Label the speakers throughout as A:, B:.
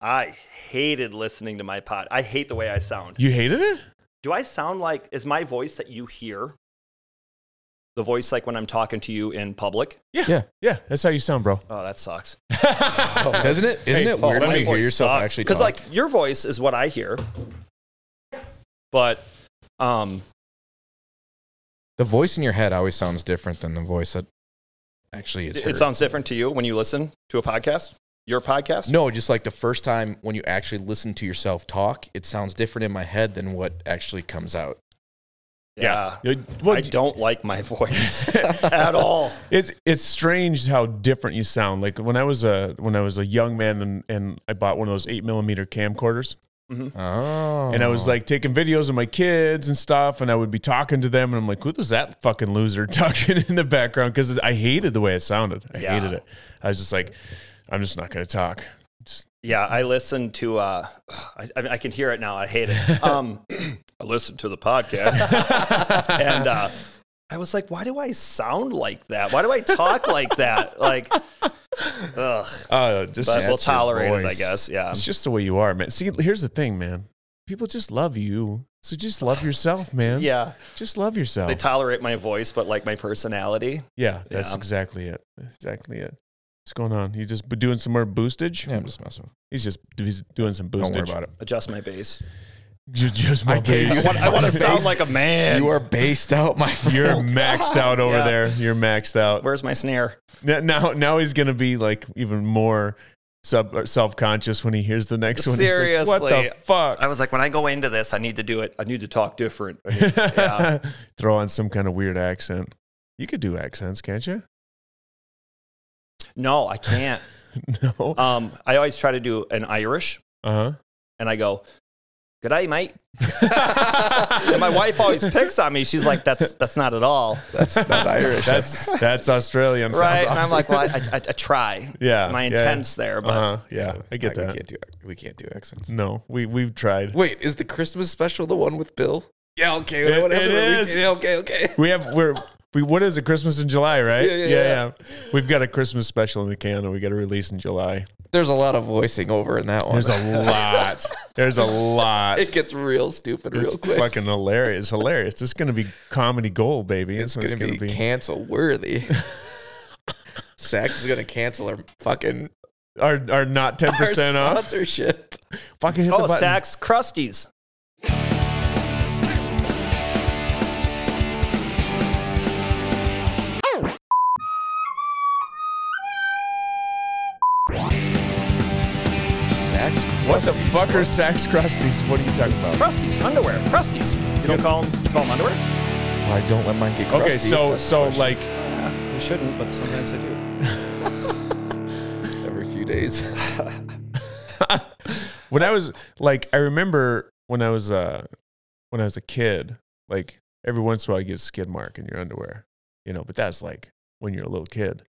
A: I hated listening to my pod. I hate the way I sound.
B: You hated it?
A: Do I sound like, is my voice that you hear the voice like when I'm talking to you in public?
C: Yeah.
B: Yeah, that's how you sound, bro.
A: Oh, that sucks. Oh,
C: Doesn't it? Isn't
B: Hey,
C: it
B: Paul,
C: weird
B: let
C: when
B: me
C: you hear yourself actually
A: Because
C: talk?
A: like your voice is what I hear. But um,
C: the voice in your head always sounds different than the voice that actually is.
A: it,
C: Heard.
A: it sounds different to you when you listen to a podcast, your podcast.
C: no, just like the first time when you actually listen to yourself talk, it sounds different in my head than what actually comes out.
A: Yeah.
B: You- well,
A: I don't like my voice at all.
B: It's it's strange how different you sound. Like when I was a when I was a young man and, and I bought one of those eight millimeter camcorders,
C: Oh,
B: and I was like taking videos of my kids and stuff, and I would be talking to them, and I'm like, "Who is that fucking loser talking in the background?" Because I hated the way it sounded. I
A: Yeah.
B: hated it. I was just like, "I'm just not gonna talk."
A: Yeah, I listened to. Uh, I, I mean, I can hear it now. I hate it. Um, I listened to the podcast, and uh, I was like, "Why do I sound like that? Why do I talk like that? Like, ugh."
B: Uh,
A: But
B: just,
C: That's
A: we'll
C: your
A: tolerate it, I
C: voice.
A: guess. Yeah.
B: it's just the way you are, man. See, here's the thing, man. People just love you, so just love yourself, man.
A: Yeah,
B: just love yourself.
C: Oh.
A: they tolerate my voice, but like my personality.
B: Yeah, that's
A: Yeah.
B: exactly it. Exactly it. What's going on? You just b- doing some more boostage?
C: yeah, I'm just messing. with
B: He's just he's doing some
C: you.
B: boostage.
C: Don't worry about it.
A: Adjust my bass.
B: Just, just more
C: I gave
B: bass.
C: you-
A: I want, I want to
C: Bass.
A: sound like a man.
C: You are based out, my friend.
B: You're maxed out over
A: Yeah.
B: there. You're maxed out.
A: Where's my snare?
B: N- Now, now he's gonna be like even more sub self conscious when he hears the next one. He's like,
A: Seriously.
B: what the
A: I was like, when I go into this, I need to do it. I need to talk different. I need-
B: fuck?
A: yeah.
B: Throw on some kind of weird accent. You could do accents, can't you?
A: no, I can't.
B: no. Uh-huh. Uh
A: Um, I always try to do an Irish,
B: huh.
A: and I go, "Good day, mate." and my wife always picks on me. She's like, "That's that's not at all
C: That's not Irish.
B: That's that's Australian.
A: right."
C: Sounds
A: And I'm like, "Well, I, I, I try.
B: Yeah.
A: my
B: yeah,
A: intent's there, but
B: Uh-huh. Yeah, I get
C: we
B: that.
C: Can't do, we can't do accents.
B: No, we we've tried.
C: Wait, is the Christmas special the one with Bill? Yeah, okay. that
B: It-
C: one hasn't
B: it
C: released
B: is.
C: yet. Okay, okay.
B: We have we're we what is it? Christmas in July, right?
C: Yeah, yeah,
B: We've got a Christmas special in the can that we got to release in July.
C: There's a lot of voicing over in that one.
B: There's a lot. There's a lot.
C: it gets real stupid real
B: It's
C: quick.
B: fucking hilarious, hilarious. This is gonna be comedy gold, baby.
C: It's
B: what
C: gonna, be, cancel worthy. Sax is gonna cancel our fucking
B: Our our not ten
C: our
B: percent off.
C: sponsorship.
B: Fucking hit
A: oh,
B: the button.
A: Saks Crusties.
C: Sax,
B: What the fuck are Sax Crusties? What are you talking about?
A: Crusties underwear, Crusties. You don't call them call them underwear?
C: I don't let mine get crusty.
B: Okay, so
C: That's the
B: so
C: question.
B: like
A: Yeah, you shouldn't, but sometimes I do.
C: every few days.
B: when I was like, I remember when I was uh when I was a kid, like every once in a while you get a skid mark in your underwear, you know. But that's like when you're a little kid.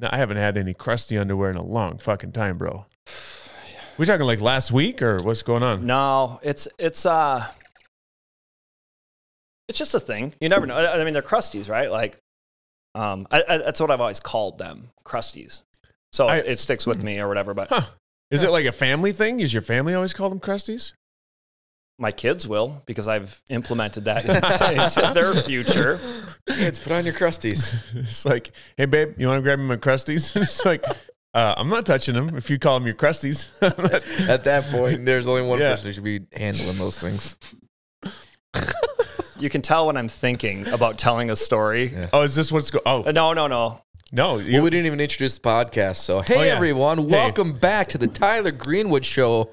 B: Now I haven't had any crusty underwear in a long fucking time, bro. We talking like last week or what's going on?
A: No, it's it's uh, it's just a thing. You never know. I, I mean, they're Crusties, right? Like, um, I, I, that's what I've always called them, Crusties. So
B: I-
A: it sticks with me or whatever. But
B: Huh. Is it like a family thing? Is your family always call them crusties?
A: my kids will because I've implemented that into, into their future.
C: Kids, put on your crusties.
B: It's like, hey babe, you want to grab me my crusties? And it's like, uh, I'm not touching them. If you call them your crusties, I'm not-
C: At that point, there's only one
B: Yeah.
C: person who should be handling those things.
A: You can tell when I'm thinking about telling a story.
C: Yeah.
B: oh, is this what's going?
A: Uh,
B: Oh
A: No, no, no.
B: no, you, Oh,
C: Well, we didn't even introduce the podcast. So, hey,
B: yeah.
C: everyone,
B: Hey.
C: welcome back to the Tyler Greenwood Show.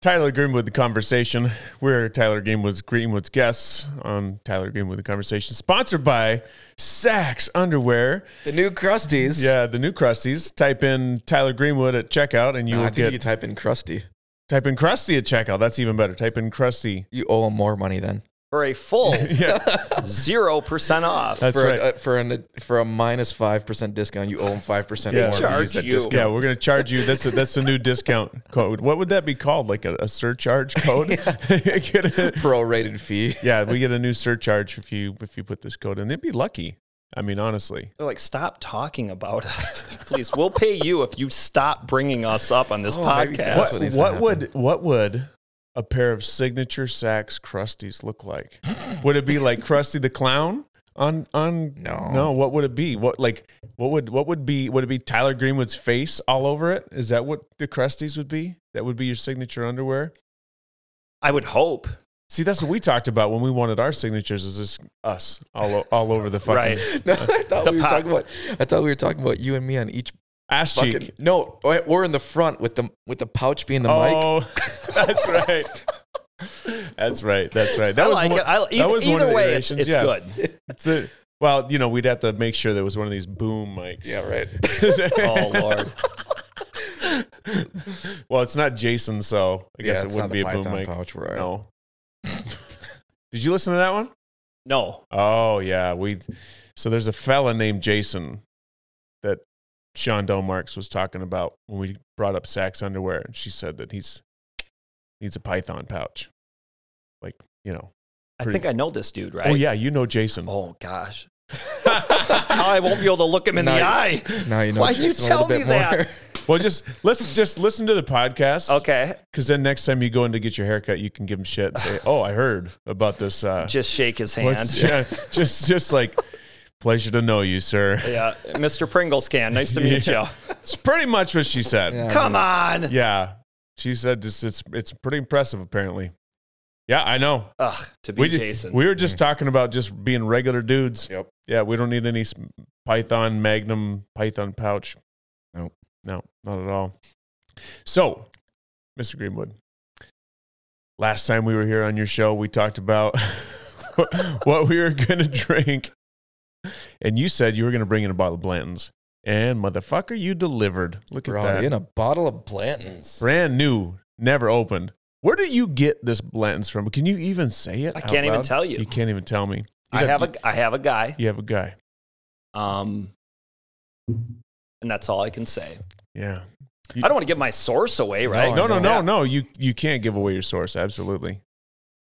B: Tyler Greenwood, The Conversation. We're Tyler Greenwood's Greenwood's guests on Tyler Greenwood, The Conversation, sponsored by Saks Underwear.
C: The new Crusties.
B: Yeah, the new Crusties. Type in Tyler Greenwood at checkout and you
C: Nah, I
B: will
C: think
B: get,
C: you type in Krusty.
B: type in Krusty at checkout. That's even better. Type in Krusty.
C: You owe him more money then.
A: For a full
B: Yeah,
A: zero percent off.
B: that's
C: for
B: right.
C: a, uh, for an for a minus five percent discount, you owe them five percent
B: Yeah.
C: more. if
A: Charge
C: use that
A: you.
C: discount.
B: yeah, we're gonna charge you. That's a, that's a new discount code. What would that be called? Like a, a surcharge code? Get a-
C: Prorated fee.
B: yeah, we get a new surcharge if you if you put this code in. They'd be lucky. I mean, honestly,
A: They're like, stop talking about us, please. We'll pay you if you stop bringing us up on this
C: Oh,
A: podcast.
C: maybe that's
B: what,
C: what needs to
B: what
C: happen.
B: would what would a pair of signature Saks crusties look like? would it be like Krusty the Clown on on
C: No.
B: No, what would it be? What like what would what would be would it be Tyler Greenwood's face all over it? Is that what the crusties would be? That would be your signature underwear.
A: I would hope.
B: See, that's what we talked about when we wanted our signatures. Is this us all o- all over the fucking
A: Right.
C: No, I thought
A: The
C: we were
A: pop.
C: talking about. I thought we were talking about you and me on each
B: ass cheek?
C: fucking. No, or- or in the front with the with the pouch being the mic.
B: oh, that's right. That's right. That's right. That
A: I
B: was
A: like
B: one-
A: it. I, either
B: was one
A: either
B: of the
A: way, it's,
B: iterations,
A: it's
B: yeah.
A: good.
B: It's the- well, you know, we'd have to make sure there was one of these boom mics.
C: Yeah, right.
A: Oh, Lord.
B: well, it's not Jason, so I guess it wouldn't be a boom mic.
C: pouch, right?
B: No. Did you listen to that one?
A: No.
B: Oh yeah, we. So there's a fella named Jason that Sean Del Marks was talking about when we brought up Saks underwear, and she said that he's needs a python pouch, like you know.
A: I
B: Pretty-
A: think I know this dude, right?
B: Oh yeah, you know Jason.
A: Oh, gosh. I won't be able to look him in
C: Now
A: the
C: you-
A: eye.
C: Now you know.
A: Why'd you
C: Jason a little
A: tell
C: bit
A: me that?
C: more.
B: Well, just let's just listen to the podcast.
A: Okay.
B: Because then next time you go in to get your haircut, you can give him shit. And say, "Oh, I heard about this." Uh,
A: Just shake his hand.
B: what's- yeah, just, just like pleasure to know you, sir.
A: Yeah. Mr. Pringles can. Nice to meet
B: Yeah. Um,
A: you.
B: It's pretty much what she said.
C: Yeah.
B: Yeah,
A: Come on.
B: she said this, it's it's pretty impressive, apparently. Yeah, I know.
A: Ugh, to be
B: We ju-
A: Jason.
B: we were just talking about just being regular dudes.
C: Yep.
B: Yeah, we don't need any s- Python Magnum Python pouch.
C: Nope.
B: No, not at all. So, Mr. Greenwood, last time we were here on your show, we talked about what we were going to drink. And you said you were going to bring in a bottle of Blanton's. And motherfucker, you delivered. Look at
C: Brought
B: that.
C: in a bottle of Blanton's.
B: Brand new, never opened. Where did you get this Blanton's from? Can you even say it?
A: I
B: out
A: can't even
B: loud?
A: tell you.
B: You can't even tell me. You
A: I
B: got-
A: have a I have a guy.
B: You have a guy.
A: Um and that's all I can say.
B: Yeah.
A: I don't want to give my source away, right?
B: No, no,
C: No, I
B: no,
A: Yeah.
B: no. You you can't give away your source. Absolutely.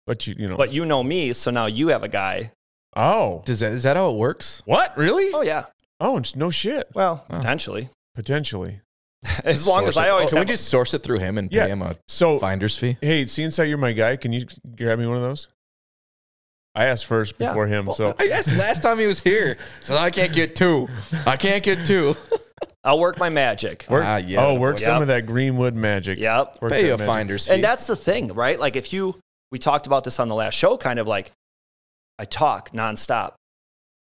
B: But you you know.
A: But you know me, so now you have a guy.
B: oh,
C: Does that is that how it works?
B: what really?
A: Oh yeah.
B: Oh, it's- no shit.
A: Well,
C: Oh.
A: potentially.
B: Potentially.
A: As long
C: Source
A: as I
C: it-
A: always
C: oh, can we
A: have-
C: just source it through him and pay
B: Yeah.
C: him a
B: So
C: finder's fee?
B: hey, seeing that you're my guy, can you grab me one of those? I asked first
A: Yeah.
B: before him. So
C: I asked last time he was here, so I can't get two. I can't get two.
A: I'll work my magic.
B: work.
C: Ah, yeah.
B: oh, work some
A: Yep.
B: of that Greenwood magic.
A: Yep.
B: Work
C: Pay
B: that
C: a
B: magic.
C: finder's fee.
A: And that's the thing, right? Like if you we talked about this on the last show, kind of like I talk nonstop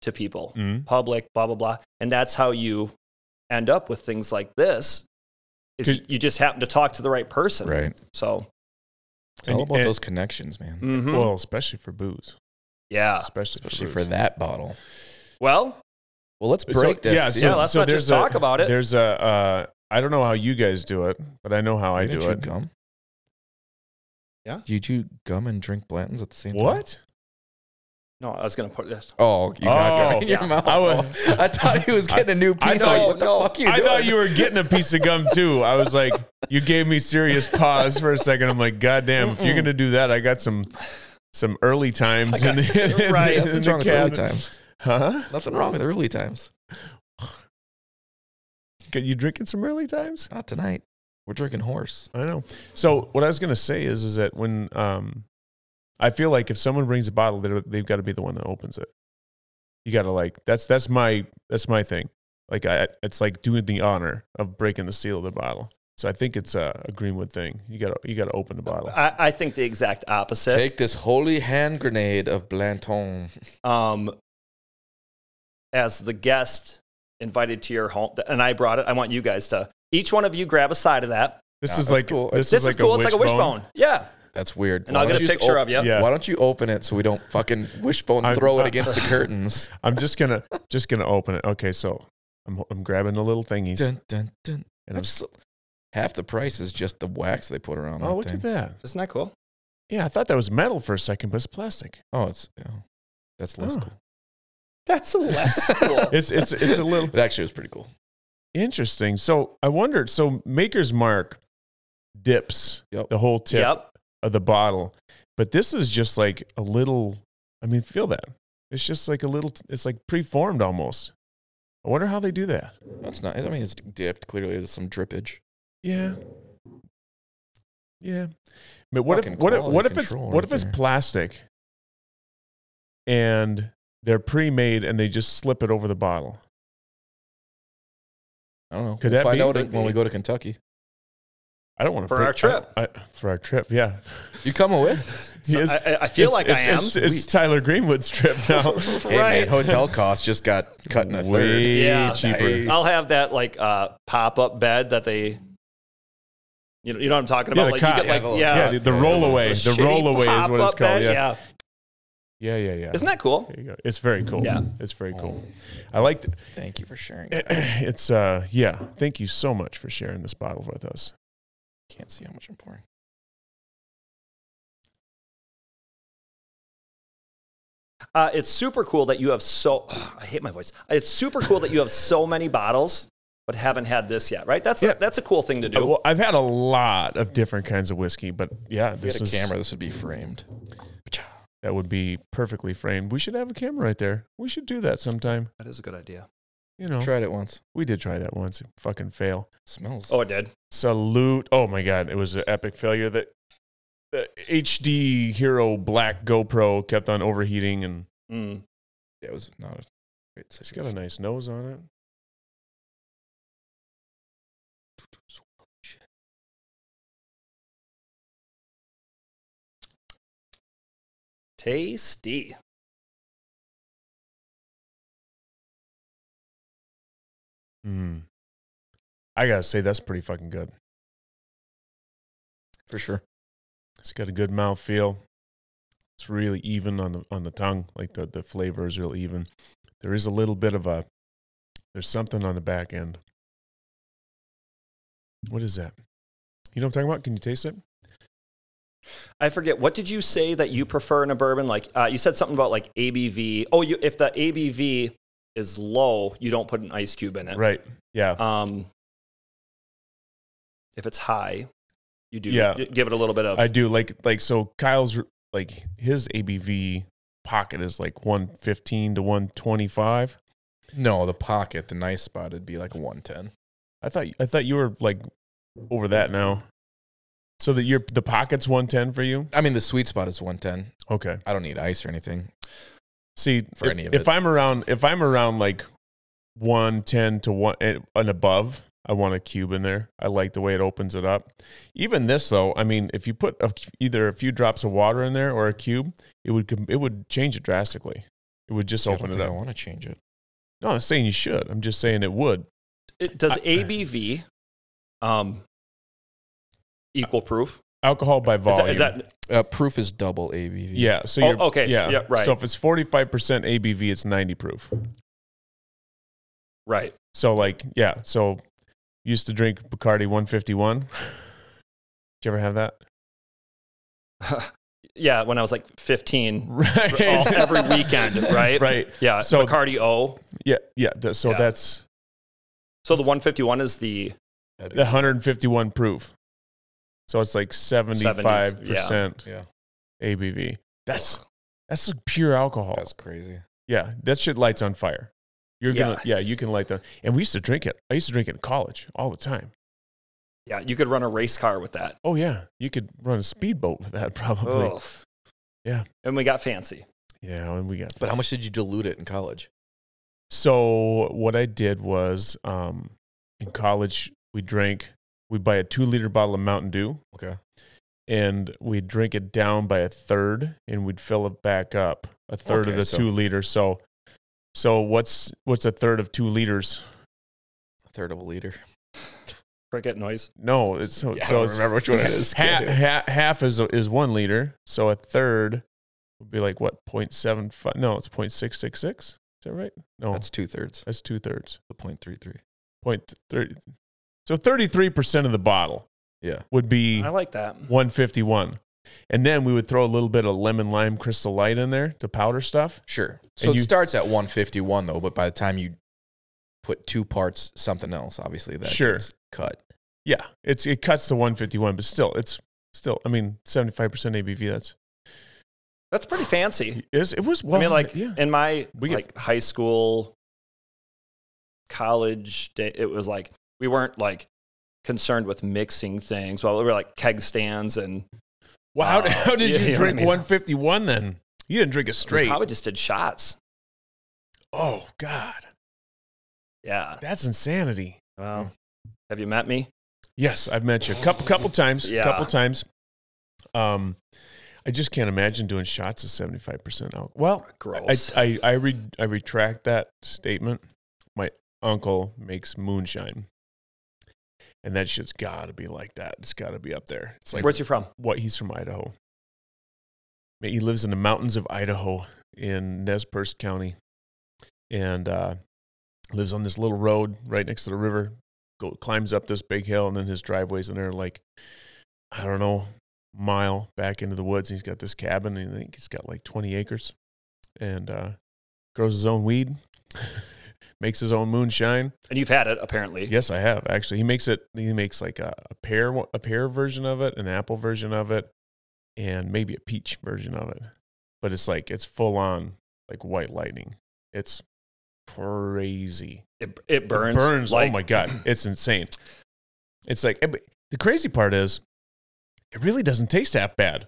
A: to people,
B: Mhm.
A: public, blah blah blah, and that's how you end up with things like this. Is
B: Could-
A: you just happen to talk to the right person,
C: right.
A: So,
C: It's all
B: And-
C: about
B: and-
C: those connections, man.
A: mhm.
B: Well, especially for booze.
A: yeah.
B: especially,
C: Ah, Especially
B: for
C: for
B: booze.
C: that bottle.
A: Well,
C: Well, let's
B: So,
C: break this.
B: Yeah, so,
A: Yeah, let's
B: so
A: not just
B: there's a-
A: talk about it.
B: There's a. Uh, I don't know how you guys do it, but I know how I
C: Didn't
B: do
C: you
B: it.
C: Gum?
A: Yeah.
C: Did you gum and drink Blanton's at the same time?
B: What?
A: no, I was gonna put this.
C: Oh, you got
B: Oh.
C: gum in your
A: Yeah.
C: mouth.
B: I
C: I,
B: was-
C: thought he was getting a new
B: I
C: piece.
B: thought-
C: I what the
A: no,
C: fuck you
B: I
C: doing?
B: thought you were getting a piece of gum too. I was like, you gave me serious pause for a second. I'm like, God damn, if you're gonna do that, I got some some early times in the, in
A: right.
B: the- in
C: Nothing's
B: the
C: wrong with early
B: cabinet.
C: times.
B: Huh?
C: Nothing wrong with early times.
B: Get you drinking some early times?
C: Not tonight. We're drinking horse.
B: I know. So what I was gonna say is is that when um I feel like if someone brings a bottle, they're- they've got to be the one that opens it. You gotta like that's that's my that's my thing. Like I, it's like doing the honor of breaking the seal of the bottle. So I think it's a, a Greenwood thing. You gotta you gotta open the bottle.
A: I, I think the exact opposite.
C: Take this holy hand grenade of Blanton.
A: um, as the guest invited to your home, and I brought it. I want you guys to each one of you grab a side of that.
B: This
C: Yeah,
B: is
C: that's
B: like
C: cool.
B: this,
A: This is,
B: is, like
A: cool.
B: A
A: it's like a wishbone. Yeah,
C: That's weird.
A: and I'll get
C: Why don't
A: a
C: you just
A: picture
C: op-
A: of you.
B: Yeah.
C: Why don't you open it so we don't fucking wishbone
B: I'm-
C: throw it against the curtains?
B: I'm just gonna just gonna open it. Okay, so I'm I'm grabbing the little thingies
C: Dun, dun, dun.
B: and I'm.
C: That's- half the price is just the wax they put around.
B: Oh, look at
C: that.
B: that!
A: Isn't that cool?
B: Yeah, I thought that was metal for a second, but it's plastic.
C: thing. Oh, it's yeah. that's less
B: Oh.
C: cool.
A: That's less cool.
B: It's it's it's a little
C: It actually was pretty cool.
B: interesting. So I wondered. So Maker's Mark dips
C: Yep.
B: the whole tip
A: Yep.
B: of the bottle, but this is just like a little. I mean, feel that It's just like a little. It's like preformed almost. I wonder how they do that.
C: That's not. I mean, it's dipped. Clearly, there's some drippage.
B: Yeah. Yeah. But what if
C: Fucking
B: what if
C: quality
B: what if it's
C: control
B: what
C: right
B: if it's
C: there.
B: plastic and they're pre-made and they just slip it over the bottle?
C: I don't know.
B: Could
C: we'll
B: that
C: find
B: be?
C: out
A: Could
C: when
A: be.
C: we go to Kentucky.
B: I don't want to
A: For our trip.
B: for our trip, yeah.
C: You coming with?
B: He is-
A: I, I- I feel
B: it's-
A: like I
B: it's-
A: am.
B: It's, it's Tyler Greenwood's trip now.
C: Hey, man, hotel costs just got cut in a third.
B: Way
A: Yeah. Oh,
B: cheaper.
C: Nice.
A: I'll have that like uh, pop up bed that they, you know, you know what I'm talking
B: Yeah,
A: about.
B: the
A: like
B: cot.
A: you get like
C: Yeah, the-
A: yeah,
B: Yeah, the, the roll away.
A: a
B: The
A: shitty
B: roll away is what it's
A: pop-up
B: called.
A: bed.
B: yeah. yeah. Yeah, yeah,
A: isn't that cool?
B: There you go. It's very cool.
A: Yeah.
B: It's very cool. I like th-
C: Thank you for sharing.
B: it's uh yeah, thank you so much for sharing this bottle with us.
C: Can't see how much I'm pouring.
A: Uh, it's super cool that you have so. I hate my voice. It's super cool that you have so many bottles, but haven't had this yet. Right? That's
B: Yeah.
A: a, that's a cool thing to do.
B: Uh, Well, I've had a lot of different kinds of whiskey, but yeah,
C: If we
B: this
C: had a
B: is
C: camera, this would be framed.
B: that would be perfectly framed. We should have a camera right there. We should do that sometime.
A: that is a good idea.
B: You know,
C: Tried it once.
B: we did try that once. Fucking fail.
C: Smells.
A: Oh, it did.
B: Salute. Oh my god, it was an epic failure. That the HD Hero Black GoPro kept on overheating, and
A: Mm.
C: yeah, it was not. A great
B: it's got a nice nose on it.
A: Tasty.
B: Mm. I gotta say, that's pretty fucking good.
C: for sure.
B: It's got a good mouth feel. It's really even on the on the tongue. Like the the flavor is real even. There is a little bit of a there's something on the back end. What is that? You know what I'm talking about? Can you taste it?
A: I forget. What did you say that you prefer in a bourbon? Like uh, you said something about like ABV. Oh, you, if the ABV is low, you don't put an ice cube in it.
B: Right. Yeah.
A: Um, if it's high, you do
B: Yeah.
A: you give it a little bit of.
B: I do like like so Kyle's like his ABV pocket is like 115 to 125.
C: No, the pocket, the nice spot, it'd be like a 110.
B: I thought I thought you were like over that now. So that your the pocket's 110 for you?
C: I mean, the sweet spot is 110.
B: Okay.
C: I don't need ice or anything.
B: See,
C: for
B: if,
C: any of
B: if
C: it.
B: I'm around, if I'm around like one ten to one eh, and above, I want a cube in there. I like the way it opens it up. Even this though, I mean, if you put a, either a few drops of water in there or a cube, it would com- it would change it drastically. It would just
C: I don't
B: open it
C: think I
B: up.
C: want to change it.
B: No, I'm saying you should. I'm just saying it would.
A: It- does
B: I-
A: ABV um, equal proof?
B: Alcohol by
A: Is
B: volume.
A: that, is that
C: Uh, proof is double ABV.
B: yeah. So
A: Oh,
B: you're,
A: okay, so- yeah, right.
B: So if it's 45% ABV, it's 90 proof.
A: right?
B: So like, yeah. So used to drink Bacardi 151. Did you ever have that?
A: Yeah, when I was like 15,
B: right
A: all, every weekend, right?
B: right
A: Yeah,
B: So-
A: so Bacardi O.
B: yeah yeah th- so
A: Yeah.
B: that's
A: So the 151 is the
C: That'd
B: the
C: be-
B: 151 proof so it's like 75 percent
C: Yeah.
B: abv that's that's just pure alcohol
C: That's crazy.
B: yeah that shit lights on fire you're
A: Yeah.
B: gonna yeah you can light that and we used to drink it i used to drink it in college all the time
A: yeah. You could run a race car with that.
B: oh yeah you could run a speedboat with that probably
A: Oh.
B: Yeah.
A: And we got fancy.
B: yeah and we got
C: But how much did you dilute it in college?
B: So what I did was um, in college we drank we buy a two liter bottle of Mountain Dew
C: Okay.
B: and we'd drink it down by a third and we'd fill it back up a third of
C: Okay,
B: the
C: so-
B: two liter. So so what's what's a third of two liters?
C: A third of a liter.
A: Cricket noise.
B: No, it's so,
C: Yeah, I
B: so
C: don't
B: it's-
C: remember which one it is.
B: Ha- ha- half is is one liter, so a third would be like what 0.75 No, it's 0.666. Is that right? No,
C: That's two thirds.
B: that's two thirds.
C: The point three three.
B: point thirty. So thirty three percent of the bottle
C: Yeah.
B: would be
A: I like that.
B: one fifty one, and then we would throw a little bit of lemon lime crystal light in there to powder stuff.
C: Sure. So
B: And
C: it
B: you-
C: starts at 151 though, but by the time you put two parts something else, obviously that
B: Sure.
C: gets cut.
B: Yeah, it's it cuts to one fifty one, but still, it's still. I mean, seventy five percent ABV. That's
A: That's pretty fancy.
B: It's, it was well.
A: I mean, like
B: yeah.
A: in my
B: We get-
A: like high school, college day, it was like we weren't like concerned with mixing things. Well, we were like keg stands and
B: Well, how,
A: Wow.
B: how did
A: Yeah, you
B: you
A: know
B: drink
A: what I mean?
B: 151 then? You didn't drink it
A: we
B: straight.
A: probably just did shots.
B: Oh God,
A: Yeah.
B: that's insanity.
A: Well, have you met me?
B: Yes, I've met you a couple couple times.
A: Yeah.
B: couple times. Um, I just can't imagine doing shots of 75 percent alcohol. Well, I
A: Gross.
B: I I, re- I retract that statement. My uncle makes moonshine, and that shit's got to be like that. It's got to be up there. It's like
A: Where's you from?
B: what he's from Idaho. Ma- He lives in the mountains of Idaho in Nez Perce County, and uh, lives on this little road right next to the river. Go climbs up this big hill, and then his driveways in there like I don't know mile back into the woods. He's got this cabin, and I think he's got like twenty acres, and uh, grows his own weed, makes his own moonshine.
A: And you've had it apparently.
B: Yes, I have actually. He makes it. He makes like a, a pear, one- a pear version of it, an apple version of it, and maybe a peach version of it. But it's like it's full on like white lightning. It's crazy.
A: It, it
B: It
A: burns.
B: burns.
A: Like,
B: oh my god, it's insane. It's like eh, but the crazy part is, it really doesn't taste that bad.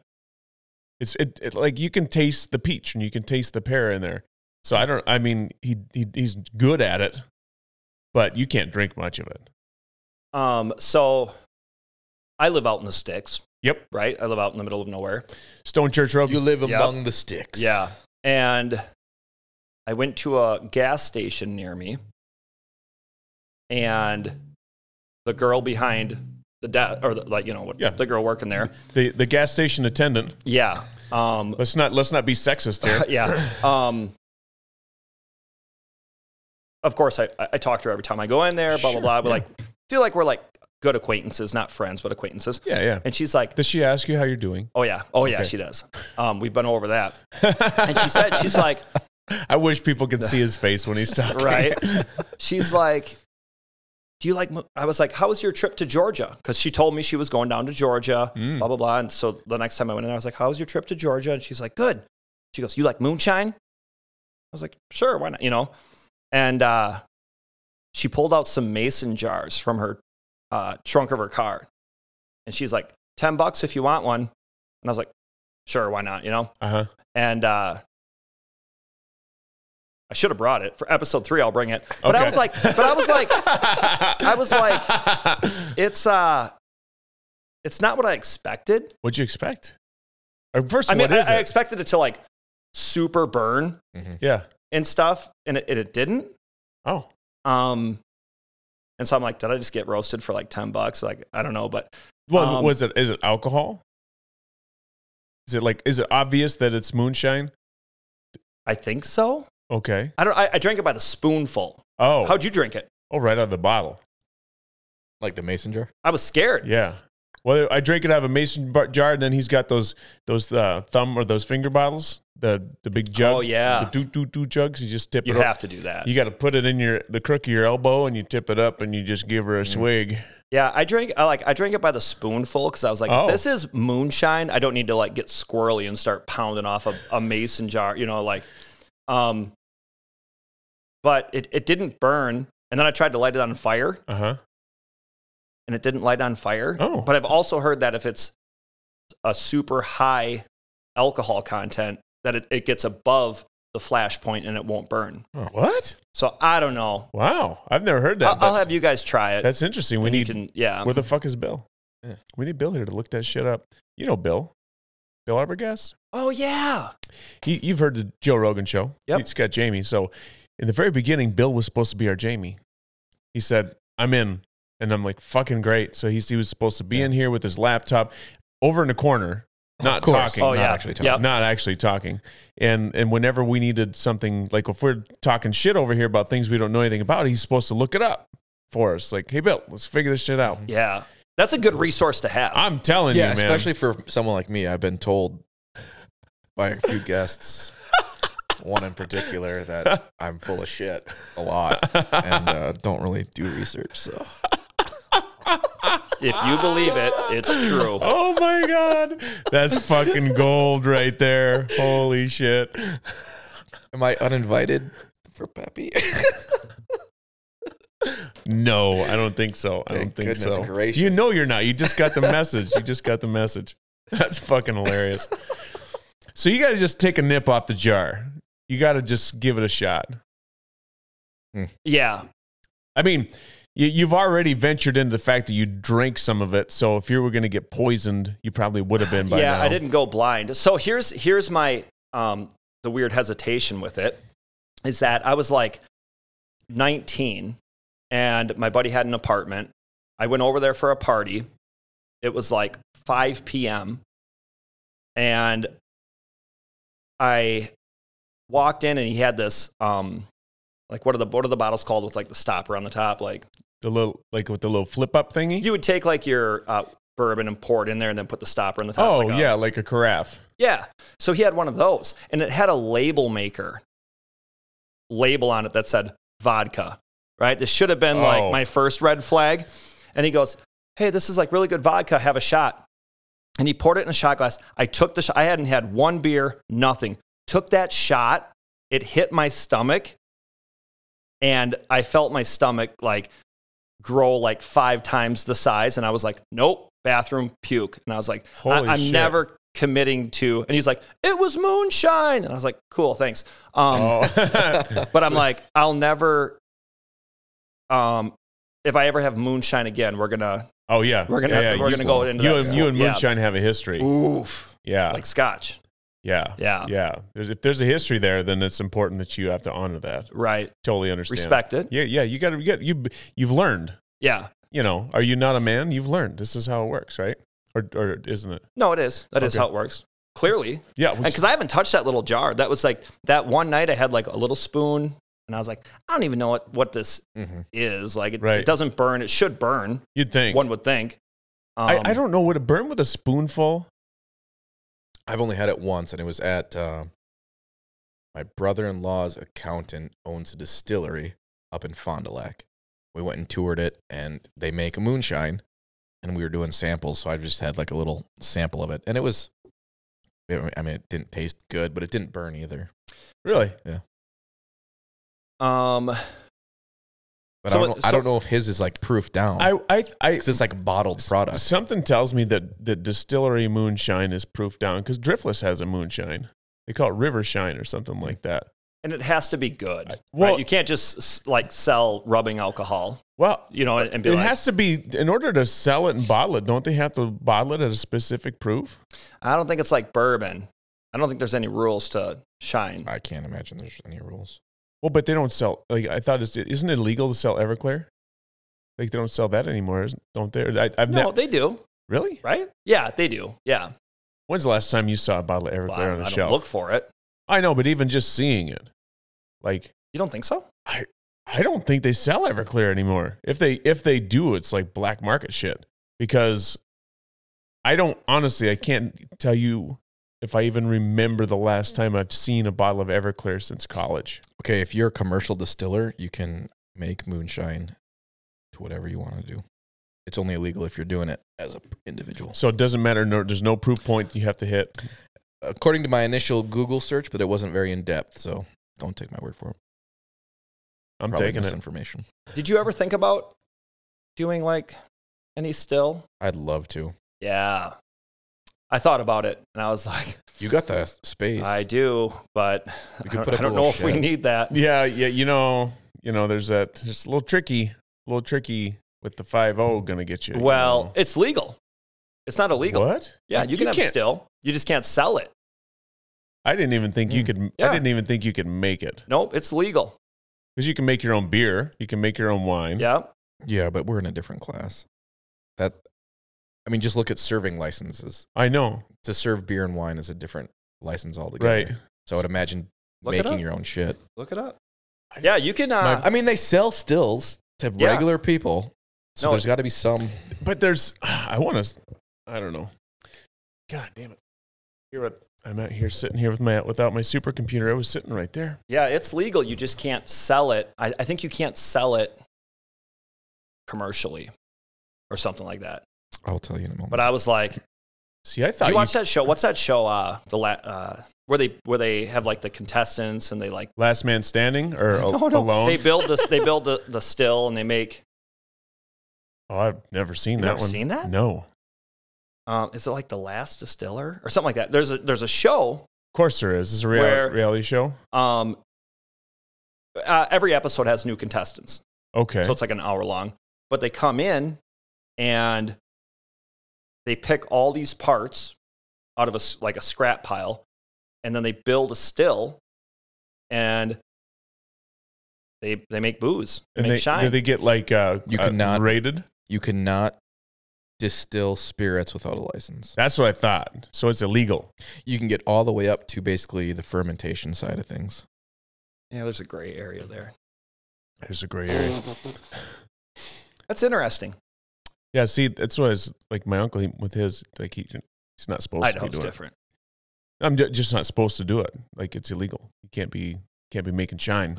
B: It's it, it like you can taste the peach and you can taste the pear in there. So I don't. I mean, he, he he's good at it, but you can't drink much of it.
A: Um, so I live out in the sticks.
B: Yep.
A: Right? I live out in the middle of nowhere.
B: Stone Church Road.
C: You live
A: Yeah.
C: among the sticks.
A: Yeah. And I went to a gas station near me, and the girl behind the desk, or the, like, you know, what,
B: Yeah.
A: the girl working there.
B: the the gas station attendant.
A: Yeah. Um,
B: Let's not let's not be sexist here.
A: yeah. Um, of course, I, I I talk to her every time I go in there, blah,
B: Sure,
A: blah, blah. But
B: yeah.
A: like, feel like we're like good acquaintances, not friends, but acquaintances.
B: yeah, yeah.
A: And she's like,
B: Does she ask you how you're doing?
A: Oh yeah. Oh yeah,
B: Okay.
A: she does. Um, we've been over that. And she said she's like,
B: I wish people could see his face when he's talking.
A: Right. she's like, do you like? mo- I was like, how was your trip to Georgia? Because she told me she was going down to Georgia,
B: Mm.
A: blah blah blah. And so the next time I went in, I was like, how was your trip to Georgia? And she's like, good. She goes, you like moonshine? I was like, sure, why not? You know. And uh, she pulled out some mason jars from her uh, trunk of her car, and she's like, ten bucks if you want one. And I was like, sure, why not? You know.
B: Uh-huh.
A: and uh, I should have brought it for episode three. I'll bring it, but I
B: Okay.
A: was like, but I was like,
B: I
A: was like- it's uh, it's not what I expected.
B: What'd you expect? Or First,
A: I mean,
B: what is
A: I, I
B: it?
A: expected it to like super burn
B: yeah.
A: and stuff, and it, it didn't.
B: Oh,
A: Um, and so I'm like, did I just get roasted for like ten bucks? Like I don't know, but
B: well,
A: Um,
B: was it? Is it alcohol? Is it like? Is it obvious that it's moonshine?
A: I think so.
B: Okay.
A: I don't. I, I drank it by the spoonful.
B: Oh,
A: How'd you drink it?
B: oh, right out of the bottle.
C: Like the mason jar.
A: I was scared.
B: Yeah. Well, I drank it out of a mason bar- jar, and then he's got those those uh, thumb or those finger bottles, the the big jug.
A: Oh, yeah.
B: the do do do jugs. You just tip
A: You
B: it. up.
A: have to do that.
B: You got to put it in your the crook of your elbow, and you tip it up, and you just give her a swig.
A: Yeah, I drank. I like. I drank it by the spoonful because I was like,
B: Oh.
A: "This is moonshine. I don't need to like get squirrely and start pounding off a, a mason jar." You know, like, um. But it it didn't burn, and then I tried to light it on fire,
B: Uh huh.
A: and it didn't light on fire.
B: Oh.
A: But I've also heard that if it's a super high alcohol content, that it, it gets above the flash point and it won't burn.
B: What?
A: So I don't know.
B: Wow, I've never heard that.
A: I'll, I'll
B: but
A: have you guys try it.
B: that's interesting. We
A: and you
B: need.
A: can, um, yeah.
B: where the fuck is Bill?
C: Yeah.
B: We need Bill here to look that shit up. You know Bill, Bill Arbogast.
A: Oh yeah.
B: He, you've heard the Joe Rogan show.
A: Yep.
B: He's got Jamie. So in the very beginning, Bill was supposed to be our Jamie. He said, I'm in. And I'm like, fucking great. So he's, he was supposed to be in here with his laptop over in the corner, not talking.
A: Oh,
C: not
A: yeah.
C: actually
A: Yeah.
C: talking.
B: Not actually talking. And and whenever we needed something, like if we're talking shit over here about things we don't know anything about, he's supposed to look it up for us. Like, hey Bill, let's figure this shit out.
A: Yeah. That's a good resource to have.
B: I'm telling
C: Mm-hmm. Yeah,
B: you, man.
C: especially for someone like me, I've been told by a few guests, one in particular, that I'm full of shit a lot and uh, don't really do research. So
A: If you believe it, it's true.
B: Oh my god, that's fucking gold right there. Holy shit.
C: Am I uninvited for Peppy?
B: No, I don't think so. I don't
C: Thank
B: think
C: goodness
B: so.
C: gracious.
B: You know you're not. You just got the message. You just got the message. That's fucking hilarious. so you got to just take a nip off the jar. You got to just give it a shot.
A: Yeah.
B: I mean, you, you've already ventured into the fact that you drank some of it. So if you were going to get poisoned, you probably would have been by
A: yeah,
B: now.
A: I didn't go blind. So here's here's my um the weird hesitation with it is that I was like 19 and my buddy had an apartment. I went over there for a party. It was like 5 p.m. and I walked in and he had this um like what are the what are the bottles called with like the stopper on the top like
B: The little, like with the little flip up thingy.
A: you would take like your uh, bourbon and pour it in there and then put the stopper on the top
B: oh,
A: like a-
B: yeah, like a carafe.
A: yeah. So he had one of those and it had a label maker label on it that said vodka, right? This should have been
B: Oh.
A: like my first red flag. And he goes, Hey, this is like really good vodka. Have a shot. And he poured it in a shot glass. I took the shot. I hadn't had one beer, nothing. Took that shot. It hit my stomach. And I felt my stomach like grow like five times the size. And I was like, Nope, bathroom puke. And I was like,
B: Holy
A: I, am
B: shit.
A: never committing to. And he's like, it was moonshine. And I was like, cool, thanks. Um,
B: Oh.
A: But I'm like, I'll never. Um, if I ever have moonshine again, we're gonna
B: oh, yeah.
A: We're gonna-
B: Yeah, yeah,
A: we're
B: you-
A: gonna go into
B: you
A: that
B: and,
A: swamp,
B: you and
A: yeah.
B: Moonshine have a history.
A: oof
B: Yeah.
A: like scotch.
B: yeah.
A: Yeah,
B: Ah. Yeah. There's, if there's a history there, then it's important that you have to honor that.
A: right.
B: Totally understand.
A: Respect it.
B: Yeah. Yeah. You got to get, you, you've learned.
A: Yeah.
B: You know, are you not a man? You've learned. This is how it works, right? Or, or isn't it?
A: No, it is. That is
B: Okay.
A: how it works. Clearly,
B: Yeah.
A: and because I haven't touched that little jar. That was like that one night I had like a little spoon, and I was like, I don't even know what what this
C: Mhm.
A: is. Like, it,
B: Right.
A: it doesn't burn. It should burn.
B: You'd think.
A: One would think. Um,
B: I, I don't know. Would it burn with a spoonful?
C: I've only had it once, and it was at uh, my brother-in-law's accountant owns a distillery up in Fond du Lac. We went and toured it, and they make a moonshine, and we were doing samples, so I just had like a little sample of it, and it was. I mean, it didn't taste good, but it didn't burn either.
B: Really?
A: Um, So
C: But I don't.
A: it-
C: know, I don't
A: so-
C: know if his is like proof down
B: I, I, I,
C: 'cause it's like a bottled product.
B: something tells me that the distillery moonshine is proof down because Driftless has a moonshine. They call it River Shine or something like that.
A: and it has to be good.
B: well-
A: right? you can't just s- like sell rubbing alcohol,
B: Well,
A: you know, and be
B: it
A: like,
B: has to be in order to sell it and bottle it. Don't they have to bottle it at a specific proof?
A: I don't think it's like bourbon. I don't think there's any rules to shine.
C: I can't imagine there's any rules.
B: Well, but they don't sell. Like I thought, it's, isn't it illegal to sell Everclear? Like they don't sell that anymore, isn't- don't they? I, I've
A: No,
B: never
A: they do,
B: really.
A: right? Yeah, they do. Yeah,
B: When's the last time you saw a bottle of Everclear
A: Well, I,
B: on
A: I
B: a
A: don't
B: shelf?
A: look for it.
B: I know, but even just seeing it, like
A: You don't think so?
B: I don't think they sell Everclear anymore. If they if they do, it's like black market shit. Because I don't honestly, I can't tell you if I even remember the last time I've seen a bottle of Everclear since college.
C: Okay, if you're a commercial distiller, you can make moonshine to whatever you want to do. It's only illegal if you're doing it as an individual.
B: So it doesn't matter. No, there's no proof point you have to hit.
C: According to my initial Google search, but it wasn't very in depth, so don't take my word for it.
B: I'm
C: Probably
B: taking it.
C: misinformation.
A: Did you ever think about doing like any still?
C: I'd love to.
A: Yeah, I thought about it, and I was like,
C: You got the space.
A: I do, but
C: We
A: I
C: could
A: don't,
C: put up
A: I
C: a
A: don't
C: little
A: know if we
C: shed.
A: need that.
B: Yeah, yeah. You know, you know. There's that. It's a little tricky. A little tricky with the five zero. Gonna get you. you
A: well,
B: know.
A: it's legal. It's not illegal.
B: What?
A: Yeah, you can have
B: can't-
A: still. You just can't sell it.
B: I didn't even think you
C: Mm.
B: could. I
A: Yeah.
B: didn't even think you could make it
A: Nope, it's legal.
B: because you can make your own beer. You can make your own wine.
A: Yeah.
C: yeah, but we're in a different class. That, I mean, just look at serving licenses.
B: I know.
C: To serve beer and wine is a different license altogether.
B: Right.
C: So I'd imagine
A: Look it
C: making
A: up.
C: your own shit.
A: Look it up. Yeah, you can. Uh,
C: I mean, they sell stills to
A: Yeah.
C: regular people. So
A: No,
C: there's got to be some.
B: But there's. I want to. I don't know. God damn it. Here at, I'm out here sitting here with my without my supercomputer. I was sitting right there.
A: yeah, it's legal. You just can't sell it. I, I think you can't sell it commercially. or something like that.
C: I'll tell you in a moment.
A: But I was like,
B: See, I
A: do
B: thought
A: you
B: you
A: watch that show? What's that show? Uh, the la- uh, where they where they have like the contestants and they like
B: Last Man Standing or a-
A: No, no.
B: Alone.
A: they build this they build the, the still and they make.
B: oh, I've never seen
A: You've
B: that
A: never
B: one.
A: seen that?
B: No, of
A: Um, is it like the last distiller or something like that? There's a there's a show
B: course there is. It's a real,
A: Where-
B: reality show.
A: Um, uh, every episode has new contestants,
B: Okay,
A: so it's like an hour long. But they come in and they pick all these parts out of a s- like a scrap pile, and then they build a still, and they they make booze, they
B: and
A: make
B: they
A: shine.
B: do they get like uh,
C: You
B: uh,
C: cannot-
B: rated.
C: you cannot distill spirits without a license.
B: That's what I thought. So it's illegal.
C: You can get all the way up to basically the fermentation side of things.
A: yeah, there's a gray area there.
B: There's a gray area.
A: That's interesting.
B: Yeah, see, that's what I was like. My uncle he, with his like he he's not supposed
A: I
B: to
A: know
B: be
A: it's
B: doing. it.
A: different.
B: I'm ju- just not supposed to do it. Like it's illegal. You can't be can't be making shine.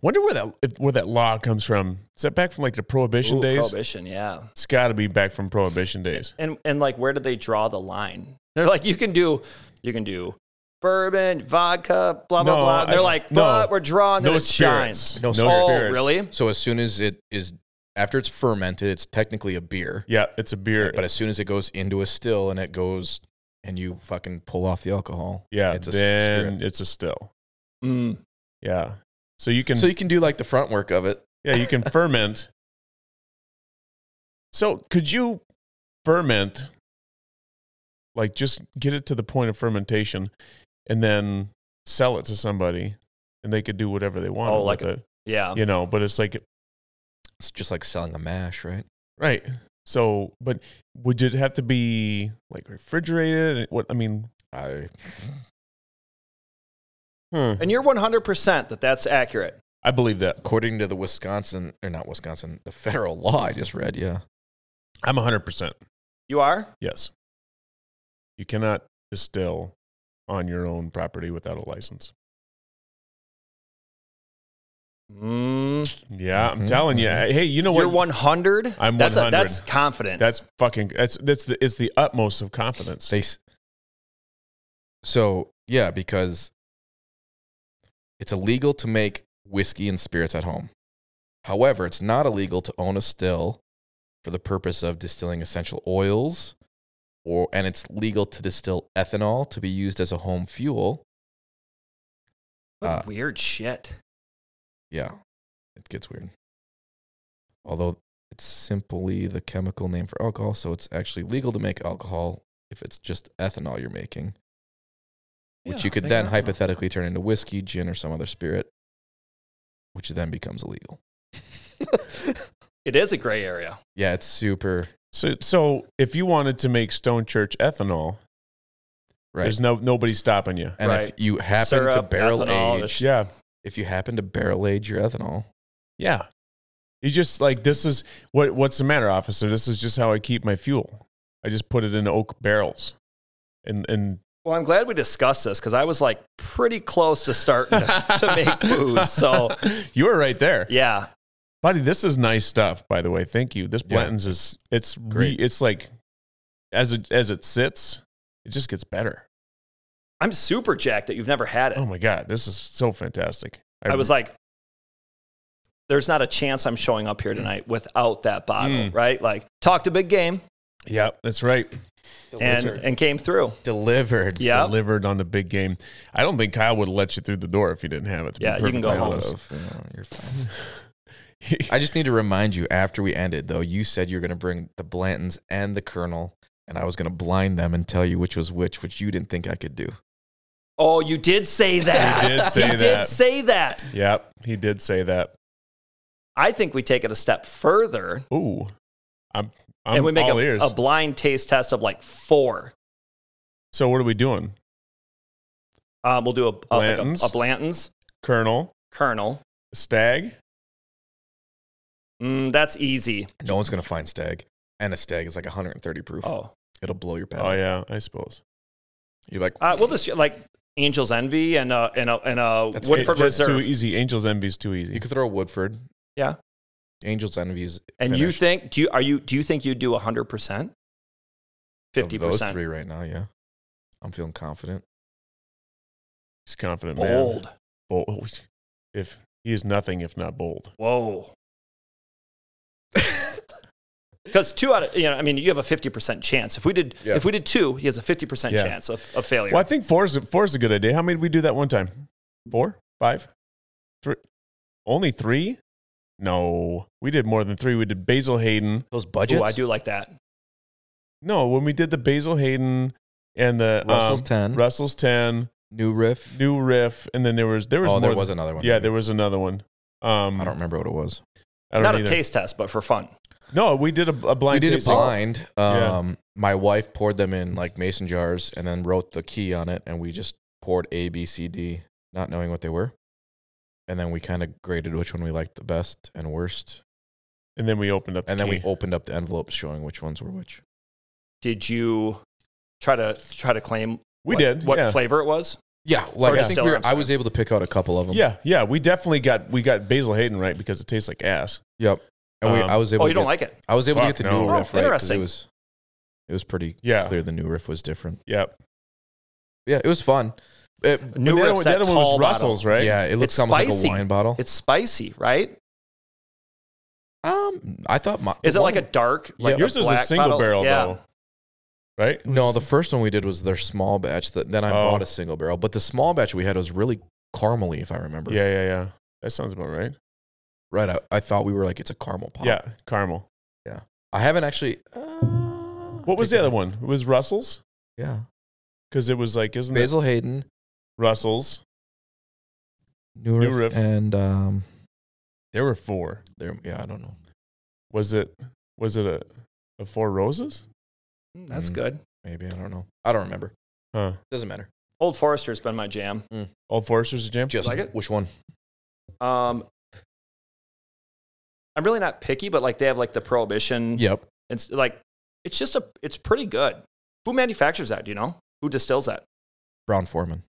B: Wonder where that if, where that law comes from. Is that back from like the prohibition
A: Ooh,
B: days?
A: Prohibition, yeah.
B: It's got to be back from prohibition days.
A: and and like where did they draw the line they're like you can do you can do bourbon vodka blah blah
B: No,
A: blah And they're
B: I-
A: like
B: no.
A: but we're drawing that
B: No
A: it
B: spirits.
A: shines
C: No
A: oh
C: spirits.
A: really
C: So as soon as it is after it's fermented, it's technically a beer.
B: Yeah, it's a beer.
C: But as soon as it goes into a still and it goes and you fucking pull off the alcohol,
B: yeah,
C: it's a s-
B: then
C: spirit.
B: it's a still.
A: Mm.
B: Yeah. So you can
C: So you can do like the front work of it.
B: yeah you can ferment. So could you ferment? Like just get it to the point of fermentation, and then sell it to somebody, and they could do whatever they want
A: Oh,
B: with
A: like
B: it.
A: yeah
B: you know but it's like
C: It's just like selling a mash, right?
B: right so but would it have to be like refrigerated what i mean
C: I
A: and you're 100% that that's accurate
B: i believe that
C: according to the Wisconsin or not Wisconsin, the federal law I just read, yeah.
B: i'm 100%
A: you are
B: yes you cannot distill on your own property without a license
A: mm.
B: yeah i'm
C: Mhm,
B: telling you
C: mhm.
B: hey you know what
A: mm-hmm. you're 100
B: I'm
A: that's,
B: 100.
A: that's confident
B: that's fucking that's that's the it's the utmost of confidence
C: They s- So, yeah, because it's illegal to make whiskey and spirits at home. However, it's not illegal to own a still for the purpose of distilling essential oils or and it's legal to distill ethanol to be used as a home fuel.
A: What
C: uh,
A: weird shit
C: Yeah. It gets weird. Although it's simply the chemical name for alcohol, so it's actually legal to make alcohol if it's just ethanol you're making. which you could then hypothetically turn into whiskey, gin, or some other spirit, which then becomes illegal.
A: it is a gray area
C: yeah, it's super
B: so so if you wanted to make stone church ethanol
C: right.
B: there's no nobody stopping you
C: And if
A: Right.
C: you happen to
A: Syrup,
C: barrel
A: ethanol,
C: age,
A: it's-
B: yeah
C: if you happen to barrel age your ethanol,
B: Yeah. You just like this is what what's the matter, officer? This is just how I keep my fuel. I just put it in oak barrels. And and
A: well i'm glad we discussed this because i was like pretty close to starting to, to make booze so
B: you were right there.
A: yeah
B: Buddy, this is nice stuff, by the way. Thank you. This
C: Yeah.
B: Blanton's is it's re,
C: Great.
B: it's like as it as it sits, it just gets better.
A: i'm super jacked that you've never had it
B: Oh my god, this is so fantastic.
A: I was like, there's not a chance I'm showing up here tonight without that bottle,
B: Mm.
A: right? Like, talked a big game
B: Yeah, that's right.
A: and, and came through.
C: delivered.
A: Yeah.
B: Delivered on the big game. I don't think Kyle would have let you through the door if he didn't have it. to be
A: Yeah, you can
B: perfectly
A: go
C: I
A: home.
B: honest.
C: would've, you know, you're fine. I just need to remind you after we ended, though, you said you were going to bring the Blantons and the Colonel, and I was going to blind them and tell you which was which, which you didn't think I could do.
A: Oh, you did say that.
B: He did say
A: You did
B: that.
A: say that.
B: Yep, he did say that.
A: I think we take it a step further
B: Ooh, I'm I'm
A: and we make
B: all
A: a,
B: ears.
A: a blind taste test of like four.
B: so what are we doing,
A: Um, we'll do a, a, like a-
B: Blanton's?
A: a Blanton's
B: Colonel
A: Colonel.
B: Stag?
A: Mm, that's easy.
C: No one's going to find stag, and a stag is like 130 proof.
A: Oh,
C: It'll blow your
B: Oh
C: palate.
B: yeah, I suppose.
C: You're like,
A: uh, we'll just like Angel's Envy and uh and a, and a
C: That's
A: Woodford
B: It- that's
A: Reserve.
B: too easy. Angels Envy's too easy.
C: You could throw Woodford.
A: Yeah.
C: Angels Envy's
A: And you think do you are you do you think you do hundred percent? Fifty
C: those
A: percent.
C: three right now? Yeah, I'm feeling confident.
B: He's a confident, man.
A: Bold.
B: Bold. Oh, If he is nothing if not bold.
A: Whoa. Because two out of you know, I mean, you have a fifty percent chance. If we did,
C: Yeah.
A: if we did two, he has a fifty percent
B: Yeah.
A: chance of, of failure.
B: Well, I think four is, four is a good idea. How many did we do that one time? Four? Five? Three? Only three? No. We did more than three. We did Basil Hayden.
C: Those
A: Ooh,
C: budgets.
A: I do like that.
B: No, when we did the Basil Hayden and the
A: uh,
C: Russell's
B: um,
C: ten.
B: Russell's 10,
C: New riff.
B: New Riff, and then there was there was
C: oh,
B: more
C: there
B: than-
C: was another one.
B: Yeah, there was another one. Um,
C: I don't remember what it was.
B: I don't
A: Not
B: either.
A: a taste test, but for fun.
B: No, we did a, a
C: We
B: blind.
C: did it
B: tasting.
C: blind.
B: Yeah.
C: Um, my wife poured them in like mason jars and then wrote the key on it, and we just poured A, B, C, D, not knowing what they were, and then we kind of graded which one we liked the best and worst,
B: and then we opened up. The
C: and then we
B: key.
C: opened up the envelopes showing which ones were which.
A: Did you try to try to claim
B: we
A: what,
B: did
A: what
B: yeah.
A: flavor it was?
C: Yeah, like
A: Or
C: I
A: just
C: think
A: still
C: we were,
A: arms
C: I was able to pick out a couple of them.
B: Yeah, yeah, we definitely got we got Basil Hayden right because it tastes like ass.
C: Yep. And we,
B: Um,
C: I was able.
A: Oh,
C: to
A: you don't
C: get,
A: like it?
C: I was able to
B: Fuck
C: get the
B: no.
C: new
A: Oh,
C: riff right 'cause
A: interesting.
C: it was, it was pretty
B: Yeah,
C: clear the new riff was different.
B: yeah.
C: Yeah, it was fun. It-
A: New
B: But
A: riffs,
B: one-
A: that
B: one
A: tall
B: was
A: bottle.
B: Russell's, right?
C: Yeah, it looks
A: It's
C: almost like
A: spicy.
C: a wine bottle.
A: It's spicy, right?
C: um, I thought my
A: Is
C: the
A: it like a
C: one-
A: dark? Like
C: Yeah.
B: yours was a
A: black
B: single
A: bottle?
B: barrel
A: Yeah.
B: though, right? It was
C: No,
B: just-
C: the first one we did was their small batch. That then I
B: Oh.
C: bought a single barrel, but the small batch we had was really caramely, if I remember.
B: yeah, yeah, yeah. That sounds about right.
C: right. I, I thought we were like it's a caramel pop.
B: Yeah, caramel.
C: I haven't actually. Uh,
B: What was the other one? It was Russell's
C: Yeah,
B: because it was like isn't it
C: Basil Hayden,
B: Russell's?
C: New
B: New
C: Riff,
B: Riff.
C: and um,
B: There were four.
C: there. Yeah, I don't know.
B: Was it was it a, a four roses?
A: Mm, That's
C: Mm.
A: good.
C: Maybe I don't know. I don't remember.
B: Huh.
C: Doesn't matter.
A: Old Forester's been my jam.
B: Old Forester's a jam.
C: Just
A: like it?
C: which one?
B: Mm-hmm.
A: Um, I'm really not picky, but like they have like the Prohibition.
C: Yep.
A: It's like it's just a it's pretty good. Who manufactures that? Do you know who distills that?
C: Brown Foreman.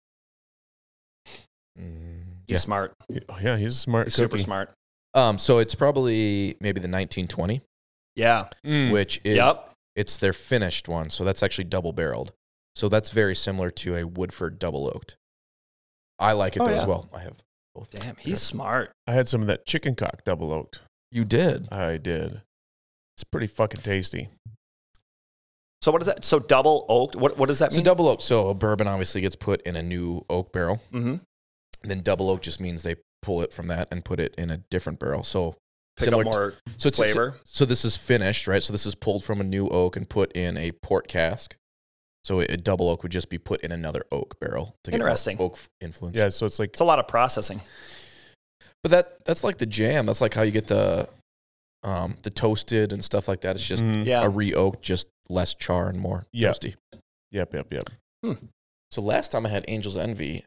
C: Mm,
A: He's
C: yeah.
A: smart,
B: Oh, yeah, he's a smart.
A: He's super
B: cookie.
A: smart.
C: Um. So it's probably maybe the 1920,
A: Yeah.
B: Mm.
C: which is
A: Yep.
C: it's their finished one. So that's actually double barreled. So that's very similar to a Woodford double oaked. I like it
A: Oh,
C: though
A: yeah.
C: as well. I have both.
A: Damn, he's smart.
B: I had some of that chicken cock double oaked.
C: You did.
B: I did. It's pretty fucking tasty.
A: So what is that? So double oaked. What what does that
C: So
A: mean?
C: double oak. So a bourbon obviously gets put in a new oak barrel.
A: mm-hmm.
C: And then double oak just means they pull it from that and put it in a different barrel. So
A: Pick
C: similar
A: up
C: to-
A: more
C: so it's,
A: flavor.
C: So this is finished, right? So this is pulled from a new oak and put in a port cask. So a double oak would just be put in another oak barrel to get more
A: Interesting.
C: oak f- influence.
B: Yeah, so it's like
A: It's a lot of processing.
C: Mm-hmm. But that that's like the jam. That's like how you get the um the toasted and stuff like that. It's just
B: Mm.
A: Yeah.
C: a re oak, just less char and more
B: Yeah.
C: toasty.
B: Yep, yep, yep.
C: So last time I had Angel's Envy,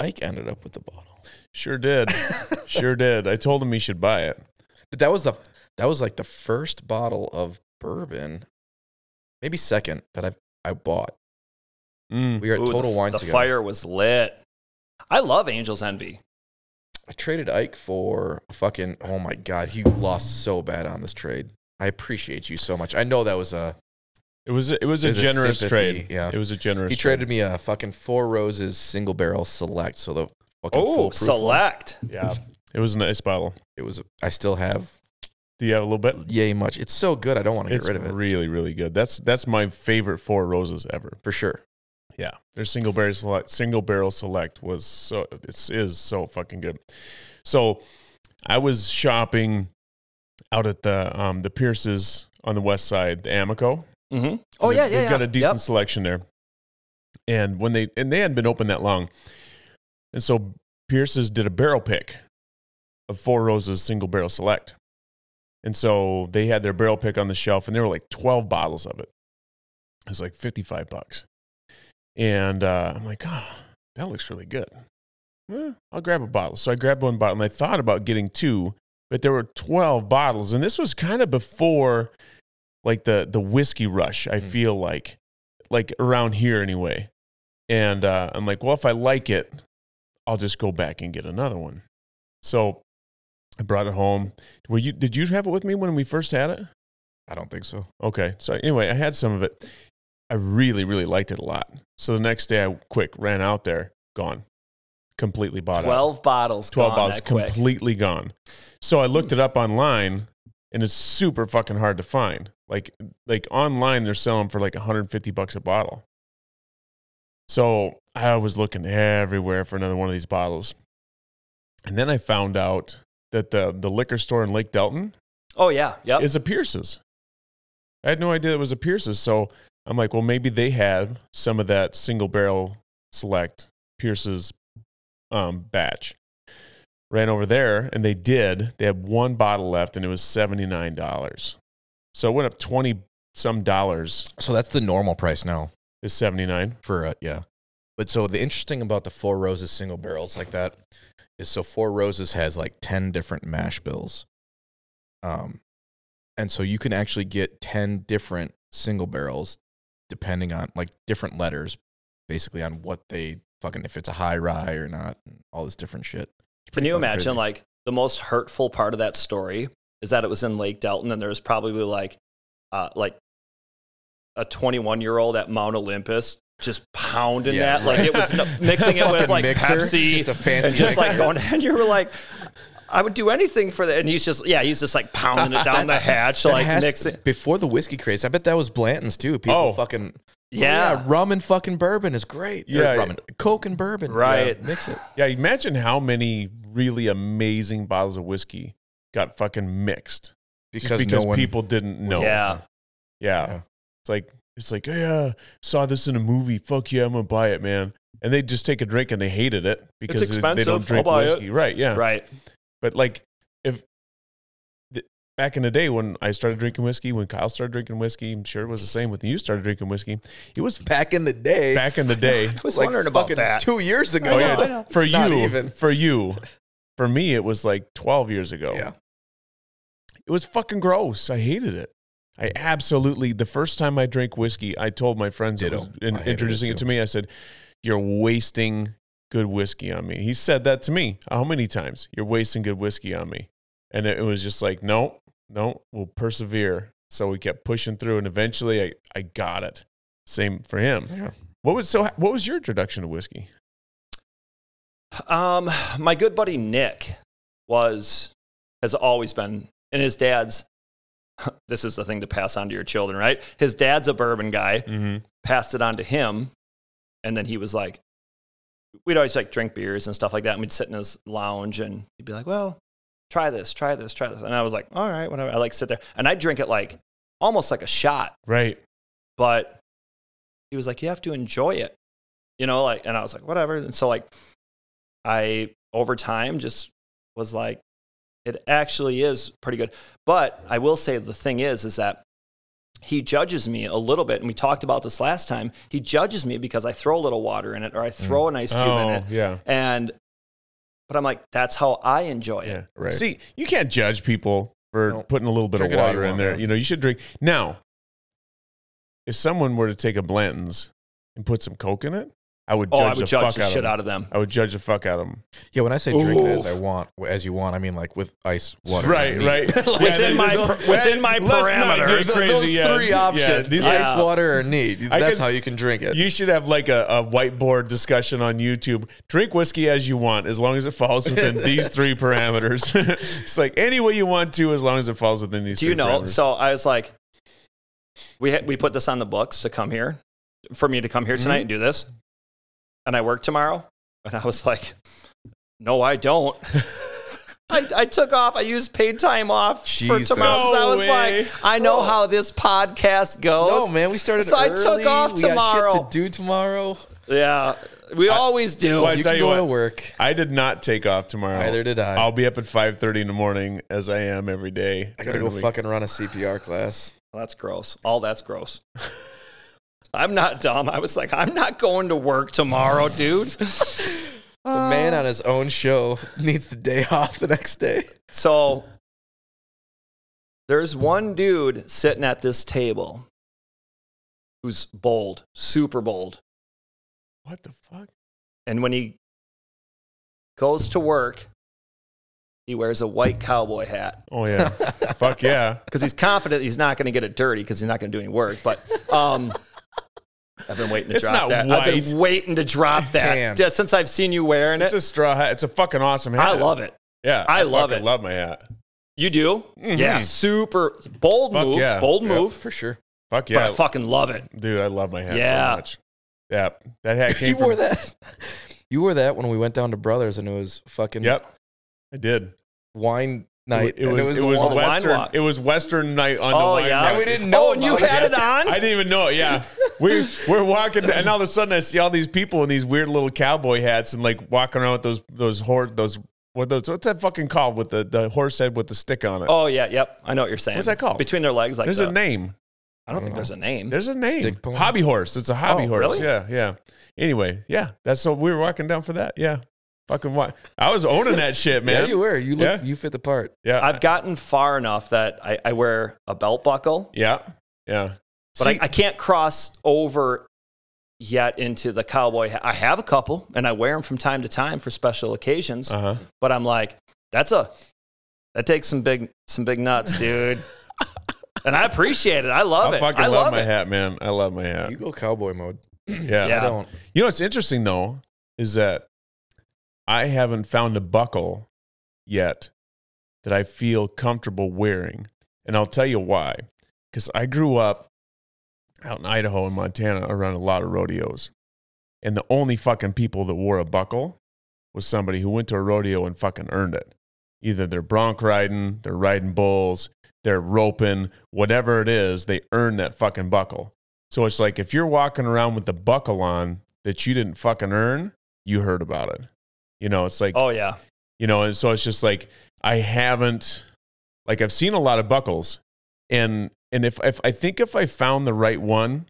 C: Ike ended up with the bottle.
B: Sure did. sure did. I told him he should buy it.
C: But that was the that was like the first bottle of bourbon, maybe second that I I bought.
B: Mm.
C: We were at
A: Ooh, the-
C: Total Wine
A: The
C: together.
A: fire was lit. I love Angel's Envy.
C: I traded Ike for a fucking. Oh my god, he lost so bad on this trade. I appreciate you so much. I know that was a.
B: It was a- it was a
C: It was a
B: generous
C: sympathy,
B: trade.
C: yeah.
B: It was a generous.
C: He traded me a fucking Four Roses single barrel select. So the fucking
A: Oh,
C: foolproof one.
A: select.
B: Trade. Yeah, it was a nice bottle.
C: It was. I still have
B: Do you have a little bit?
C: yay much. It's so good. I don't want to get
B: It's
C: rid of it
B: really really good. That's that's my favorite four roses ever.
C: for sure.
B: Yeah, their single barrel select single barrel select was so it is so fucking good. So I was shopping out at the um the Pierces on the west side, the Amico.
A: Mm-hmm. Oh
B: They've-
A: yeah, yeah,
B: They've
A: yeah.
B: got a decent
A: Yep.
B: selection there. And when they and they hadn't been open that long, and so Pierce's did a barrel pick of Four Roses single barrel select, and so they had their barrel pick on the shelf, and there were like twelve bottles of it. It was like fifty five bucks, and uh, I'm like, oh, that looks really good. Eh, I'll grab a bottle. So I grabbed one bottle, and I thought about getting two, but there were twelve bottles, and this was kind of before like the the whiskey rush. I
C: Mm.
B: feel like like around here anyway. And uh, I'm like, well, if I like it, I'll just go back and get another one. So I brought it home. Were you? Did you have it with me when we first had it?
C: I don't think so.
B: Okay. So anyway, I had some of it. I really, really liked it a lot. So the next day, I quick ran out there, gone, completely bought out.
A: 12 bottles
B: 12
A: gone
B: bottles
A: that quick.
B: completely gone. So I looked it up online and it's super fucking hard to find. Like like online they're selling for like 150 bucks a bottle. So I was looking everywhere for another one of these bottles. And then I found out that the the liquor store in Lake Delton
A: oh, yeah. Yep.
B: is a Pierce's. I had no idea it was a Pierce's. So I'm like, well, maybe they had some of that single barrel select Pierce's um, batch. Ran over there and they did. They had one bottle left and it was $79. So it went up 20 some dollars
C: So that's the normal price now
B: is 79.
C: for uh, yeah. But so the interesting about the Four Roses single barrels like that is so Four Roses has like 10 different mash bills. Um and so you can actually get 10 different single barrels depending on like different letters basically on what they fucking if it's a high rye or not and all this different shit. It's
A: Can
C: pretty
A: you
C: fucking
A: imagine,
C: crazy.
A: like, the most hurtful part of that story is that it was in Lake Delton, and there was probably like, uh, like a 21 year old at Mount Olympus just pounding
C: Yeah,
A: that, like it was no- mixing it with
C: Fucking
A: like
C: mixer,
A: Pepsi,
C: just a fancy
A: and just like
C: mixer.
A: going, and you were like. I would do anything for that, and he's just yeah, he's just like pounding it down the hatch,
C: That Oh,
A: like
C: has-
A: mixing.
C: Before the whiskey craze, I bet that was Blanton's too. People
B: Oh.
C: fucking
A: Yeah.
C: rum and fucking bourbon is great. Or
B: Yeah.
C: rum and, Coke and bourbon,
A: Right.
C: Yeah, mix it.
B: Yeah, imagine how many really amazing bottles of whiskey got fucking mixed just because, people didn't know.
A: Yeah,
B: Yeah.
C: Yeah.
B: It's like it's like, yeah, saw this in a movie. Fuck yeah, I'm gonna buy it, man. And they just take a drink and they hated it because they- they
A: expensive.
B: don't drink
A: I'll buy it.
B: whiskey. Right, yeah.
A: right.
B: But like if th- back in the day when I started drinking whiskey, when Kyle started drinking whiskey, I'm sure it was the same when you started drinking whiskey. It was
C: back in the day.
B: back in the day.
A: I was wondering about
C: fucking
A: that.
C: two years ago.
B: Oh
A: I know, I
B: yeah,
A: know.
B: for you,
C: Not even.
B: for you, for me, it was like 12 years ago.
C: Yeah.
B: it was fucking gross. I hated it. I absolutely the first time I drank whiskey, I told my friends that
C: Ditto.
B: was in,
C: I hated it
B: introducing it, to
C: too.
B: me. I said, "You're wasting good whiskey on me." He said that to me. uh, How many times? You're wasting good whiskey on me. And it, it was just like, no, no, we'll persevere. So we kept pushing through, and eventually, I, I got it. Same for him.
C: Yeah.
B: What was so? What was your introduction to whiskey?
A: Um, my good buddy Nick was has always been, and his dad's. This is the thing to pass on to your children, right? His dad's a bourbon guy.
B: Mm-hmm.
A: Passed it on to him, and then he was like, we'd always like drink beers and stuff like that, and we'd sit in his lounge, and he'd be like, "Well, try this, try this, try this," and I was like, "All right, whatever." I like sit there, and I drink it like almost like a shot,
B: Right.
A: but he was like, you have to enjoy it, you know, like, and I was like, whatever. And so, like, I over time just was like, it actually is pretty good. But I will say the thing is, is that he judges me a little bit. And we talked about this last time. He judges me because I throw a little water in it or I throw an ice cube in
B: Mm. Oh
A: it.
B: yeah.
A: And, but I'm like, that's how I enjoy it.
B: Yeah.
C: Right.
B: See, you can't judge people for
C: No.
B: putting a little bit
C: Drink
B: of
C: it how you
B: water in
C: want,
B: there.
C: yeah.
B: You know, you should drink. Now, if someone were to take a Blanton's and put some Coke in it, I would
A: Oh,
B: judge
A: I would
B: the
A: judge
B: fuck
A: the
B: out
A: shit
B: of 'em.
A: out of them.
B: I would judge the fuck out of them.
C: Yeah, when I say drink it as
A: Oof.
C: I want, as you want, I mean like with ice water.
B: Right,
C: I mean,
B: right.
A: Within my-
B: there's-
A: within my
B: let's not get
A: parameters.
C: Those, those
B: yeah.
C: three
B: Yeah,
C: options:
B: these are-
C: ice
A: Yeah.
C: water or neat.
B: I
C: That's
B: could-
C: how you can drink it.
B: you should have like a, a whiteboard discussion on YouTube. Drink whiskey as you want, as long as it falls within these three parameters. it's like any way you want to, as long as it falls within these.
A: Do
B: three
A: you know?
B: parameters.
A: So I was like, we ha- we put this on the books to come here, for me to come here tonight and do this, and I work tomorrow, and I was like, no, I don't. I, I took off. I used paid time off
C: Jesus.
A: for tomorrow. 'cause I
B: No
A: was
B: way.
A: like, I know how this podcast goes.
C: no, man, we started
A: So I
C: early.
A: took off
C: we got
A: tomorrow.
C: shit to do tomorrow.
A: Yeah, we always do.
B: Well, I
C: you
B: tell
C: can
B: you
C: go
B: what.
C: to work.
B: I did not take off tomorrow.
C: Neither did I.
B: I'll be up at five thirty in the morning, as I am every day.
C: I gotta
B: during
C: go
B: the week.
C: fucking run a CPR class.
A: that's gross. All that's gross. I'm not dumb. I was like, I'm not going to work tomorrow, dude.
B: Uh,
C: The man on his own show needs the day off the next day.
A: So there's one dude sitting at this table who's bold, super bold.
B: What the fuck?
A: And when he goes to work, He wears a white cowboy hat
B: Oh yeah, fuck yeah.
A: because he's confident he's not going to get it dirty because he's not going to do any work. But um, I've been waiting to
B: It's
A: drop
B: not
A: that. I've
B: white.
A: been waiting to drop
C: Damn.
A: that just since I've seen you wearing
B: It's
A: it.
B: a straw hat. It's a fucking awesome hat.
A: I love it.
B: Yeah,
A: I love
B: fucking
A: it.
B: Love my hat.
A: You do?
B: Mhm.
A: Yeah. Super bold
B: Fuck
A: move.
B: yeah.
A: Bold
C: Yeah,
A: move.
C: for sure.
B: Fuck
A: But
B: yeah,
A: I fucking love it.
B: dude. I love my hat
A: Yeah.
B: so much. Yeah, that hat came
C: you
B: from.
C: wore that. You wore that when we went down to Brothers, and it was fucking
B: Yep, I did.
C: wine
B: It,
C: night.
B: it
C: and
B: was it was
A: wine
B: Western.
A: walk.
B: It was Western night on
A: Oh,
B: the wine
A: yeah.
B: walk.
C: and we didn't know.
A: oh, and you
C: about it.
A: had it on?
B: I didn't even know it. Yeah, we we're walking, and all of a sudden I see all these people in these weird little cowboy hats and like walking around with those those horse those what those what's that fucking called with the the horse head with the stick on it.
A: oh, yeah. Yep. I know what you're saying.
B: What's that called?
A: Between their legs like
B: there's
A: the-
B: a name.
A: I don't think there's a name.
B: There's a name.
C: Stick pulling.
B: Hobby horse. It's a hobby
A: Oh,
B: horse.
A: really?
B: Yeah, yeah. Anyway, yeah. That's so we were walking down for that. Yeah, fucking what? I was owning that shit, man.
C: Yeah, you were. You look.
B: Yeah.
C: You fit the part.
B: yeah,
A: I've gotten far enough that I, I wear a belt buckle,
B: yeah, yeah.
A: but
B: See-
A: I, I can't cross over yet into the cowboy hat. I have a couple and I wear them from time to time for special occasions,
B: Uh-huh.
A: but I'm like, that's a, that takes some big, some big nuts, dude. and I appreciate it. I love
B: I
A: it.
B: fucking
A: I
B: love,
A: love,
B: my
A: it.
B: hat, man. I love my hat.
C: You go cowboy mode.
B: yeah.
A: Yeah.
C: I don't.
B: You know what's interesting though is that I haven't found a buckle yet that I feel comfortable wearing, and I'll tell you why. Because I grew up out in Idaho and Montana around a lot of rodeos, and the only fucking people that wore a buckle was somebody who went to a rodeo and fucking earned it. Either they're bronc riding, they're riding bulls, they're roping, whatever it is, they earn that fucking buckle. So it's like if you're walking around with the buckle on that you didn't fucking earn, you heard about it. You know, it's like,
A: Oh yeah.
B: you know, and so it's just like I haven't like I've seen a lot of buckles and and if if I think if I found the right one,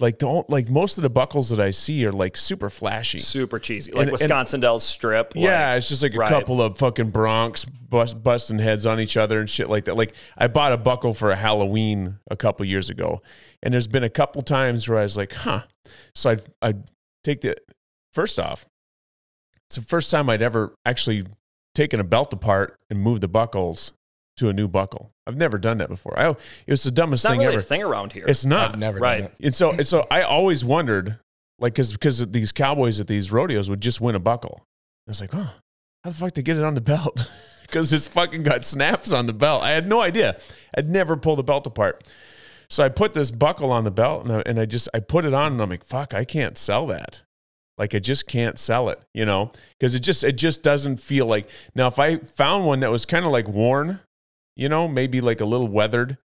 B: like don't like most of the buckles that I see are like super flashy.
A: Super cheesy.
B: And-
A: Like
B: and-
A: Wisconsin Dells strip. like-
B: Yeah, it's just like a
A: right.
B: couple of fucking Bronx bust, busting heads on each other and shit like that. Like I bought a buckle for a Halloween a couple years ago, and there's been a couple times where I was like, huh. So I'd I'd take the first off. It's the first time I'd ever actually taken a belt apart and moved the buckles to a new buckle. I've never done that before. I, it was the
A: it's
B: dumbest
A: not
B: thing
A: really
B: ever.
A: a thing around here.
B: It's not.
C: I've never
A: Right.
C: done it.
B: And so, and so I always wondered, like, because because these cowboys at these rodeos would just win a buckle. I was like, huh, how the fuck they get it on the belt? Because this fucking got snaps on the belt. I had no idea. I'd never pulled the belt apart. So I put this buckle on the belt and I, and I just I put it on and I'm like, fuck, I can't sell that. Like I just can't sell it, you know, because it just it just doesn't feel like. Now if I found one that was kind of like worn, you know, maybe like a little weathered,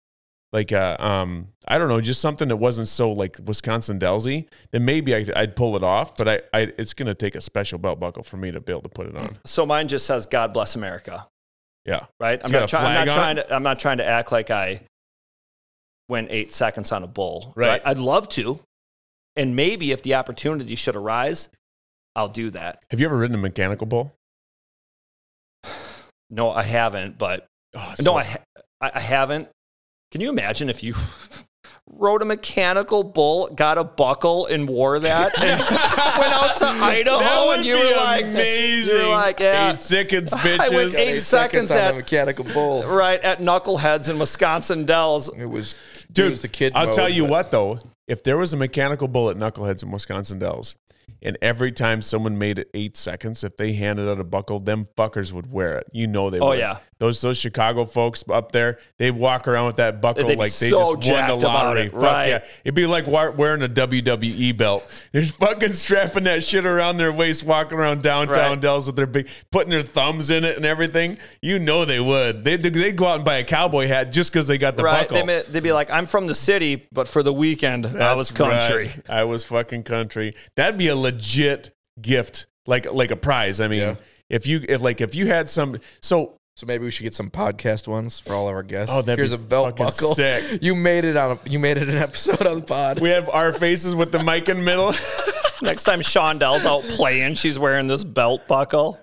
B: like uh, um, I don't know, just something that wasn't so like Wisconsin Delsey, then maybe I, I'd pull it off. But I, I, it's gonna take a special belt buckle for me to be able to put it on.
A: So mine just says "God bless America,"
B: Yeah,
A: right? I'm
B: got a
A: not, try- I'm
B: flag
A: not
B: on
A: trying to. I'm not trying to act like I went eight seconds on a bull.
B: Right.
A: I'd love to, and maybe if the opportunity should arise, I'll do that.
B: have you ever ridden a mechanical bull?
A: No, I haven't. But
B: Oh,
A: no, I, ha- I I haven't. Can you imagine if you rode a mechanical bull, got a buckle, and wore that, and went out to Idaho, Oh, and you were like,
B: amazing.
A: you were like, yeah.
B: eight seconds,
A: I went
B: bitches.
A: eight seconds
C: on
A: at-
C: the mechanical bull.
A: right at Knuckleheads in Wisconsin Dells.
C: It was, It
B: Dude,
C: was the kid.
B: I'll
C: mode,
B: tell you
C: but
B: what though, if there was a mechanical bull at Knuckleheads in Wisconsin Dells, and every time someone made it eight seconds, if they handed out a buckle, them fuckers would wear it. You know they.
A: Oh,
B: would.
A: yeah.
B: Those those Chicago folks up there, they walk around with that buckle
A: They'd be
B: like they
A: so
B: just won the
A: jacked about
B: lottery.
A: it,
B: Fuck
A: right.
B: yeah, it'd be like wa- wearing a WWE belt. They're fucking strapping that shit around their waist, walking around downtown
A: Right.
B: Dells with their big, putting their thumbs in it and everything. You know they would. They they'd go out and buy a cowboy hat just because they got the
A: right?
B: buckle.
A: They may, they'd be like, "I'm from the city, but for the weekend, I
B: That's
A: was country."
B: right. I was fucking country. That'd be a legit gift, like like a prize. I mean,
C: Yeah.
B: if you if like if you had some, so
C: So maybe we should get some podcast ones for all of our guests.
B: Oh, that'd
C: here's
B: be
C: a belt
B: fucking
C: buckle.
B: sick.
C: You made it on. A, you made it an episode on the pod.
B: we have our faces with the mic in middle.
A: Next time Shondell's out playing, she's wearing this belt buckle.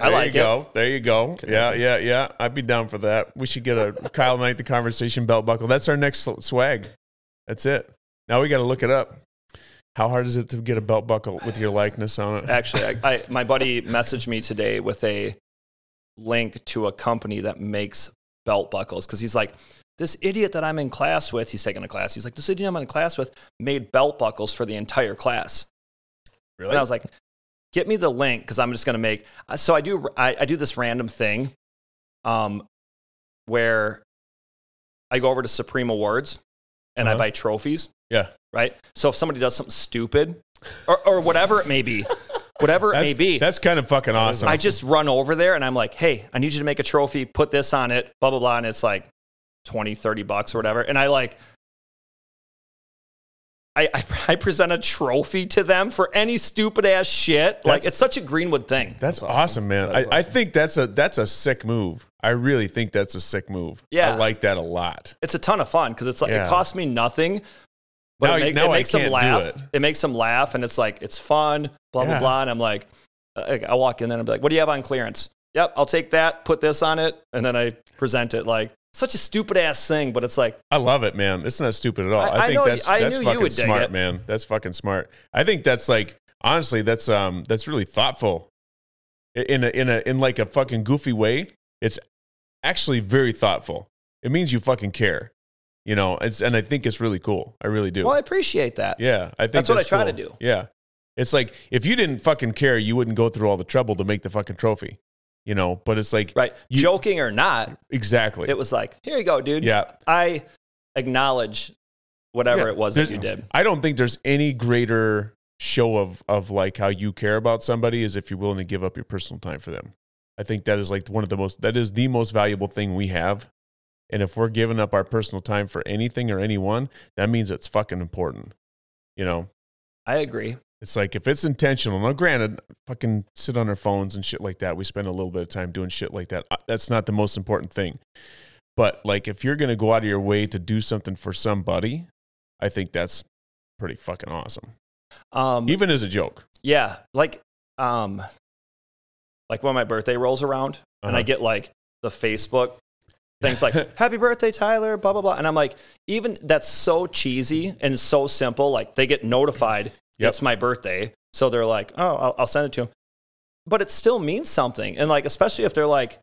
A: I
B: there
A: like
B: you
A: it.
B: go. There you go.
C: Can
B: Yeah,
C: I-
B: yeah, yeah. I'd be down for that. We should get a Kyle Knight the conversation belt buckle. That's our next sl- swag. That's it. Now we got to look it up. How hard is it to get a belt buckle with your likeness on it?
A: Actually, I, I, my buddy messaged me today with a link to a company that makes belt buckles because he's like, this idiot that I'm in class with, he's taking a class. He's like, this idiot I'm in class with made belt buckles for the entire class.
C: Really?
A: And I was like, get me the link because I'm just going to make. uh, So I do, I, I do this random thing um, where I go over to Supreme Awards and I
B: Uh-huh.
A: buy trophies
C: yeah.
A: right? So if somebody does something stupid or, or whatever it may be, whatever it
B: That's,
A: may be,
B: that's kind of fucking awesome.
A: I just run over there and I'm like, hey, I need you to make a trophy, put this on it, blah, blah, blah. And it's like 20, 30 bucks or whatever. And I like, I, I, I present a trophy to them for any stupid ass shit. like,
B: That's-
A: it's such a Greenwood thing.
B: That's,
C: That's
B: awesome,
C: awesome.
B: man.
C: That's
B: I, I
C: awesome.
B: think that's a that's a sick move. I really think that's a sick move.
A: Yeah.
B: I like that a lot.
A: it's a ton of fun because it's like,
B: Yeah.
A: it costs me nothing, but
B: Now-
A: it, make-
B: now
A: it
B: I
A: makes them
B: can't do
A: laugh.
B: it.
A: It. makes them laugh, and it's like it's fun, blah blah
B: Yeah.
A: blah. And I'm like, uh, I, I walk in there and I'm like, what do you have on clearance? Yep, I'll take that. Put this on it, and then I present it like such a stupid ass thing, but it's like
B: I love it, man. It's not stupid at all.
A: I-
B: I,
A: I
B: think
A: know-
B: that's
A: I
B: that's
A: knew you
B: fucking
A: would dig
B: smart,
A: it.
B: man. That's fucking smart. I think that's like honestly, that's um that's really thoughtful. I- In a in a in like a fucking goofy way. It's actually very thoughtful. It means you fucking care. You know, it's and I think it's really cool. I really do.
A: well, I appreciate that.
B: Yeah, I think
A: That's what I try to
B: cool.
A: do.
B: Yeah, it's like if you didn't fucking care, you wouldn't go through all the trouble to make the fucking trophy, you know. But it's like
A: Right,
B: You-
A: joking or not,
B: exactly,
A: it was like, here you go, dude.
B: yeah.
A: I acknowledge whatever
B: Yeah,
A: it was that
B: there's-
A: you did.
B: I don't think there's any greater show of of like how you care about somebody is if you're willing to give up your personal time for them. I think that is like one of the most that is the most valuable thing we have. And if we're giving up our personal time for anything or anyone, that means it's fucking important. You know,
A: I agree.
B: It's like if it's intentional. Now, granted, fucking sit on our phones and shit like that. We spend a little bit of time doing shit like that. Uh, That's not the most important thing. But like, if you're gonna go out of your way to do something for somebody, I think that's pretty fucking awesome.
A: Um,
B: Even as a joke.
A: Yeah, like um like when my birthday rolls around and
B: Uh-huh.
A: I get like the Facebook things like happy birthday Tyler blah blah blah and I'm like even that's so cheesy and so simple like they get notified
B: Yep.
A: it's my birthday so they're like oh I'll, I'll send it to him but it still means something and like especially if they're like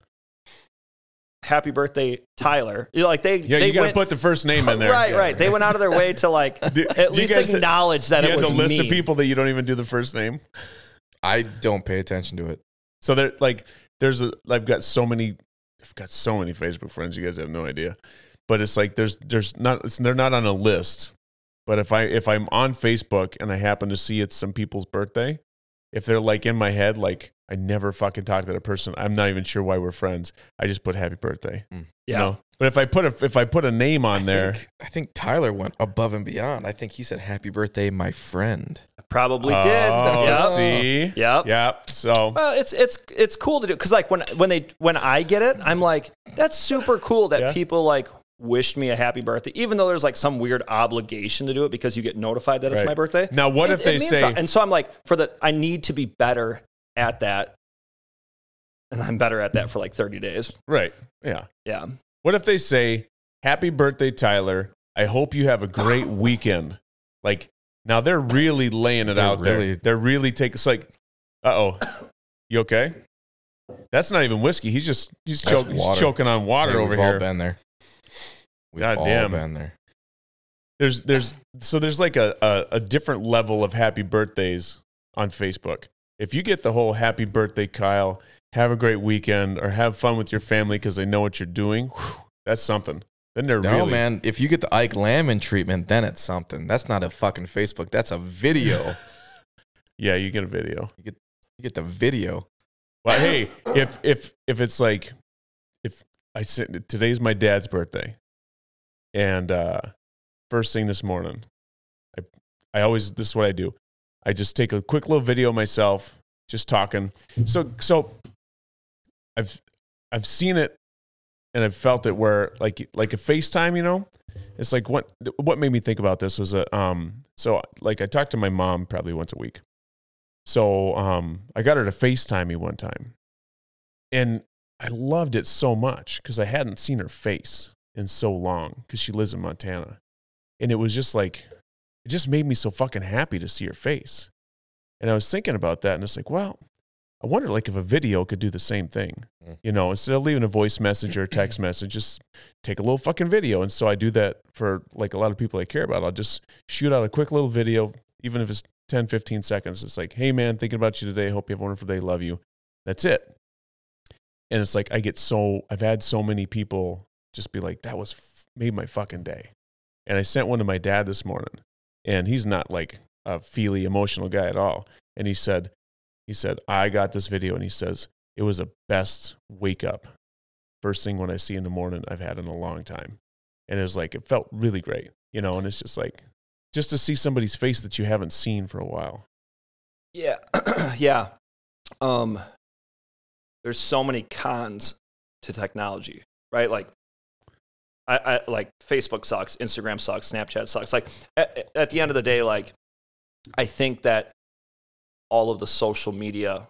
A: happy birthday Tyler You're like they
B: Yeah,
A: they
B: you gotta
A: went-
B: put the first name in there.
A: right
B: Yeah.
A: right they went out of their way to like
B: Do- do you
A: at least
B: guys-
A: acknowledge that
B: Do you
A: it was
B: have the list
A: me.
B: of people that you don't even do the first name.
C: I don't pay attention to it.
B: So they're like, there's a, I've got so many, I've got so many Facebook friends. You guys have no idea, but it's like there's, there's not, it's, they're not on a list. But if I, if I'm on Facebook and I happen to see it's some people's birthday, if they're like in my head, like I never fucking talk to that person. I'm not even sure why we're friends. I just put happy birthday.
C: Mm.
A: Yeah.
B: But if I put a, if I put a name on
C: I
B: there,
C: think- I think Tyler went above and beyond. I think he said, Happy birthday, my friend.
A: probably did
B: Oh,
A: Yep.
B: See.
A: Yep.
B: Yep. So
A: Well, it's it's it's cool to do because like when when they when I get it, I'm like that's super cool that
B: Yeah.
A: people like wished me a happy birthday, even though there's like some weird obligation to do it because you get notified that
B: Right.
A: it's my birthday.
B: now, what
A: It-
B: if
A: it
B: they
A: means
B: say,
A: that. And so I'm like, for the I need to be better at that, and I'm better at that for like 30 days.
B: right? Yeah.
A: Yeah,
B: What if they say, Happy birthday, Tyler. I hope you have a great weekend. Like, now they're really laying it
C: They're
B: out there.
C: really-
B: They're really taking, it's like, uh oh, you okay? That's not even whiskey. He's just, he's,
C: That's
B: choking, he's
C: water.
B: choking on water
C: Hey,
B: over
C: we've all
B: here.
C: been there. We've
B: God
C: all
B: damn.
C: been there.
B: There's, there's, so there's like a, a, a different level of happy birthdays on Facebook. If you get the whole happy birthday, Kyle, have a great weekend or have fun with your family because they know what you're doing, whew, that's something. Then they're
C: No,
B: really,
C: man. If you get the Ike Lamon treatment, then it's something. That's not a fucking Facebook. That's a video.
B: yeah, you get a video.
C: you get the video.
B: Well, hey, if if if it's like if I said today's my dad's birthday, and uh, first thing this morning, I I always this is what I do. I just take a quick little video of myself just talking. So so I've I've seen it and I've felt it where like like a FaceTime, you know, it's like what what made me think about this was a um so like I talk to my mom probably once a week. So um, I got her to FaceTime me one time. And I loved it so much because I hadn't seen her face in so long because she lives in Montana. And it was just like, it just made me so fucking happy to see her face. And I was thinking about that and it's like, well, I wonder like if a video could do the same thing.
C: Mm.
B: You know, instead of leaving a voice message or a text message, just take a little fucking video. And so I do that for like a lot of people I care about. I'll just shoot out a quick little video, even if it's 10, 15 seconds. It's like, hey man, thinking about you today. Hope you have a wonderful day. Love you. That's it. And it's like I get so I've had so many people just be like, that was f- made my fucking day. And I sent one to my dad this morning, and he's not like a feely emotional guy at all. And he said, he said, I got this video, and he says it was the best wake up, first thing when I see in the morning I've had in a long time. And it was like it felt really great, you know. And it's just like just to see somebody's face that you haven't seen for a while.
A: Yeah. yeah. Um, there's so many cons to technology, right? Like, I, I like Facebook sucks, Instagram sucks, Snapchat sucks. Like, at, at the end of the day, like, I think that all of the social media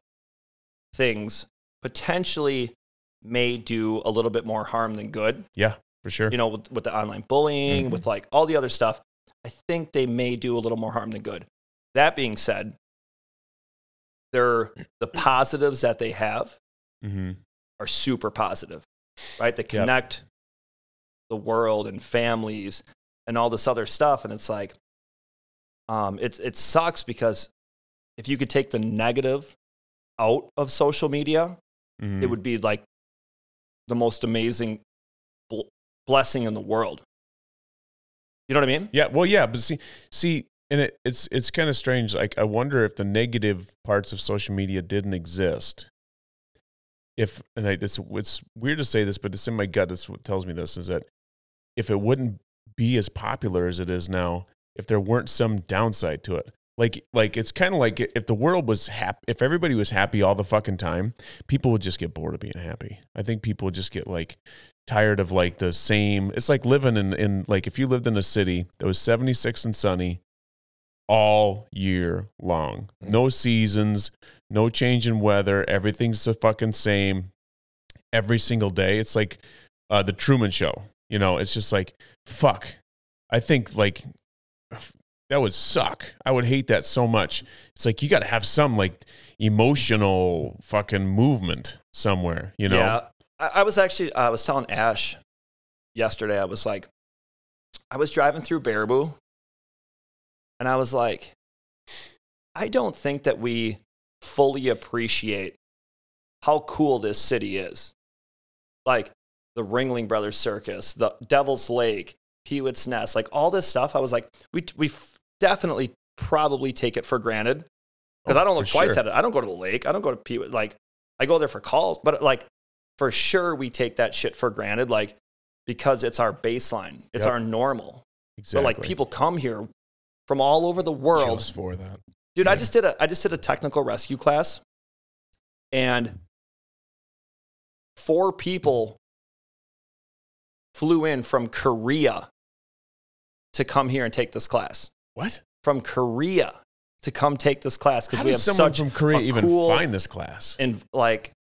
A: things potentially may do a little bit more harm than good
B: Yeah, for sure.
A: you know, with, with the online bullying,
C: Mhm.
A: with like all the other stuff, I think they may do a little more harm than good. That being said, they're, the positives that they have
B: mm-hmm.
A: are super positive, right? They connect the world and families and all this other stuff. And it's like, um, it's, it sucks because if you could take the negative out of social media, it would be like the most amazing bl- blessing in the world. You know what I mean?
B: Yeah, well, yeah, but see, see, and it, it's it's kind of strange. Like, I wonder if the negative parts of social media didn't exist. If and I, it's it's weird to say this, but it's in my gut. That's what tells me this is that if it wouldn't be as popular as it is now, if there weren't some downside to it, like like it's kind of like if the world was happy, if everybody was happy all the fucking time, people would just get bored of being happy. I think people would just get like tired of like the same it's like living in, in like if you lived in a city that was 76 and sunny all year long
A: Mm-hmm.
B: no seasons no change in weather everything's the fucking same every single day it's like uh, the truman show you know it's just like fuck i think like that would suck i would hate that so much it's like you gotta have some like emotional fucking movement somewhere you know
A: Yeah. I, I was actually, I was telling Ash yesterday, I was like, I was driving through Baraboo and I was like, I don't think that we fully appreciate how cool this city is. Like the Ringling Brothers Circus, the Devil's Lake, Peewit's Nest, like all this stuff. I was like, we, we f- definitely probably take it for granted because
B: Oh,
A: I don't
B: for
A: look twice
B: sure.
A: at it. I don't go to the lake. I don't go to Peewit. Like I go there for calls, but like for sure we take that shit for granted. Like because it's our baseline, it's
B: Yep.
A: our normal.
B: exactly
A: But like people come here from all over the world
C: Just for that.
A: dude i just did a i just did a technical rescue class and four people flew in from korea to come here and take this class
B: what
A: from korea to come take this class
B: How
A: because we
B: does
A: have
B: someone
A: such
B: from Korea
A: a
B: even
A: cool-
B: find this class?
A: in like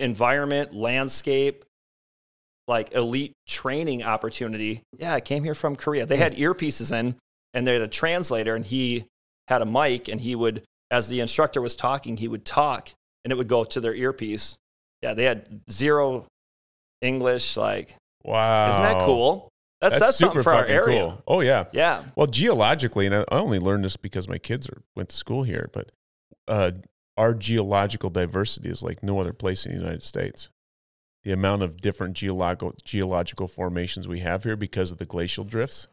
A: environment landscape like elite training opportunity yeah i came here from korea they had earpieces in and they had a translator and he had a mic and he would as the instructor was talking he would talk and it would go to their earpiece yeah they had zero english like
B: Wow,
A: isn't that cool that
B: That's,
A: says
B: super
A: something for our
B: fucking
A: area
B: cool. Oh yeah.
A: yeah
B: Well, geologically, and I I only learned this because my kids are, went to school here, but uh, our geological diversity is like no other place in the United States. The amount of different geological geological formations we have here because of the glacial drifts,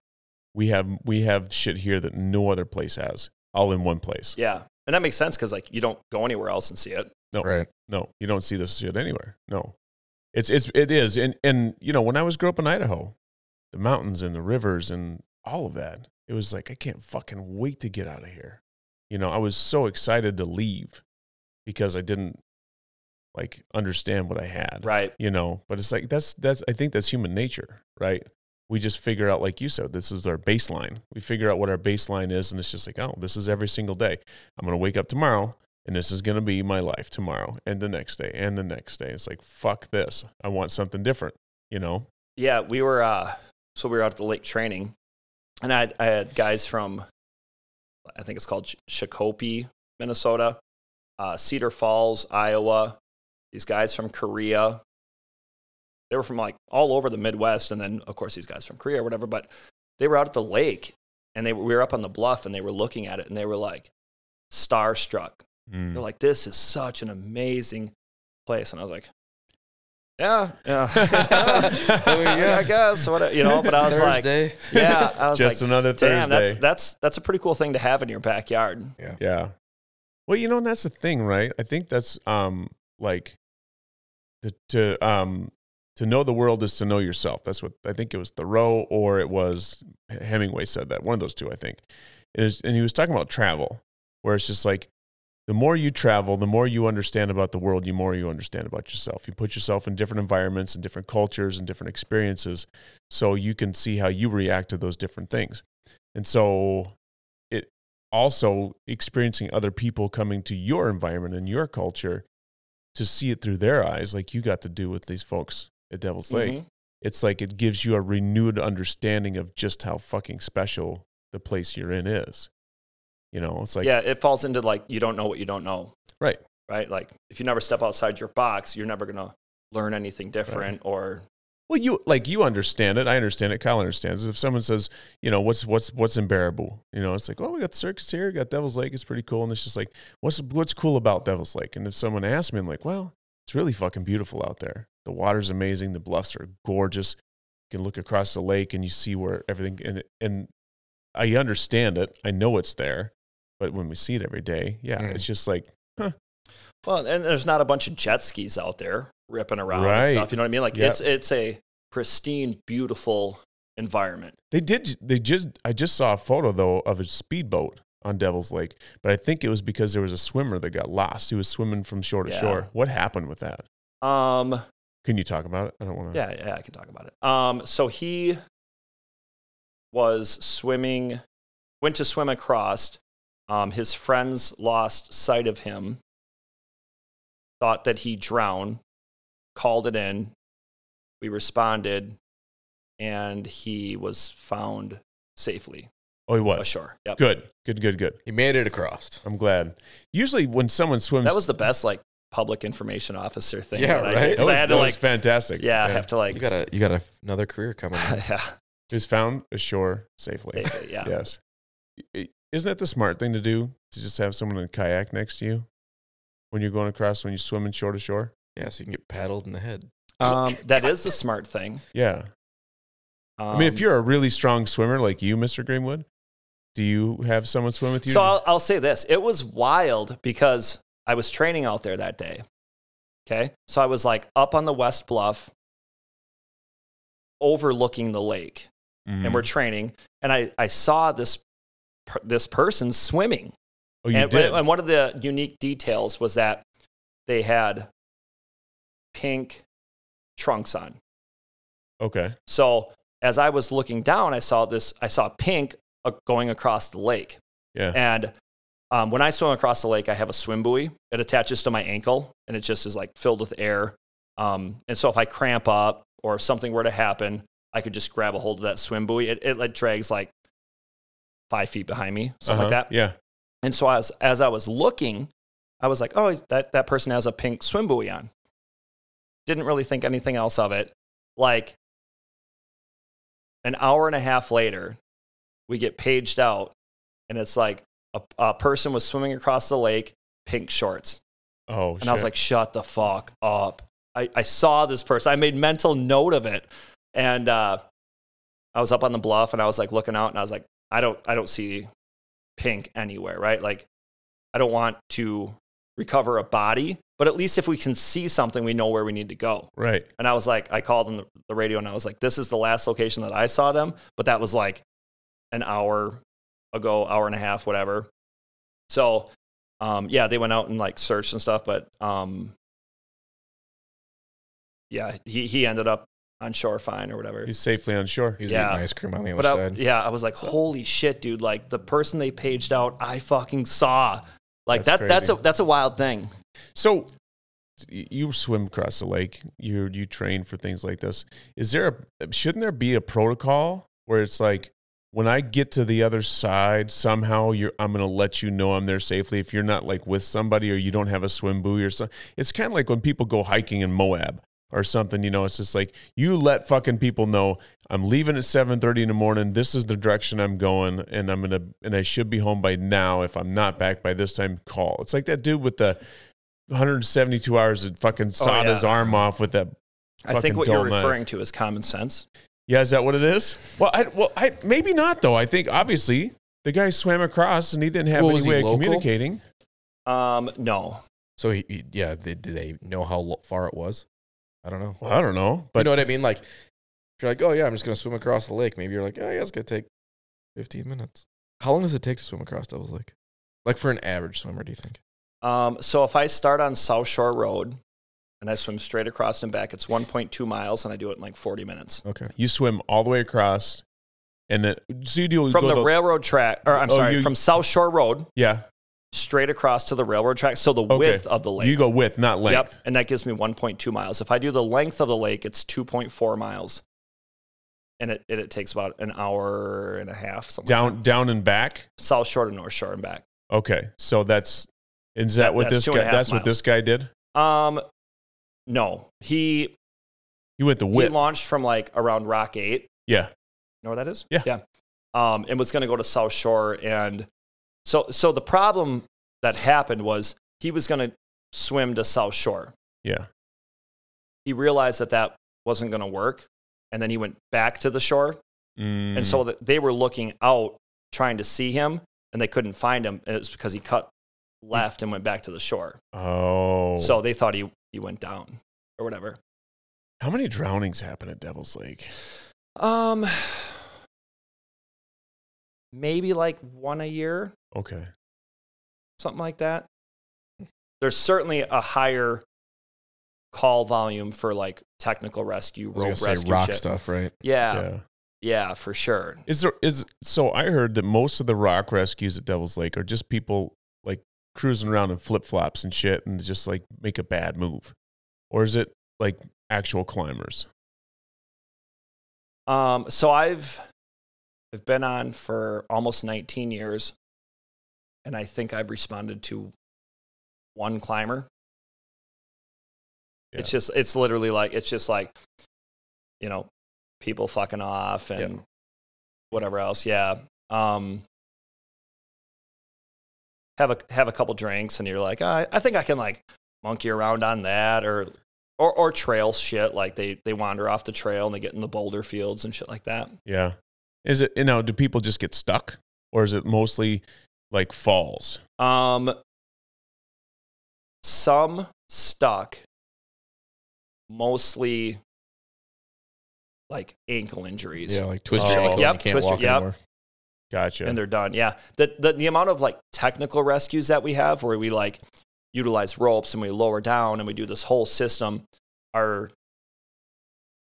B: we have we have shit here that no other place has, all in one place.
A: yeah and that makes sense because like you don't go anywhere else and see it
B: No.
C: Right.
B: No, you don't see this shit anywhere. No, it's it's it is, and and you know when I was grew up in Idaho, the mountains and the rivers and all of that, it was like I can't fucking wait to get out of here. You know, I was so excited to leave because I didn't like understand what I had.
A: right
B: You know, but it's like that's that's I think that's human nature, right? We just figure out, like you said, this is our baseline. We figure out what our baseline is, and it's just like, oh, this is every single day. I'm gonna wake up tomorrow, and this is gonna be my life tomorrow, and the next day, and the next day. It's like, fuck this. I want something different. You know?
A: Yeah, we were uh so we were out at the lake training and I I had guys from I think it's called Sh- Shakopee, Minnesota. uh, Cedar Falls, Iowa. These guys from Korea. They were from like all over the Midwest, and then of course these guys from Korea or whatever. But they were out at the lake, and they were, we were up on the bluff, and they were looking at it, and they were like starstruck.
B: Mm.
A: They're like, "This is such an amazing place," and I was like, "Yeah, yeah."
C: I mean, yeah.
A: I guess what you know, but I was like,
C: Thursday.
A: yeah, I was
B: Just
A: like,
B: another Thursday.
A: damn, that's that's that's a pretty cool thing to have in your backyard.
B: Yeah. Well, you know, and that's the thing, right? I think that's um like to to um to know the world is to know yourself. That's what I think it was Thoreau or it was Hemingway said that. One of those two, I think. It is, and he was talking about travel, where it's just like the more you travel, the more you understand about the world, the more you understand about yourself. You put yourself in different environments and different cultures and different experiences so you can see how you react to those different things. And so it also experiencing other people coming to your environment and your culture to see it through their eyes, like you got to do with these folks at Devil's Lake
A: Mhm.
B: it's like it gives you a renewed understanding of just how fucking special the place you're in is. You know, it's like
A: yeah, it falls into like you don't know what you don't know.
B: Right.
A: Right. Like if you never step outside your box, you're never gonna learn anything different or
B: well, you like you understand it. I understand it. Kyle understands it. If someone says, you know, what's what's what's unbearable, you know, it's like, oh, we got the circus here, we got Devil's Lake, it's pretty cool. And it's just like, what's what's cool about Devil's Lake? And if someone asks me, I'm like, well, it's really fucking beautiful out there. The water's amazing. The bluffs are gorgeous. You can look across the lake and you see where everything and and I understand it. I know it's there, but when we see it every day, yeah,
C: Mm.
B: it's just like
A: well, and there's not a bunch of jet skis out there ripping around
B: Right.
A: and stuff. You know what I mean? Like
B: Yep.
A: it's it's a pristine, beautiful environment.
B: They did. They just. I just saw a photo though of a speedboat on Devil's Lake, but I think it was because there was a swimmer that got lost. He was swimming from shore to
A: Yeah.
B: shore. What happened with that?
A: Um
B: Can you talk about it? I don't want to.
A: yeah, yeah, I can talk about it. Um so he was swimming went to swim across. Um, his friends lost sight of him, thought that he drowned, called it in. We responded, and he was found safely
B: Oh, he was.
A: ashore. Yep.
B: Good. Good. Good. Good.
C: He made it across.
B: I'm glad. Usually, when someone swims,
A: That was the best like public information officer thing.
C: Yeah,
A: that I
C: right?
A: did, 'cause
B: that was,
A: I had to
B: that
A: like,
B: was fantastic.
A: yeah, I have to like,
C: You got a you got a, another career coming.
A: yeah,
B: He was found ashore safely.
A: safely, yeah.
B: Yes. I- Isn't that the smart thing to do? To just have someone in a kayak next to you when you're going across when you're swimming shore to shore.
C: Yeah, so you can get paddled in the head.
A: Um, that is the smart thing.
B: Yeah.
A: Um,
B: I mean, if you're a really strong swimmer like you, Mr. Greenwood, do you have someone swim with you?
A: So I'll, I'll say this: it was wild because I was training out there that day. Okay, so I was like up on the west bluff, overlooking the lake,
B: Mhm.
A: and we're training. And I, I saw this per- this person swimming.
B: oh, you
A: and,
B: did.
A: and one of the unique details was that they had pink trunks on.
B: okay.
A: So as I was looking down, I saw this. I saw pink uh, going across the lake.
B: Yeah.
A: And um, when I swim across the lake, I have a swim buoy. It attaches to my ankle, and it just is like filled with air. Um, and so if I cramp up or if something were to happen, I could just grab a hold of that swim buoy. It it like drags like five feet behind me, something
B: Uh-huh.
A: like that.
B: Yeah.
A: And so as as I was looking, I was like, oh, that that person has a pink swim buoy on. Didn't really think anything else of it. Like an hour and a half later, we get paged out, and it's like a, a person was swimming across the lake, pink shorts,
B: Oh,
A: and I was like, shut the fuck up. I, I saw this person. I made mental note of it, and uh, I was up on the bluff, and I was like looking out, and I was like, I don't I don't see pink anywhere, right? Like, I don't want to recover a body, but at least if we can see something, we know where we need to go.
B: right.
A: And I was like, I called on the, the radio and I was like, this is the last location that I saw them. But that was like an hour ago, hour and a half, whatever. So, um, yeah, they went out and like searched and stuff. But um, yeah, he, he ended up on shore fine or whatever.
B: He's safely on shore.
C: He was
A: Yeah.
C: eating ice cream on the other
A: But I,
C: side.
A: yeah, I was like, holy shit, dude. Like the person they paged out, I fucking saw. Like
B: That's
A: that, that's, a,
B: crazy.
A: that's a wild thing.
B: So y- you swim across the lake. You you train for things like this. Is there a shouldn't there be a protocol where it's like when I get to the other side, somehow you're I'm gonna let you know I'm there safely. If you're not like with somebody or you don't have a swim buoy or something, it's kind of like when people go hiking in Moab or something. You know, it's just like you let fucking people know I'm leaving at 7:30 in the morning. This is the direction I'm going, and I'm gonna and I should be home by now. If I'm not back by this time, call. It's like that dude with the 172 hours that fucking sawed his
A: yeah.
B: arm off with that.
A: I think
B: Fucking
A: what you're
B: dull knife.
A: referring to is common sense.
B: Yeah, is that what it is? Well, I, well, I, maybe not though. I think obviously the guy swam across and he didn't have
C: Well,
B: any
C: was he
B: way of
C: local?
B: communicating.
A: Um, no,
C: So he, he- yeah, did, did they know how lo- far it was? I don't know.
B: Well, I don't know,
C: you
B: but
C: know what I mean? Like, if you're like, oh yeah, I'm just gonna swim across the lake. Maybe you're like, oh yeah, it's gonna take 15 minutes. How long does it take to swim across Devil's Lake? Like for an average swimmer, do you think?
A: Um, so if I start on South Shore Road and I swim straight across and back, it's 1.2 miles, and I do it in like 40 minutes
C: Okay.
B: you swim all the way across, and then so you do
A: from
B: go
A: the
B: to-
A: railroad track. Or I'm
B: Oh,
A: sorry,
B: you-
A: from South Shore Road
B: Yeah,
A: straight across to the railroad track. So the
B: Okay.
A: width of the lake.
B: you go width, not length.
A: Yep, and that gives me 1.2 miles. If I do the length of the lake, it's 2.4 miles, and it, it, it takes about an hour and a half. Something like
B: Down, down and back.
A: that. South Shore to North Shore and back.
B: Okay, so that's is
A: That-
B: that what
A: that's
B: this
A: two and a
B: guy?
A: half
B: That's what
A: miles.
B: this guy did.
A: Um, no, he
B: He went the
A: he
B: width.
A: launched from like around Rock Eight
B: yeah,
A: Know where that is?
B: Yeah.
A: Yeah. Um, and was going to go to South Shore. And so, so the problem that happened was he was going to swim to South Shore.
B: yeah.
A: He realized that that wasn't going to work. And then he went back to the shore.
B: Mm,
A: And so that they were looking out trying to see him and they couldn't find him. And it was because he cut left and went back to the shore.
B: Hmm. oh,
A: So they thought he, he went down or whatever.
B: how many drownings happen at Devil's Lake?
A: Um, maybe like one a year.
B: Okay,
A: something like that. There's certainly a higher call volume for like technical rescue,
C: I
A: road
C: was gonna say
A: rescue,
C: rock
A: shit.
C: stuff, right?
A: Yeah, yeah,
B: yeah.
A: for sure.
B: Is there is so I heard that most of the rock rescues at Devil's Lake are just people like cruising around in flip flops and shit and just like make a bad move, or is it like actual climbers?
A: Um, so I've I've been on for almost 19 years, and I think I've responded to one climber.
B: Yeah.
A: It's just it's literally like it's just like you know people fucking off and whatever else. Yeah. Um, have a have a couple drinks and you're like, "Ah, I think I can like monkey around on that or or or trail shit. Like they they wander off the trail and they get in the boulder fields and shit like that.
B: Yeah, is it you know do people just get stuck, or is it mostly like falls?
A: Um, some stuck, mostly like ankle injuries.
C: Yeah, like twisted
B: Oh.
C: ankle.
A: Yep,
C: Yep, can't
A: twisted-
C: walk
A: yep.
C: anymore.
B: Gotcha.
A: and they're done. Yeah. The, the, the amount of like technical rescues that we have where we like utilize ropes and we lower down and we do this whole system are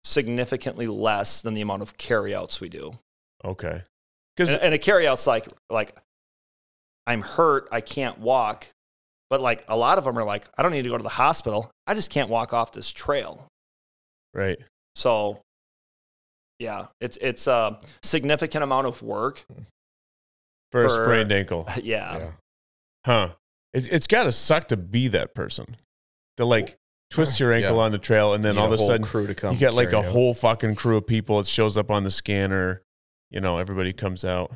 A: significantly less than the amount of carryouts we do.
B: okay,
A: And,
B: because
A: and a carryout's like, like I'm hurt. I can't walk. But like a lot of them are like, I don't need to go to the hospital. I just can't walk off this trail.
B: right,
A: So yeah, it's, it's a significant amount of work.
B: for a
A: For-
B: sprained ankle,
A: yeah.
C: Yeah.
B: huh? It's it's gotta suck to be that person to like twist your ankle
C: Yeah.
B: on the trail and then
C: Need
B: all of a
C: whole
B: sudden
C: crew to come.
B: you get like a
C: carry you.
B: whole fucking crew of people. It shows up on the scanner. You know, everybody comes out.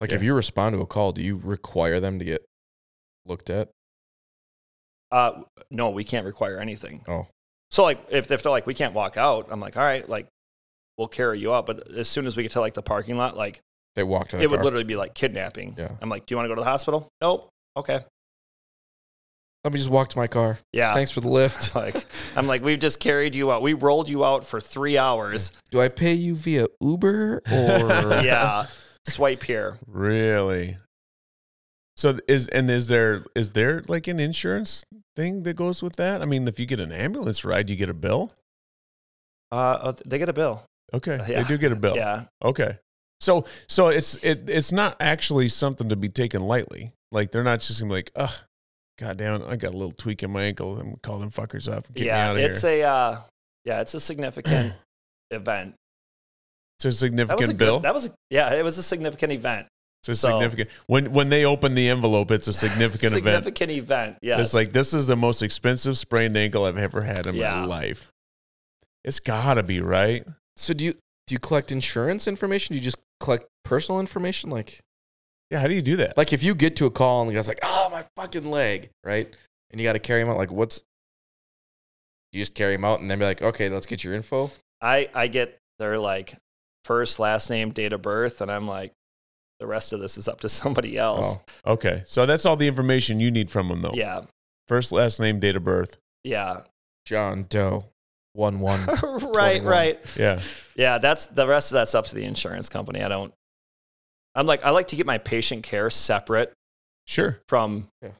C: Like
B: yeah.
C: if you respond to a call, do you require them to get looked at?
A: Uh, no, we can't require anything.
C: Oh.
A: So like if, if they're like, we can't walk out, I'm like, all right, like we'll carry you out. But as soon as we get to like the parking lot, like
C: They walked. To the
A: it would
C: car.
A: literally be like kidnapping.
C: Yeah.
A: I'm like, do you want to go to the hospital? Nope. Okay.
C: Let me just walk to my car.
A: Yeah.
C: Thanks for the lift.
A: Uh, Like I'm like, we've just carried you out. We rolled you out for three hours.
C: Do I pay you via Uber or?
A: yeah. Swipe here.
B: Really? So is and is there is there like an insurance thing that goes with that? I mean, if you get an ambulance ride, you get a bill.
A: Uh, uh, they get a bill.
B: Okay,
A: Uh, Yeah.
B: they do get a bill.
A: Yeah.
B: Okay. So so it's it it's not actually something to be taken lightly. Like they're not just gonna be like, ugh, god damn, it, I got a little tweak in my ankle. I'm gonna call them fuckers up. and Get me
A: yeah.
B: out of
A: It's
B: here.
A: a, uh, yeah, it's a significant event.
B: It's a
A: That was a
B: significant
A: good-
B: bill.
A: that was a, yeah, it was a significant event.
B: it's a
A: so-
B: significant when when they open the envelope. It's a significant, event.
A: significant event. Yes.
B: It's like this is the most expensive sprained ankle I've ever had in
A: Yeah.
B: my life. It's gotta be right.
C: So do you do you collect insurance information? Do you just collect personal information? Like
B: Yeah, how do you do that?
C: like if you get to a call and the guy's like, "Oh, my fucking leg," right? And you got to carry him out. Like what's you just carry him out and then be like, "Okay, let's get your info."
A: I I get their like first, last name, date of birth, and I'm like, the rest of this is up to somebody else.
C: Oh,
B: okay, so that's all the information you need from them, though.
A: Yeah,
B: First, last name, date of birth.
A: yeah,
C: John Doe, one one.
A: right, right.
B: Yeah.
A: Yeah, that's the rest of that's up to the insurance company. I don't. I'm like I like to get my patient care separate
B: Sure.
A: from
C: Yeah.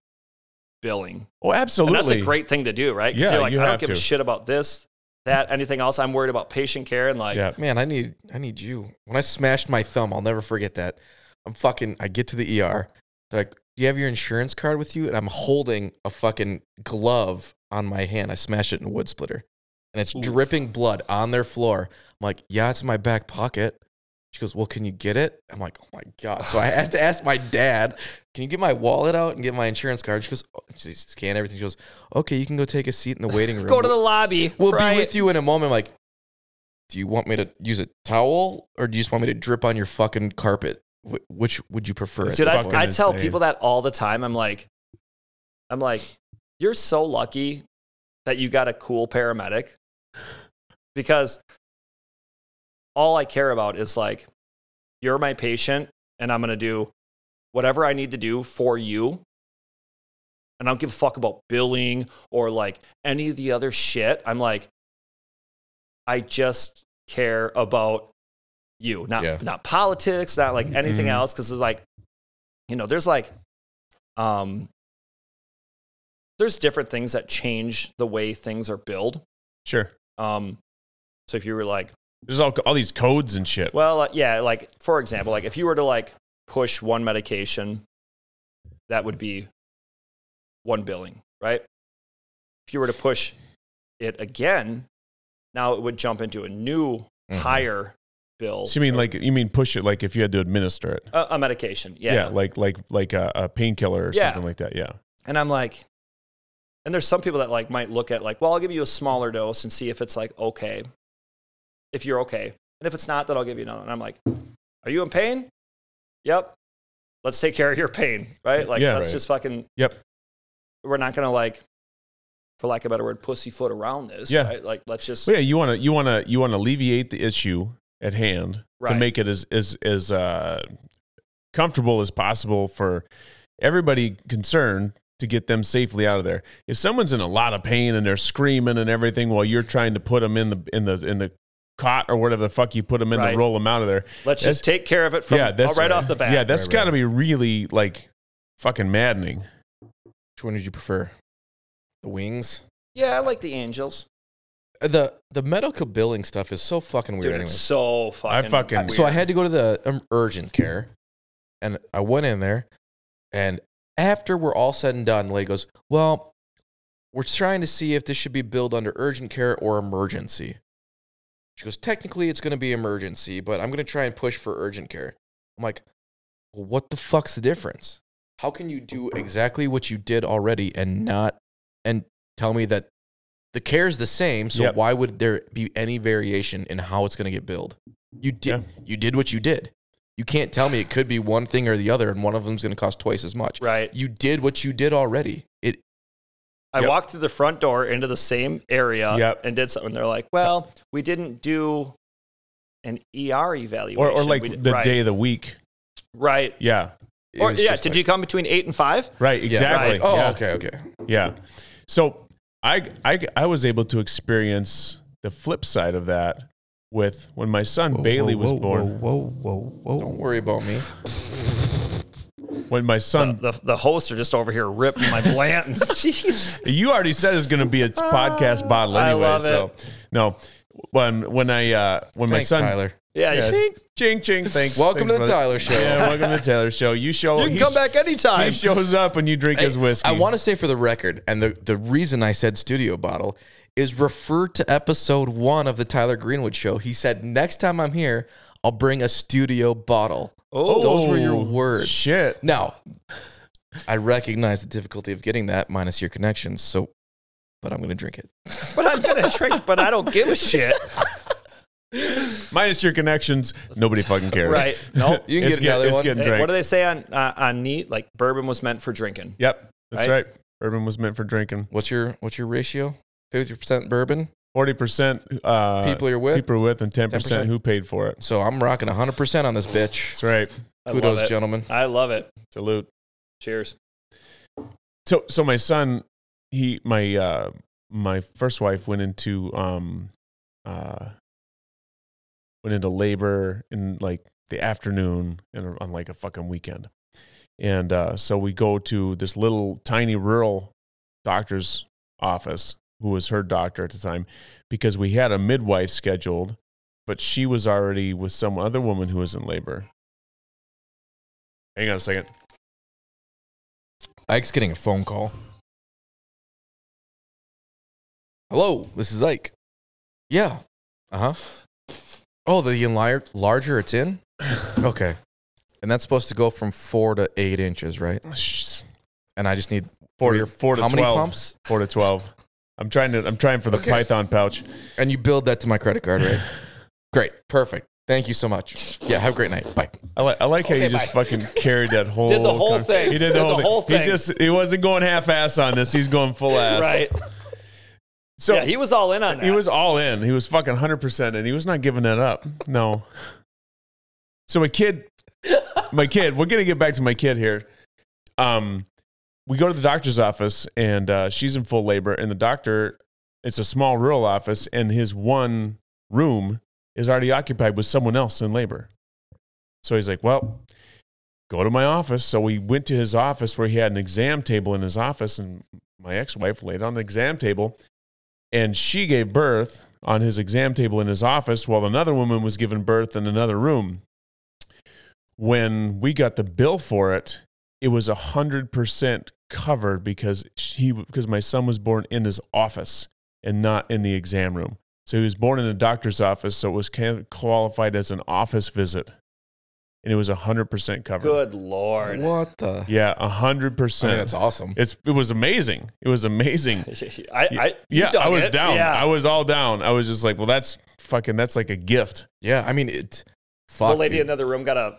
A: billing.
B: Oh, absolutely.
A: And that's a great thing to do, right? 'Cause
B: Yeah,
A: you're like,
B: you
A: I don't
B: have
A: give a
B: to.
A: shit about this, that, anything else. I'm worried about patient care and like,
B: Yeah.
C: Man, I need I need you. When I smashed my thumb, I'll never forget that. I'm fucking I get to the ER. They're like, Do you have your insurance card with you? And I'm holding a fucking glove on my hand. I smashed it in a wood splitter. And it's
A: Oof.
C: dripping blood on their floor. I'm like, Yeah, it's in my back pocket. She goes, Well, can you get it? I'm like, Oh my God. So I had to ask my dad, Can you get my wallet out and get my insurance card? She goes, oh, She scanned everything. She goes, Okay, you can go take a seat in the waiting room.
A: go to the lobby.
C: We'll
A: right?
C: be with you in a moment. Like, do you want me to use a towel or do you just want me to drip on your fucking carpet? Wh- which would you prefer? at
A: Dude,
C: this
A: I,
B: fucking
A: I
C: point?
A: tell
B: insane.
A: people that all the time. I'm like, I'm like, you're so lucky that you got a cool paramedic because all I care about is like, you're my patient and I'm going to do whatever I need to do for you. And I don't give a fuck about billing or like any of the other shit. I'm like, I just care about you, not,
C: Yeah.
A: not politics, not like anything
B: Mhm.
A: else. Cause it's like, you know, there's like, um, there's different things that change the way things are billed.
B: Sure.
A: Um, so if you were like,
B: There's all, all these codes and shit.
A: well, uh, yeah, like for example, like if you were to like push one medication, that would be one billing, right? If you were to push it again, now it would jump into a new
C: Mhm.
A: higher bill.
B: So you mean like you mean push it like if you had to administer it?
A: a, a medication, yeah.
B: like like like a, a painkiller or
A: Yeah.
B: something like that. Yeah.
A: And I'm like, and there's some people that like might look at like, well, I'll give you a smaller dose and see if it's like okay, if you're okay, and if it's not, then I'll give you another. And I'm like, are you in pain? Yep. Let's take care of your pain, right? Like,
B: Yeah,
A: let's
C: right.
A: just fucking.
B: Yep.
A: We're not gonna like, for lack of a better word, pussyfoot around this.
B: Yeah.
A: Right? Like, let's just.
B: Well, yeah, you want to you want to you want to alleviate the issue at hand
A: Right.
B: to make it as as as uh, comfortable as possible for everybody concerned to get them safely out of there. If someone's in a lot of pain and they're screaming and everything while you're trying to put them in the in the in the cot or whatever the fuck you put them in
A: Right.
B: to roll them out of there.
A: let's just take care of it from
B: yeah, that's
A: right off the bat.
B: Yeah, that's
C: Right,
B: got
C: right.
B: to be really like fucking maddening.
C: Which one would you prefer? The wings.
A: Yeah, I like the angels.
C: Uh, The the medical billing stuff is so fucking weird.
A: Dude,
C: anyway.
A: it's so fucking.
B: fucking-
A: weird.
C: So I had to go to the um, urgent care, and I went in there, and after we're all said and done, the lady goes, "Well, we're trying to see if this should be billed under urgent care or emergency." She goes, "Technically, it's going to be emergency, but I'm going to try and push for urgent care." I'm like, well, "What the fuck's the difference? How can you do exactly what you did already and not and tell me that?" The care is the same, so
B: Yep.
C: why would there be any variation in how it's going to get billed? You did
B: Yeah.
C: you did what you did. You can't tell me it could be one thing or the other, and one of them's going to cost twice as much.
A: right.
C: You did what you did already. It
A: I
B: Yep.
A: walked through the front door into the same area
B: Yep.
A: and did something. They're like, well, we didn't do an ER evaluation.
B: Or or
A: We
B: like
A: did-
B: the
A: right,
B: day of the week.
A: Right.
B: Yeah.
C: it
A: Or,
C: was
A: yeah,
C: just
A: did
C: like-
A: you come between eight and five?
B: Right,
C: Yeah,
B: exactly.
C: like, oh,
B: yeah.
C: okay, okay.
B: Yeah. So I, I, I was able to experience the flip side of that with when my son Bailey was born.
D: Whoa, whoa, whoa,
C: Don't worry about me.
B: When my
A: The,
B: son,
A: the, the hosts are just over here ripping my bland. Jeez.
B: you already said it's going to be a podcast bottle
A: I
B: anyway.
A: love
B: so no, when when I uh, when
C: Thanks,
B: my son,
C: Tyler.
A: Yeah.
B: Yeah,
A: You,
B: ching ching ching. Thanks.
C: Welcome
B: thanks,
C: to the
B: brother.
C: Tyler Show.
B: Yeah, welcome to the Tyler Show. You show.
A: you can
B: he
A: come
B: sh-
A: back anytime.
B: He shows up and you drink his whiskey.
C: I want to say for the record, and the, the reason I said studio bottle is refer to episode one of the Tyler Greenwood show. He said, Next time I'm here, I'll bring a studio bottle.
A: Oh,
C: Those were your
B: Oh,
C: words.
B: Shit.
C: Now, I recognize the difficulty of getting that minus your connections, so but I'm going to drink it.
A: but I'm gonna drink, but I don't give a shit.
B: Minus your connections, nobody fucking cares.
A: Right? Nope.
C: You can
B: Oh, It's
C: get another
B: it's
C: one.
B: getting
A: Hey,
B: drank.
A: what do they say on uh, on neat? Like bourbon was meant for drinking.
B: Yep, that's
A: Right?
B: right. Bourbon was meant for drinking.
C: What's your what's your ratio? 50% bourbon,
B: Forty percent uh,
C: people you're with.
B: people are with, and ten
C: 10%.
B: percent who paid for it.
C: So I'm rocking 100% on this bitch.
B: That's right.
A: I love
C: Kudos,
A: it.
C: gentlemen.
A: I love it.
B: Salute.
A: Cheers.
B: So, so my son, he, my, uh, my first wife went into, um, uh, went into labor in like the afternoon and on like a fucking weekend, and uh, so we go to this little tiny rural doctor's office, who was her doctor at the time, because we had a midwife scheduled, but she was already with some other woman who was in labor. Hang on a second.
C: Ike's getting a phone call. Hello, this is Ike. Yeah. Uh huh. Oh, the enlar- larger it's in? Okay. And that's supposed to go from four to eight inches, right? And I just need
B: Oh, four,
C: Three
B: to
C: or-
B: four to
C: how many
B: 12.
C: pumps?
B: Four to twelve. I'm trying to. I'm trying for the
C: Okay.
B: Python pouch.
C: And you build that to my credit card, right? Great. Perfect. Thank you so much. Yeah, have a great night. Bye.
B: I like. I like how
A: Okay,
B: you just
A: bye.
B: fucking carried that whole.
A: Did the whole
B: con-
A: thing.
B: He did the, whole, thing. He's just. He wasn't going half ass on this. He's going full ass.
A: Right.
B: So
A: yeah,
B: he,
A: he was all in on that.
B: was all in. He was fucking hundred percent, and he was not giving that up. No. So my kid, my kid. We're gonna get back to my kid here. Um, we go to the doctor's office, and uh, she's in full labor, and the doctor. It's a small rural office, and his one room is already occupied with someone else in labor. So he's like, well, go to my office. So we went to his office where he had an exam table in his office, and my ex wife laid on the exam table, and she gave birth on his exam table in his office while another woman was giving birth in another room. When we got the bill for it, it was 100% covered because, he, because my son was born in his office and not in the exam room. So he was born in a doctor's office, so it was can- qualified as an office visit, and it was hundred percent covered.
A: good lord.
C: What the?
B: Yeah, hundred
C: I mean,
B: percent.
C: that's awesome.
B: It's it was amazing. It was amazing.
A: I, I you
B: Yeah,
A: dug
B: I was
A: it.
B: down.
A: Yeah.
B: I was all down. I was just like, well, that's fucking. That's like a gift.
C: Yeah, I mean, it. Fuck.
A: the lady
C: dude.
A: in the other room got a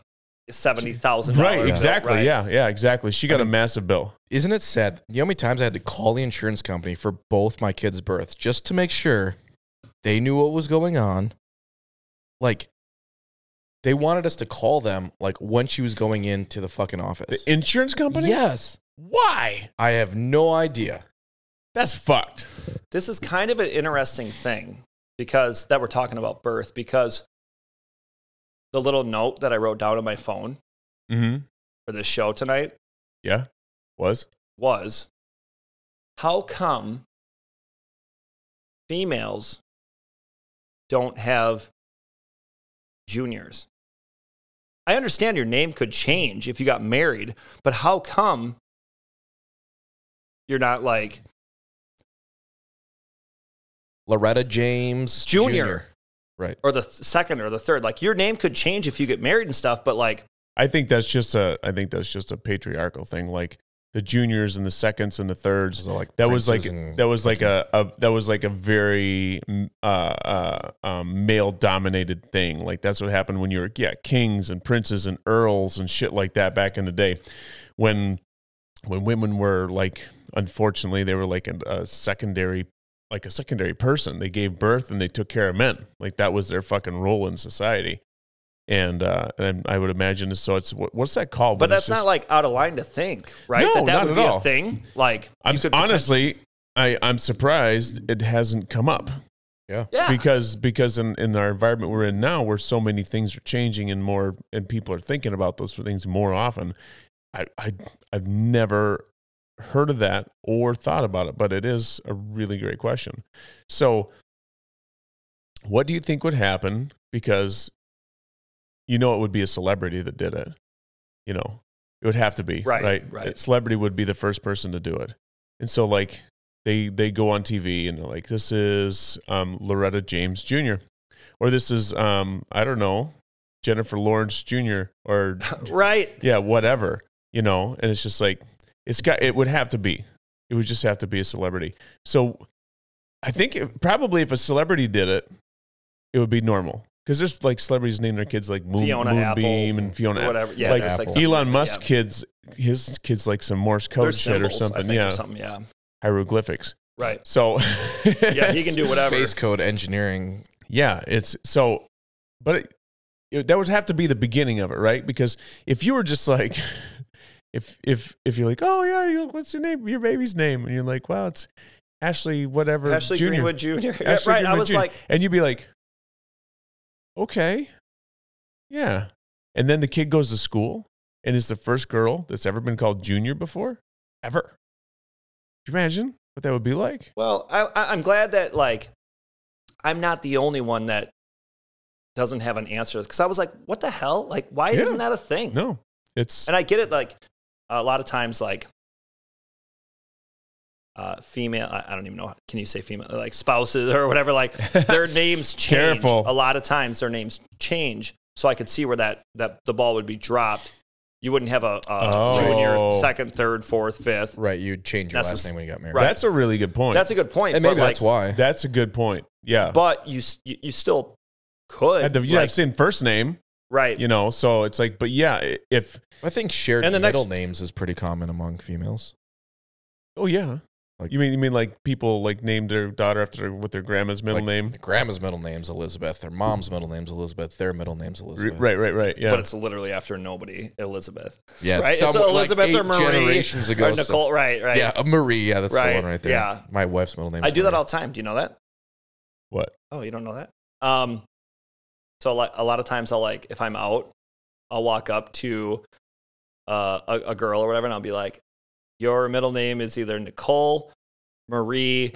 A: seventy thousand
B: Right. Exactly.
A: Right.
B: Yeah. Yeah. Exactly. She got
C: mean-
B: a massive bill.
C: Isn't it sad? You know how many times I had to call the insurance company for both my kids' births just to make sure they knew what was going on? Like, they wanted us to call them, like, when she was going into the fucking
B: The
C: office.
B: insurance company.
C: Yes.
B: Why?
C: I have no idea.
B: That's fucked.
A: This is kind of an interesting thing because that we're talking about birth because the little note that I wrote down on my phone
B: Mm-hmm.
A: for this show tonight
B: Yeah. Was.
A: was how come females don't have juniors? I understand your name could change if you got married, but how come you're not like
C: Loretta James
A: Junior.
C: Right.
A: or the th- second or the third? Like your name could change if you get married and stuff, but like
B: I think that's just a. I think that's just a patriarchal thing. Like the juniors and the seconds and the thirds.
C: So, like,
B: that was like
C: princes and-
B: that was like a, a that was like a very mm, uh, uh, um, male dominated thing. Like that's what happened when you were yeah kings and princes and earls and shit like that back in the day, when when women were like unfortunately they were like a, a secondary like a secondary person. They gave birth and they took care of men. Like that was their fucking role in society. And uh, and I would imagine so. It's what, what's that called?
A: but
B: when it's
A: that's
B: just-
A: not like out of line to think, right?
B: No,
A: that that
B: not
A: would
B: at
A: be a
B: all.
A: thing. Like
B: I'm
A: you could poten-
B: honestly, I, I'm surprised it hasn't come up
A: yeah.
B: because because in, in our environment we're in now, where so many things are changing and more and people are thinking about those things more often. I, I I've never heard of that or thought about it, but it is a really great question. So, what do you think would happen? Because you know it would be a celebrity that did it. You know, it would have to be
A: Right,
B: right.
A: right.
B: Celebrity would be the first person to do it, and so like they they go on TV and they're like, "This is um, Loretta James Jr." or this is um, I don't know, Jennifer Lawrence Jr. or
A: Oh, Right.
B: yeah, whatever, you know. And it's just like it's got it would have to be. It would just have to be a celebrity. So I think it, probably if a celebrity did it, it would be normal because there's like celebrities naming their kids like Moon,
A: Fiona Apple,
B: Moonbeam and Fiona. Apple.
A: Whatever. Yeah.
B: Like
A: there's
C: Apple.
A: something
B: Elon
A: like-
B: Musk
A: yeah.
B: kids, his kids like some Morse code
A: There's
B: shit or
A: symbols, I
B: something.
A: think, or
B: Yeah,
A: something. Yeah.
B: hieroglyphics.
A: Right.
B: So
A: Yeah. He can do whatever.
C: Space code engineering.
B: Yeah, it's so, but it, it- that would have to be the beginning of it, right? Because if you were just like, if if if you're like, oh yeah, you, what's your name, your baby's name, and you're like, well, it's Ashley whatever
A: Ashley
B: Jr.
A: Greenwood Jr. Yeah,
B: Ashley
A: right. I
B: Greenwood
A: was
B: Jr..
A: like,
B: and you'd be like, okay, yeah, and then the kid goes to school and is the first girl that's ever been called Junior before, ever. Could you imagine what that would be like?
A: well, I, I, I'm glad that like I'm not the only one that doesn't have an answer because I was like, what the hell? Like, why
B: Yeah.
A: isn't that a thing?
B: No, it's
A: And I get it. Like a lot of times, like uh, female. I, I don't even know. Can you say female? Like spouses or whatever. Like their names change.
B: Careful.
A: A lot of times their names change. So I could see where that, that the ball would be dropped. You wouldn't have a, a
B: Oh.
A: junior, second, third, fourth, fifth.
C: Right, you'd change your
A: That's
C: last
A: a-
C: name when you got married.
A: right.
B: that's a really good point.
A: That's a good point.
C: And maybe
A: but, like,
C: that's why.
B: That's a good point. Yeah.
A: But you s- you, you still could.
B: At the- yeah,
A: like,
B: I've seen first name,
A: right.
B: you know, so it's like, but yeah, i- if,
C: I think shared
A: And the
C: middle
A: next-
C: names is pretty common among females.
B: oh yeah.
C: Like-
B: you mean, you mean like people like named their daughter after their, with their grandma's middle
C: Like,
B: name?
C: their grandma's middle name's Elizabeth. Their mom's middle name's Elizabeth. Their middle name's
B: R-
C: Elizabeth.
B: Right, right, right. Yeah.
A: But it's literally after nobody, Elizabeth.
C: Yeah.
A: Right? It's
C: somewhat like
A: Elizabeth or
C: eight
A: Marie
C: Generations ago.
A: or
C: so-
A: Nicole. Right, right.
C: Yeah, a Marie. Yeah, that's
A: Right,
C: the one right there.
A: yeah.
C: My wife's middle name.
A: I do that all the time. Do you know that?
B: what?
A: Oh, you don't know that? Um, so like a lot of times I'll like if I'm out, I'll walk up to uh, a, a girl or whatever, and I'll be like, "Your middle name is either Nicole, Marie,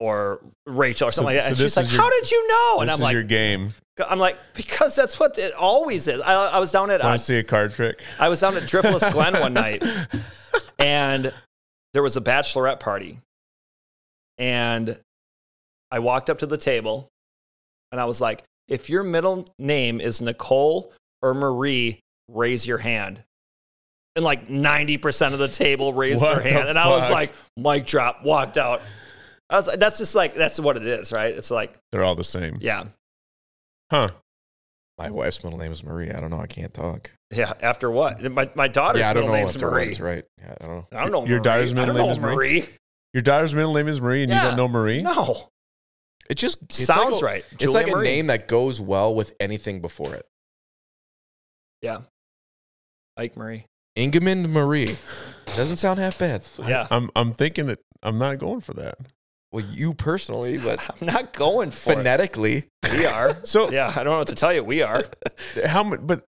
A: or Rachel, or
B: So-
A: something like that."
B: so
A: And
B: this
A: she's like,
B: is your-
A: "How did you know?" Oh, And
B: this
A: I'm
B: is
A: like,
B: your game.
A: "I'm like because that's what it always is." I, I was down at uh,
B: Want to see a card trick?
A: I was down at Driftless Glen one night, and there was a bachelorette party. And I walked up to the table and I was like, if your middle name is Nicole or Marie, raise your hand. And like 90% of the table raised their
B: What the
A: hand. And I was
B: fuck?
A: like, mic drop, walked out. I was like, that's just like, that's what it is, right? It's like,
B: They're all the same.
A: yeah,
B: Huh.
C: My wife's middle name is Marie. I don't know. I can't talk.
A: yeah, after what? My, my daughter's
C: yeah, I don't
A: middle
C: know.
A: name's
C: if the
A: Marie.
C: wife's Right. Yeah, I don't know.
A: I don't know.
B: Your daughter's
A: Marie. I
B: middle
A: don't
B: name
A: know
B: is
A: Marie.
B: Your daughter's middle name is Marie and you
A: Yeah.
B: don't know Marie?
A: No.
C: It just it's like
A: Sounds
C: a-
A: right.
C: It's like a name that goes well with anything before it.
A: Ike Marie.
C: Ingemund Marie doesn't sound half bad.
A: Yeah.
B: I'm, I'm thinking that I'm not going for that.
C: Well, you personally, but
A: I'm not going for
C: phonetically,
A: it. We are.
B: So,
A: Yeah, I don't know what to tell you. We are.
B: how much but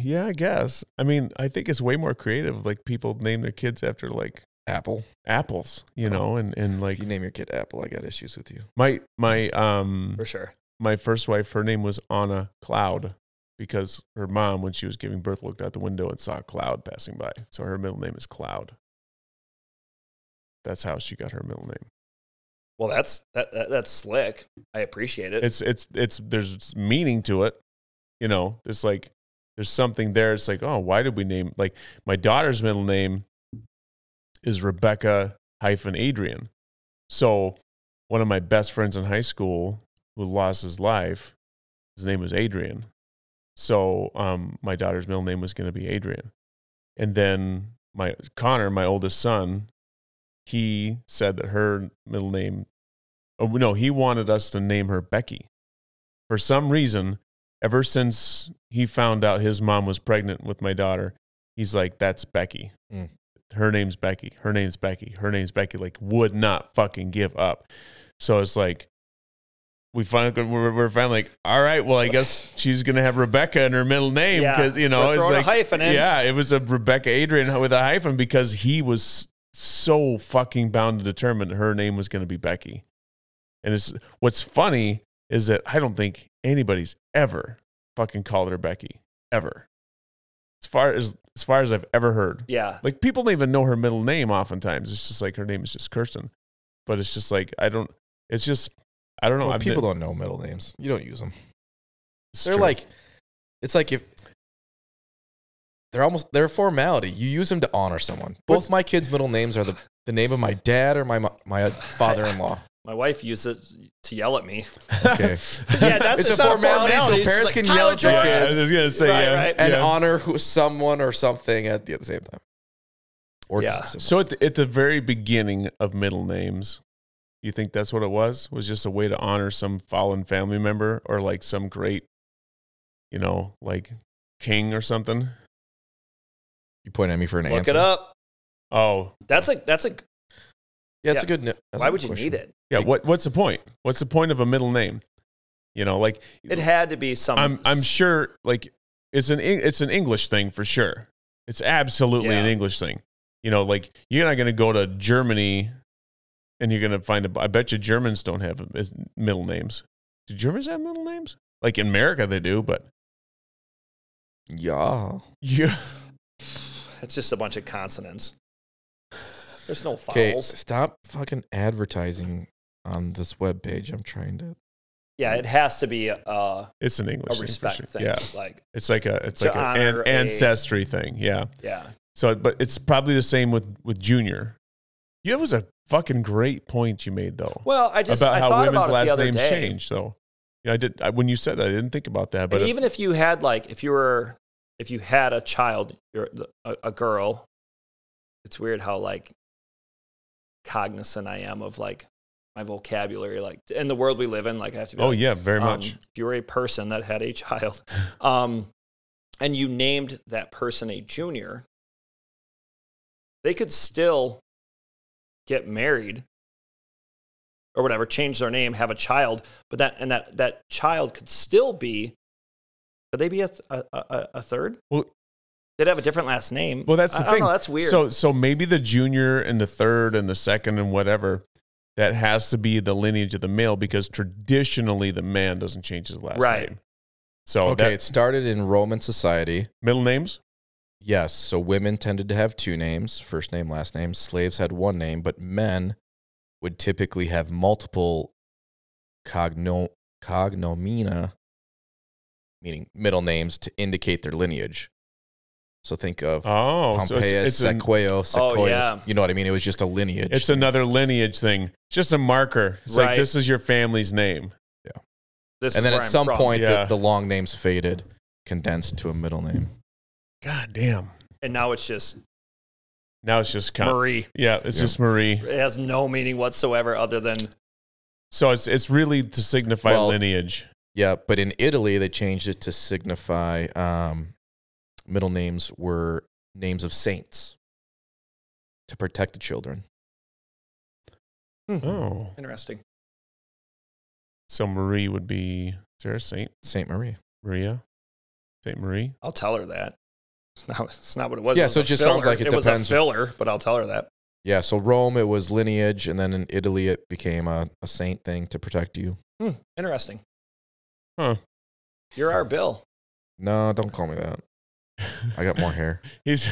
B: yeah i guess i mean i think it's way more creative like people name their kids after like
C: Apple.
B: apples you know and and like
C: If you name your kid Apple, I got issues with you.
B: my my um
A: For sure.
B: my first wife her name was anna cloud because her mom when she was giving birth looked out the window and saw a cloud passing by so her middle name is cloud that's how she got her middle name
A: Well, that's that, that that's slick. I appreciate it.
B: it's it's it's there's meaning to it you know there's like there's something there it's like oh why did we name like my daughter's middle name is rebecca hyphen adrian so one of my best friends in high school who lost his life his name was adrian so um, my daughter's middle name was going to be adrian and then my connor my oldest son he said that her middle name Oh no, he wanted us to name her Becky. For some reason, ever since he found out his mom was pregnant with my daughter, he's like, "That's Becky.
C: Mm.
B: Her name's Becky. Her name's Becky. Her name's Becky." Like, would not fucking give up. So it's like, we finally we're, we're finally like, all right, well, I guess she's gonna have Rebecca in her middle name
A: Yeah,
B: because you know
A: we're
B: it's
A: throwing
B: like
A: a hyphen in.
B: yeah, it was a Rebecca Adrian with a hyphen because he was so fucking bound to determine her name was going to be Becky. And it's what's funny is that I don't think anybody's ever fucking called her Becky ever. As far as as far as I've ever heard.
A: yeah.
B: Like people don't even know her middle name oftentimes. It's just like her name is just Kirsten. But it's just like I don't it's just I don't know.
C: Well,
B: I've
C: people
B: been-
C: don't know middle names. You don't use them.
B: it's
C: They're
B: true.
C: like It's like if they're almost they're a formality. You use them to honor someone. Both my kids' middle names are the, the name of my dad or my mo- my father-in-law.
A: My wife used it to yell at me.
C: Okay,
A: Yeah, that's
C: it's a
A: just not
C: formality, so
A: It's just
C: parents
A: like,
C: can
A: "Tyler
C: yell at their
A: George!"
B: Yeah, I
C: kids
B: was just gonna say
A: Right,
B: yeah.
A: right.
C: and
B: yeah.
C: honor who, someone or something at the, at the same time. Or
A: Yeah.
B: So at the, at the very beginning of middle names, you think that's what it was? Was just a way to honor some fallen family member or like some great, you know, like king or something?
C: you point at me for an
A: Look
C: answer.
A: it up.
B: Oh,
A: That's like that's a.
C: Yeah, it's
A: Yeah.
C: a good. That's
A: why would you need it?
B: yeah.
C: Like-
B: What what's the point? What's the point of a middle name? You know, like
A: It had to be some.
B: I'm I'm sure like it's an Eng- it's an English thing for sure. It's absolutely an
A: Yeah.
B: English thing. You know, like you're not going to go to Germany and you're going to find a. I bet you Germans don't have uh, is- middle names. Do Germans have middle names? Like in America, they do, but
C: Yeah.
B: yeah,
A: It's just a bunch of consonants. There's no
C: Okay,
A: vowels.
C: stop fucking advertising on this webpage. I'm trying to.
A: Yeah, it has to be a, a
B: it's an English thing for
A: respect
B: sure.
A: thing.
B: Yeah,
A: Like,
B: it's like a it's
A: To
B: like a
A: honor
B: an
A: a-
B: ancestry thing. Yeah.
A: yeah.
B: So, but it's probably the same with with Junior. Yeah, it was a fucking great point you made though.
A: Well, I just
B: about
A: I
B: how
A: thought
B: women's
A: about it
B: last
A: the other
B: names
A: day.
B: change. So, yeah, I did. I, when you said that, I didn't think about that. But uh,
A: and
B: if-
A: even if you had like if you were if you had a child, you're a, a girl. It's weird how like cognizant I am of like my vocabulary, like in the world we live in. Like I have to be.
B: oh
A: like,
B: yeah, very
A: um,
B: much.
A: If you were a person that had a child, um, and you named that person a junior, they could still get married or whatever, change their name, have a child, but that and that that child could still be. Could they be a th- a, a, a third?
B: Well-
A: they'd have a different last name.
B: Well, that's the
A: I, I
B: thing.
A: don't know, that's weird.
B: So, so maybe the junior and the third and the second and whatever that has to be the lineage of the male because traditionally the man doesn't change his last
A: Right.
B: name.
A: Oh,
B: So
C: Okay,
B: okay,
C: it started in Roman society.
B: middle names.
C: Yes, so women tended to have two names, first name, last name. Slaves had one name, but men would typically have multiple cogno- cognomina, meaning middle names, to indicate their lineage. So think of
B: Oh,
C: Pompeius,
B: so it's, it's, an-
C: Sequoia, Sequoias.
A: Oh, yeah.
C: You know what I mean? It was just a lineage.
B: it's another lineage thing. Just a marker. It's like
A: Right.
B: this is your family's name.
A: This is
C: and then
A: where
C: at
A: I'm
C: some
A: from.
C: point,
B: Yeah.
C: the, the long names faded, condensed to a middle name.
B: God damn.
A: and now it's just
B: Now it's just con-
A: Marie.
B: Yeah, it's
C: Yeah.
B: just Marie.
A: It has no meaning whatsoever, other than
B: So it's it's really to signify
C: Well,
B: lineage.
C: Yeah, but in Italy they changed it to signify um, middle names were names of saints to protect the children.
B: Oh.
A: interesting.
B: So Marie would be is there a Saint
C: Saint Marie.
B: Maria? Saint Marie?
A: I'll tell her that. It's not, it's not what it was.
C: Yeah,
A: was
C: so
A: a
C: it just
A: filler.
C: sounds like it
A: was
C: depends.
A: a filler, but I'll tell her that.
C: Yeah, so Rome it was lineage, and then in Italy it became a, a saint thing to protect you.
A: Hmm, interesting.
B: Huh.
A: You're our Bill.
C: No, don't call me that. I got more hair.
B: He's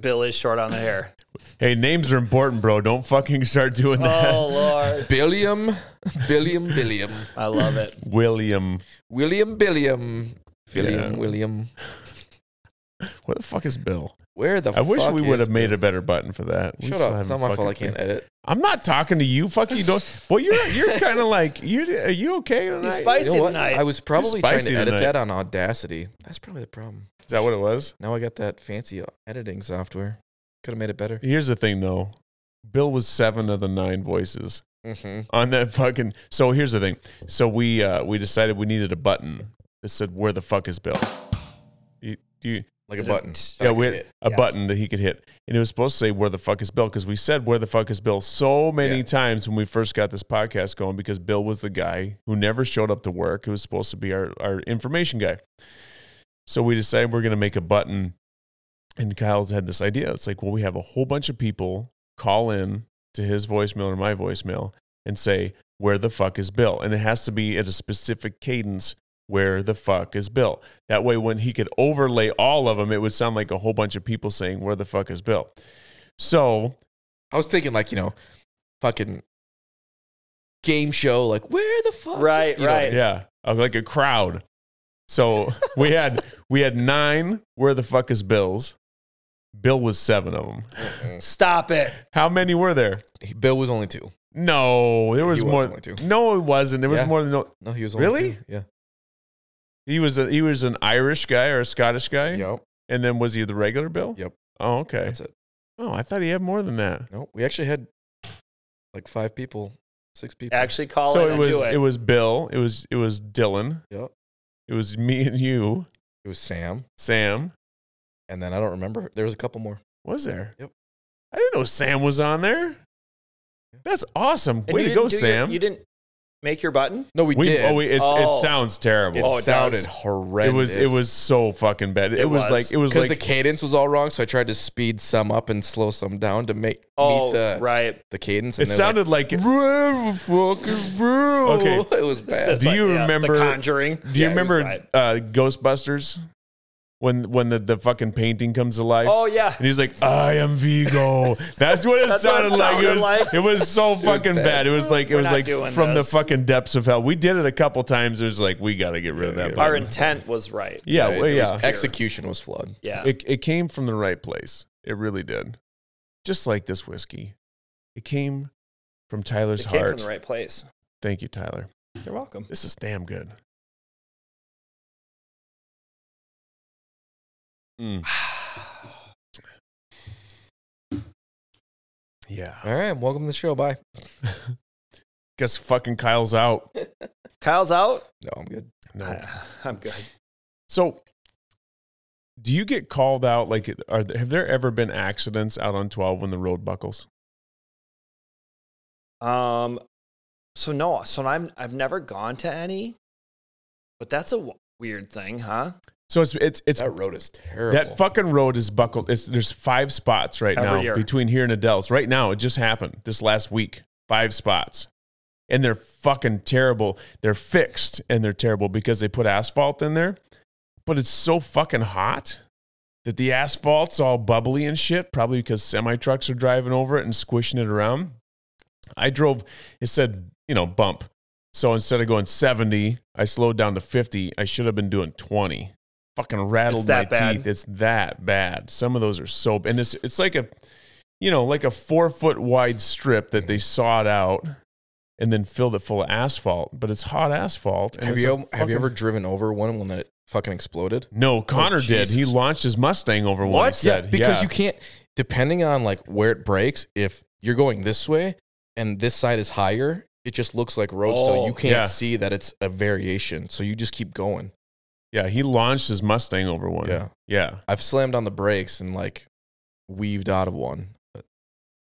A: Bill is short on the hair.
B: Hey, names are important, bro. Don't fucking start doing that.
A: Oh Lord,
C: Billiam, Billiam, Billiam,
A: I love it.
B: William.
C: William, Billiam, William,
B: Yeah.
C: William.
B: What the fuck is Bill?
C: Where the
B: I wish
C: fuck
B: we would
C: is
B: have made
C: Bill-
B: a better button for that. We
C: Shut
B: still
C: up!
B: haven't
C: Not my fault. I
B: fucking
C: can't edit.
B: I'm not talking to you. Fuck you. Don't. Boy, you're you're kind of like you. Are you okay tonight?
A: He's spicy
C: You know what?
A: tonight.
C: I was probably
B: spicy
C: trying to edit
B: tonight.
C: that on Audacity. That's probably the problem.
B: Is that what it was?
C: Now I got that fancy uh, editing software. Could have made it better.
B: Here's the thing, though. Bill was seven of the nine voices.
C: Mm-hmm.
B: on that fucking so here's the thing so we uh we decided we needed a button that said where the fuck is bill you, do you,
C: Like a
A: Is it-
C: button.
B: yeah
C: Like
B: we
C: it.
B: had a
A: Yeah.
B: button that he could hit and it was supposed to say where the fuck is bill because we said where the fuck is bill so many
C: Yeah.
B: times when we first got this podcast going because bill was the guy who never showed up to work who was supposed to be our, our information guy so we decided we're going to make a button and kyle's had this idea it's like well we have a whole bunch of people call in to his voicemail or my voicemail and say, Where the fuck is Bill? And it has to be at a specific cadence, Where the fuck is Bill? That way, when he could overlay all of them, it would sound like a whole bunch of people saying, Where the fuck is Bill? So,
C: I was thinking like, you know, fucking game show, like where the fuck is-
A: Right,
C: you know what I
A: right.
C: mean?
B: yeah, uh, like a crowd. So we had we had nine. Where the fuck is Bill's? Bill was seven of them.
C: Mm-mm.
A: Stop it.
B: How many were there?
C: He- Bill was only two.
B: No, there was,
C: was
B: more.
C: only two.
B: No, it wasn't. There was
C: Yeah.
B: more than no.
C: No, he was only
B: Really?
C: two. Yeah.
B: He was a, he was an Irish guy or a Scottish guy,
C: Yep.
B: and then was he the regular Bill?
C: Yep.
B: Oh, okay.
C: That's it.
B: oh, I thought he had more than that.
C: No, we actually had like five people, six people.
A: Actually, call
B: so
A: in
B: it
A: and
B: was
A: do it.
B: it was Bill. It was it was Dylan.
C: Yep.
B: It was me and you,
C: It was Sam,
B: Sam.
C: and then I don't remember. There was a couple more.
B: Was there?
C: Yep.
B: I didn't know Sam was on there. That's awesome.
A: And
B: Way
A: you
B: to
A: didn't
B: go,
A: do your-
B: Sam.
A: you didn't make your button.
C: No, we, did.
B: Oh, we, it's,
A: Oh.
B: It sounds terrible.
C: it
A: Oh, it
C: sounded
A: does.
C: horrendous.
B: it was it was so fucking bad. It,
A: It
B: was,
A: was.
B: like it was
C: because
B: like
C: the cadence was all wrong. So I tried to speed some up and slow some down to make
A: Oh,
C: meet the
A: right.
C: the cadence.
B: it
C: And they're
B: sounded like.
C: Like,
B: Okay.
C: okay, it was bad.
A: It's
B: Do you remember-
A: The Conjuring?
B: Do you
C: Yeah, it was
B: remember
A: right.
B: uh, Ghostbusters when when the, the fucking painting comes alive?
A: Oh yeah.
B: And he's like, I am Vigo. That's what it,
A: That's what it
B: sounded, like. It
A: sounded
B: was,
A: like.
B: it was so
C: was
B: fucking
C: bad.
B: bad. It was like it
A: We're
B: was
A: not
B: like
A: doing
B: from
A: this.
B: the fucking depths of hell. We did it a couple times. It was like we got to get rid of
C: Yeah,
B: that.
C: yeah.
A: Our
B: button.
A: intent was right.
B: yeah,
C: it
B: well,
C: was-
B: yeah.
C: Execution was flawed.
A: Yeah.
B: It it came from the right place. It really did. Just like this whiskey, it came from Tyler's
A: It came
B: heart.
A: from the right place.
B: Thank you, Tyler.
A: You're welcome.
B: This is damn good.
C: Hmm.
B: Mm. Yeah.
C: All right, welcome to the show. Bye.
B: Guess fucking Kyle's out.
A: Kyle's out.
C: No, I'm good.
B: No.
A: I'm good.
B: So, do you get called out? Like, are there, have there ever been accidents out on 12 when the road buckles?
A: Um, so no, so I'm I've never gone to any, but that's a w- weird thing, huh?
B: So it's it's it's
C: That
B: that,
C: road is terrible.
B: fucking road is buckled. It's, there's five spots right
A: Every
B: now
A: year.
B: between here and Adele's. Right now, it just happened this last week. Five spots, and they're fucking terrible. They're fixed and they're terrible because they put asphalt in there, but it's so fucking hot. That the asphalt's all bubbly and shit, probably because semi trucks are driving over it and squishing it around. I drove, it said, you know, bump. So instead of going 70, I slowed down to 50. I should have been doing 20. Fucking rattled
A: It's
B: my
A: that bad.
B: teeth. It's that bad. Some of those are so And it's, it's like a, you know, like a four foot wide strip that they sawed out and then filled it full of asphalt, but it's hot asphalt. and
C: have
B: it's
C: you
B: a
C: have you
B: fucking-
C: ever driven over one when that fucking exploded?
B: No, Connor did. He
C: Jesus.
B: launched his Mustang over one.
A: What?
B: he
C: Yeah,
B: said.
C: because
B: Yeah.
C: you can't. Depending on like where it breaks, if you're going this way and this side is higher, it just looks like road still.
A: Oh,
C: You can't
B: yeah.
C: see that it's a variation, so you just keep going.
B: yeah, he launched his Mustang over one.
C: Yeah.
B: Yeah.
C: I've slammed on the brakes and like weaved out of one.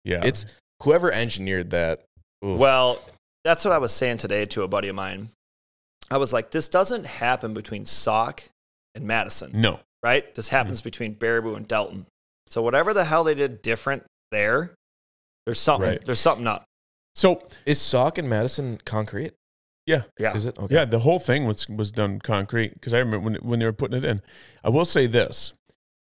B: Yeah.
C: It's whoever engineered that. oof.
A: Well, that's what I was saying today to a buddy of mine. I was like, this doesn't happen between Sock and
C: Mm.
A: Madison,
B: no.
A: right? This happens between Baraboo and Delton. So whatever the hell they did different there, there's something
B: Right.
A: there's something up.
B: So,
C: is Sock and Madison concrete?
B: yeah.
A: Yeah.
C: Is it okay?
B: Yeah, the whole thing was was done concrete because I remember when when they were putting it in. I will say this: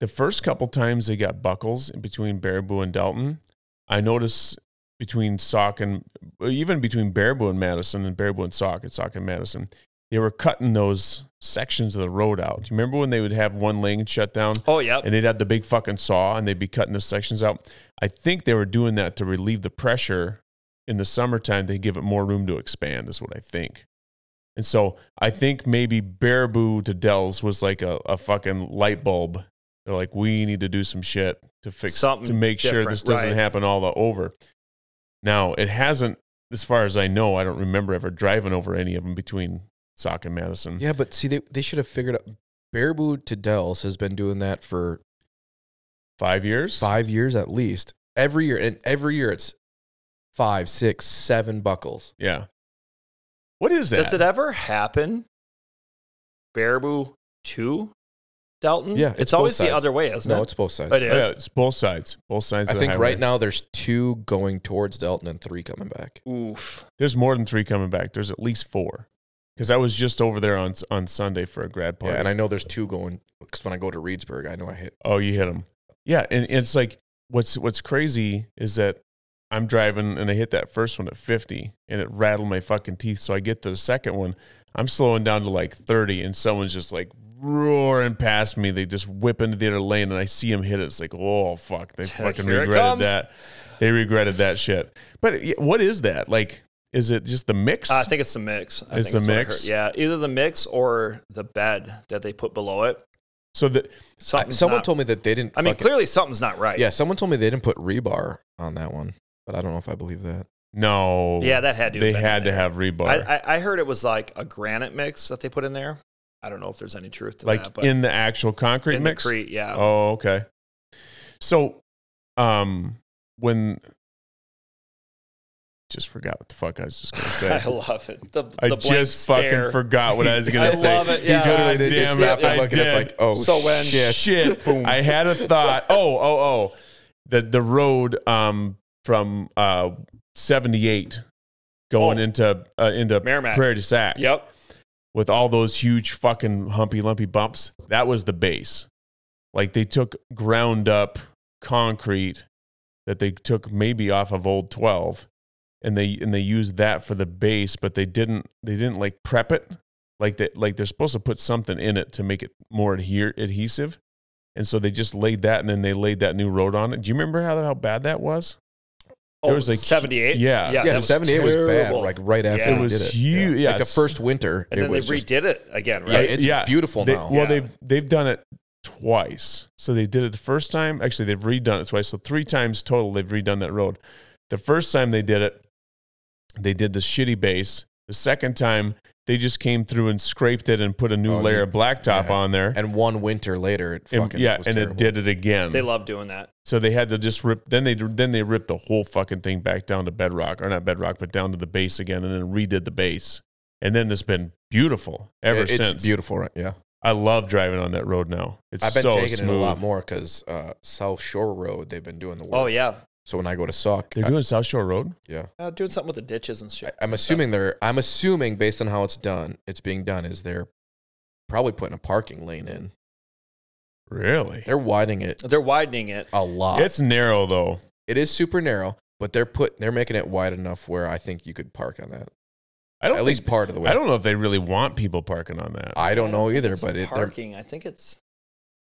B: the first couple times they got buckles in between Baraboo and Dalton, I noticed between Sock and even between Baraboo and Madison and Baraboo and Sock and Sock and Madison, they were cutting those sections of the road out. Do you remember when they would have one lane shut down?
A: Oh yeah.
B: and they'd have the big fucking saw and they'd be cutting the sections out. I think they were doing that to relieve the pressure in the summertime. They give it more room to expand, is what I think. And so I think maybe Baraboo to Dells was like a, a fucking light bulb. They're like, we need to do some shit to fix
A: Something
B: to make sure this
A: different,
B: doesn't
A: right.
B: happen all the over. Now it hasn't, as far as I know, I don't remember ever driving over any of them between Sock and Madison.
C: Yeah, but see, they, they should have figured out. Baraboo to Dells has been doing that for
B: Five years.
C: five years at least. Every year, and every year it's five, six, seven buckles.
B: Yeah. What is that?
A: Does it ever happen? Baraboo to Delton?
C: Yeah,
A: It's,
C: it's both
A: always the
C: sides.
A: other way, isn't
C: no,
A: it?
C: it's both sides.
A: It is.
B: Oh, yeah, it's both sides. Both sides.
C: I
B: of the
C: think
B: highway.
C: right now there's two going towards Delton and three coming back.
A: Oof.
B: there's more than three coming back. There's at least four. Because I was just over there on on Sunday for a grad party.
C: Yeah, and I know there's two going because when I go to Reedsburg, I know I hit.
B: oh, you hit them. Yeah, and, and it's like what's what's crazy is that I'm driving and I hit that first one at 50 and it rattled my fucking teeth. So I get to the second one. I'm slowing down to like 30 and someone's just like roaring past me. They just whip into the other lane and I see them hit it. It's like, oh, fuck. They fucking
A: Here it
B: regretted
A: comes.
B: that. They regretted that shit. But yeah, what is that? Like, is it just the mix?
A: Uh, I think it's the mix. I
B: It's
A: think that's
B: the
A: what I
B: mix?
A: heard. Yeah, either the mix or the bed that they put below it.
B: so that
A: Something's
C: Someone
A: not,
C: told me that they didn't.
A: I mean,
C: fucking-
A: clearly something's not right.
C: yeah, someone told me they didn't put rebar on that one, but I don't know if I believe that.
B: no,
A: yeah, that had to. have
B: they
A: been in
B: had to
A: there.
B: have rebar,
A: I, I, I heard it was like a granite mix that they put in there. I don't know if there's any truth to
B: like
A: that, uh, but
B: in the actual concrete
A: in
B: mix.
A: the Crete, yeah.
B: Oh, okay. So, um, when just forgot what the fuck I was just gonna
A: I
B: say.
A: love it. The,
B: I
A: the blank
B: just
A: stare.
B: fucking forgot what I was gonna
A: I
B: say.
A: love it,
B: He
A: yeah.
B: literally
A: They
B: did.
A: just
B: Damn
A: snapped
B: it,
A: and
B: I
C: look at us
B: did.
C: like, oh
A: So when-
C: shit,
B: shit.
C: Boom.
B: I had a thought. Oh, oh, oh. The the road um from uh seventy eight going
A: Oh.
B: into uh, into
A: Merrimack.
B: Prairie du Sac
A: Yep.
B: with all those huge fucking humpy lumpy bumps. That was the base. Like they took ground up concrete that they took maybe off of old 12 and they and they used that for the base but they didn't they didn't like prep it like they like they're supposed to put something in it to make it more adhere adhesive and so they just laid that and then they laid that new road on it do you remember how how bad that was
A: Oh,
B: There was, like,
A: 78. Yeah.
B: yeah.
C: yeah,
A: that was
C: seventy eight was bad.
A: terrible.
C: Like right after
A: Yeah.
C: they
A: It
B: was
C: did it,
B: huge. Yeah,
C: like the
B: it's-
C: first winter,
A: And
C: it
A: then they
C: was just-
A: redid it again,
C: yeah,
A: right?
C: it's
B: Yeah.
C: beautiful
B: They-
C: now.
B: Well,
A: Yeah.
B: they've they've done it twice. So they did it the first time. Actually, they've redone it twice. So three times total, they've redone that road. The first time they did it, they did the shitty base. The second time, they just came through and scraped it and put a new
C: Oh,
B: layer of blacktop
C: yeah.
B: on there.
C: and one winter later, it
B: And-
C: fucking
B: yeah,
C: was
B: and
C: terrible.
B: it did it again.
A: They love doing that.
B: so they had to just rip. Then they then they ripped the whole fucking thing back down to bedrock, or not bedrock, but down to the base again, and then redid the base. And then it's been beautiful ever
C: It-
B: since.
C: It's beautiful, right? Yeah,
B: I love driving on that road now. It's
C: I've been
B: so
C: taking
B: smooth.
C: it a lot more because uh, South Shore Road they've been doing the work.
A: Oh, yeah.
C: So when I go to Sauk,
B: They're
C: I-
B: doing South Shore Road.
C: yeah,
A: Uh, doing something with the ditches and shit.
C: I, am assuming they're. I'm assuming based on how it's done, it's being done is they're probably putting a parking lane in.
B: Really?
C: They're widening it
A: They're widening it.
C: a lot.
B: It's narrow though.
C: It is super narrow, but they're put they're making it wide enough where I think you could park on that.
B: I don't.
C: At least
B: think-
C: part of the way.
B: I don't know if they really want people parking on that.
C: I don't know either,
A: It's
C: but it, they're
A: parking. I think it's.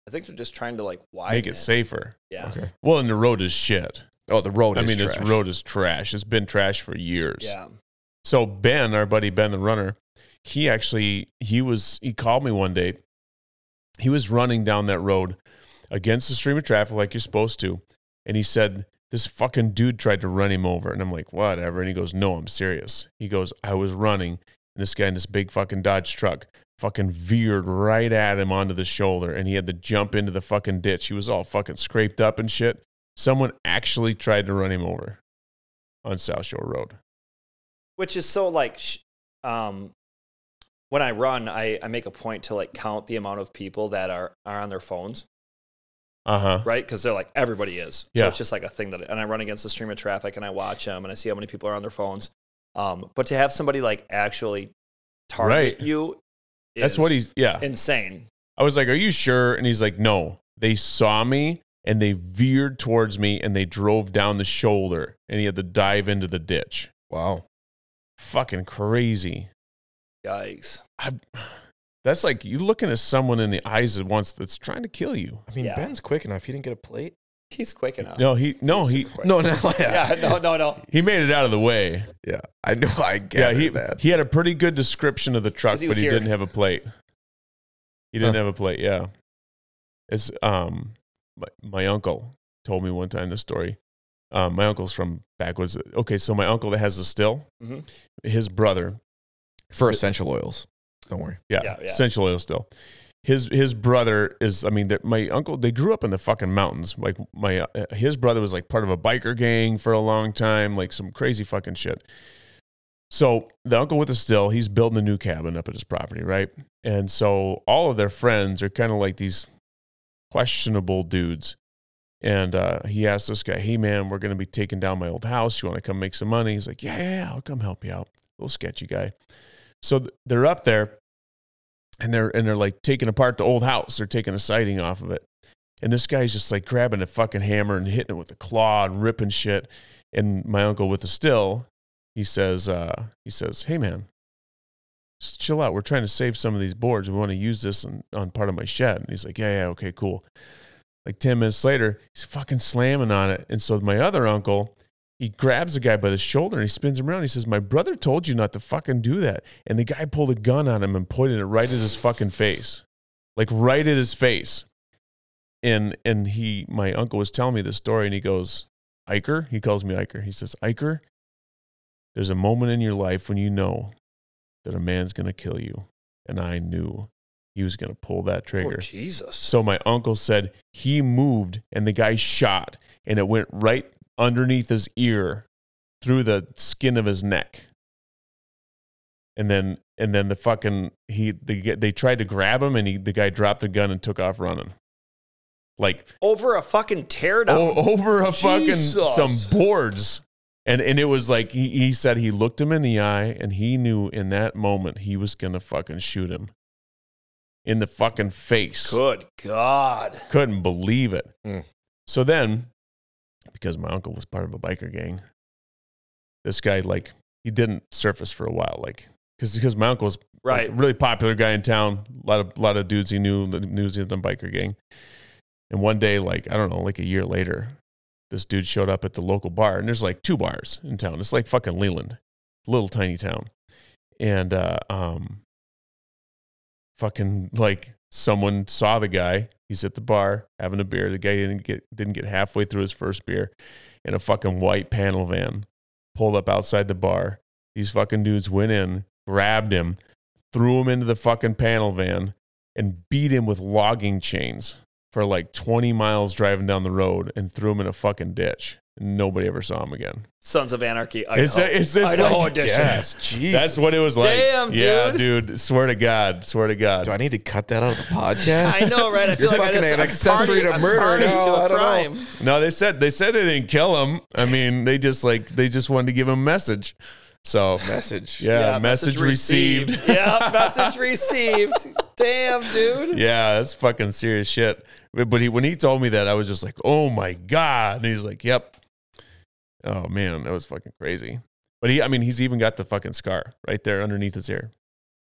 A: I think they're just trying to like widen
B: Make it safer.
A: Yeah.
C: okay.
B: Well, and the road is shit.
C: Oh, the road.
B: I
C: Is
B: mean,
C: trash.
B: this road is trash. It's been trash for years.
A: Yeah.
B: So Ben, our buddy Ben the runner, he actually he was he called me one day. He was running down that road against the stream of traffic like you're supposed to, and he said this fucking dude tried to run him over, and I'm like whatever, and he goes no, I'm serious. He goes I was running, and this guy in this big fucking Dodge truck fucking veered right at him onto the shoulder, and he had to jump into the fucking ditch. He was all fucking scraped up and shit. Someone actually tried to run him over on South Shore Road.
A: Which is so like, sh- um, when I run, I, I make a point to like count the amount of people that are, are on their phones,
B: Uh huh.
A: right? Because they're like, everybody is. So
B: Yeah.
A: it's just like a thing that, and I run against the stream of traffic and I watch them and I see how many people are on their phones. Um, but to have somebody like actually target
B: Right.
A: you is
B: That's what he's. Yeah.
A: insane.
B: I was like, "Are you sure?" And he's like, "No." They saw me and they veered towards me and they drove down the shoulder and he had to dive into the ditch.
C: Wow.
B: Fucking crazy.
A: Yikes.
B: I, that's like you looking at someone in the eyes at once that's trying to kill you.
C: I mean,
A: Yeah.
C: Ben's quick enough. He didn't get a plate.
A: He's quick enough.
B: No, he no
A: He's
B: he
A: quick.
C: No, no, yeah,
A: Yeah, no, no, no.
B: he made it out of the way.
C: yeah. I know. I gathered
B: yeah, he
C: that.
B: he had a pretty good description of the truck,
A: 'Cause he
B: but
A: was
B: he
A: here.
B: didn't have a plate. He didn't
C: Huh.
B: have a plate. Yeah, it's um, my, my uncle told me one time this story. Um, my uncle's from backwoods. Okay, so my uncle that has the still,
A: Mhm.
B: his brother,
C: For essential oils. Don't worry.
B: yeah,
A: Yeah, yeah.
B: essential oil still. His his brother is. I mean, they're- my uncle. They grew up in the fucking mountains. Like my uh, his brother was like part of a biker gang for a long time. Like some crazy fucking shit. So the uncle with the still, he's building a new cabin up at his property, right? And so all of their friends are kind of like these questionable dudes. And uh, he asked this guy, "Hey man, we're going to be taking down my old house. You want to come make some money?" He's like, "Yeah, yeah, yeah, I'll come help you out." Little sketchy guy. So th- they're up there and they're and they're like taking apart the old house. They're taking a siding off of it, and this guy's just like grabbing a fucking hammer and hitting it with a claw and ripping shit. And my uncle with the still, he says, uh, he says, hey man, just chill out. We're trying to save some of these boards. We want to use this on, on part of my shed. And he's like, yeah, yeah, okay, cool. Like 10 minutes later, he's fucking slamming on it. And so my other uncle, he grabs the guy by the shoulder and he spins him around. He says, My brother told you not to fucking do that. And the guy pulled a gun on him and pointed it right at his fucking face. Like right at his face. And and he my uncle was telling me this story and he goes, Iker, he calls me Iker. He says, Iker, there's a moment in your life when you know that a man's gonna kill you. And I knew he was gonna pull that
A: Oh,
B: trigger.
A: Jesus.
B: So my uncle said he moved and the guy shot and it went right underneath his ear through the skin of his neck. And then and then the fucking he they get- they tried to grab him and he the guy dropped the gun and took off running. Like
A: Over a fucking teardown.
B: o- over a
A: Jesus.
B: fucking some boards. And and it was like he, he said he looked him in the eye and he knew in that moment he was gonna fucking shoot him in the fucking face
A: Good God.
B: couldn't believe it.
C: Mm.
B: So then, because my uncle was part of a biker gang, this guy like he didn't surface for a while, like because because my uncle was like,
A: Right.
B: a really popular guy in town, a lot of lot of dudes he knew, the news he was in the biker gang, and one day like I don't know, like a year later, this dude showed up at the local bar, and there's like two bars in town. It's like fucking Leland, little tiny town, and uh, um, fucking like someone saw the guy. He's at the bar having a beer. The guy didn't get didn't get halfway through his first beer, and a fucking white panel van pulled up outside the bar. These fucking dudes went in, grabbed him, threw him into the fucking panel van, and beat him with logging chains for like 20 miles driving down the road and threw him in a fucking ditch. Nobody ever saw him again.
A: Sons of Anarchy. Idaho.
B: It's, it's just
A: Idaho
B: like-
A: edition.
B: Yes.
C: Jeez.
B: That's what it was like.
A: Damn,
B: Yeah, dude. Swear to God. Swear to God.
C: Do I need to cut that out of the podcast?
A: I know, right? I feel
C: You're
A: like I
C: fucking
A: just,
C: an
A: I'm
C: accessory
A: party-
C: to
A: I'm
C: murder
A: party
C: now,
A: to a
C: I don't know.
A: crime.
B: No, they said they said they didn't kill him. I mean, they just like they just wanted to give him a message. So
C: Message.
B: yeah, message, received.
A: yeah, message received. Damn, dude.
B: Yeah, that's fucking serious shit. But but he when he told me that, I was just like, oh my god. And he's like, yep. Oh man, that was fucking crazy. But he, I mean, he's even got the fucking scar right there underneath his ear.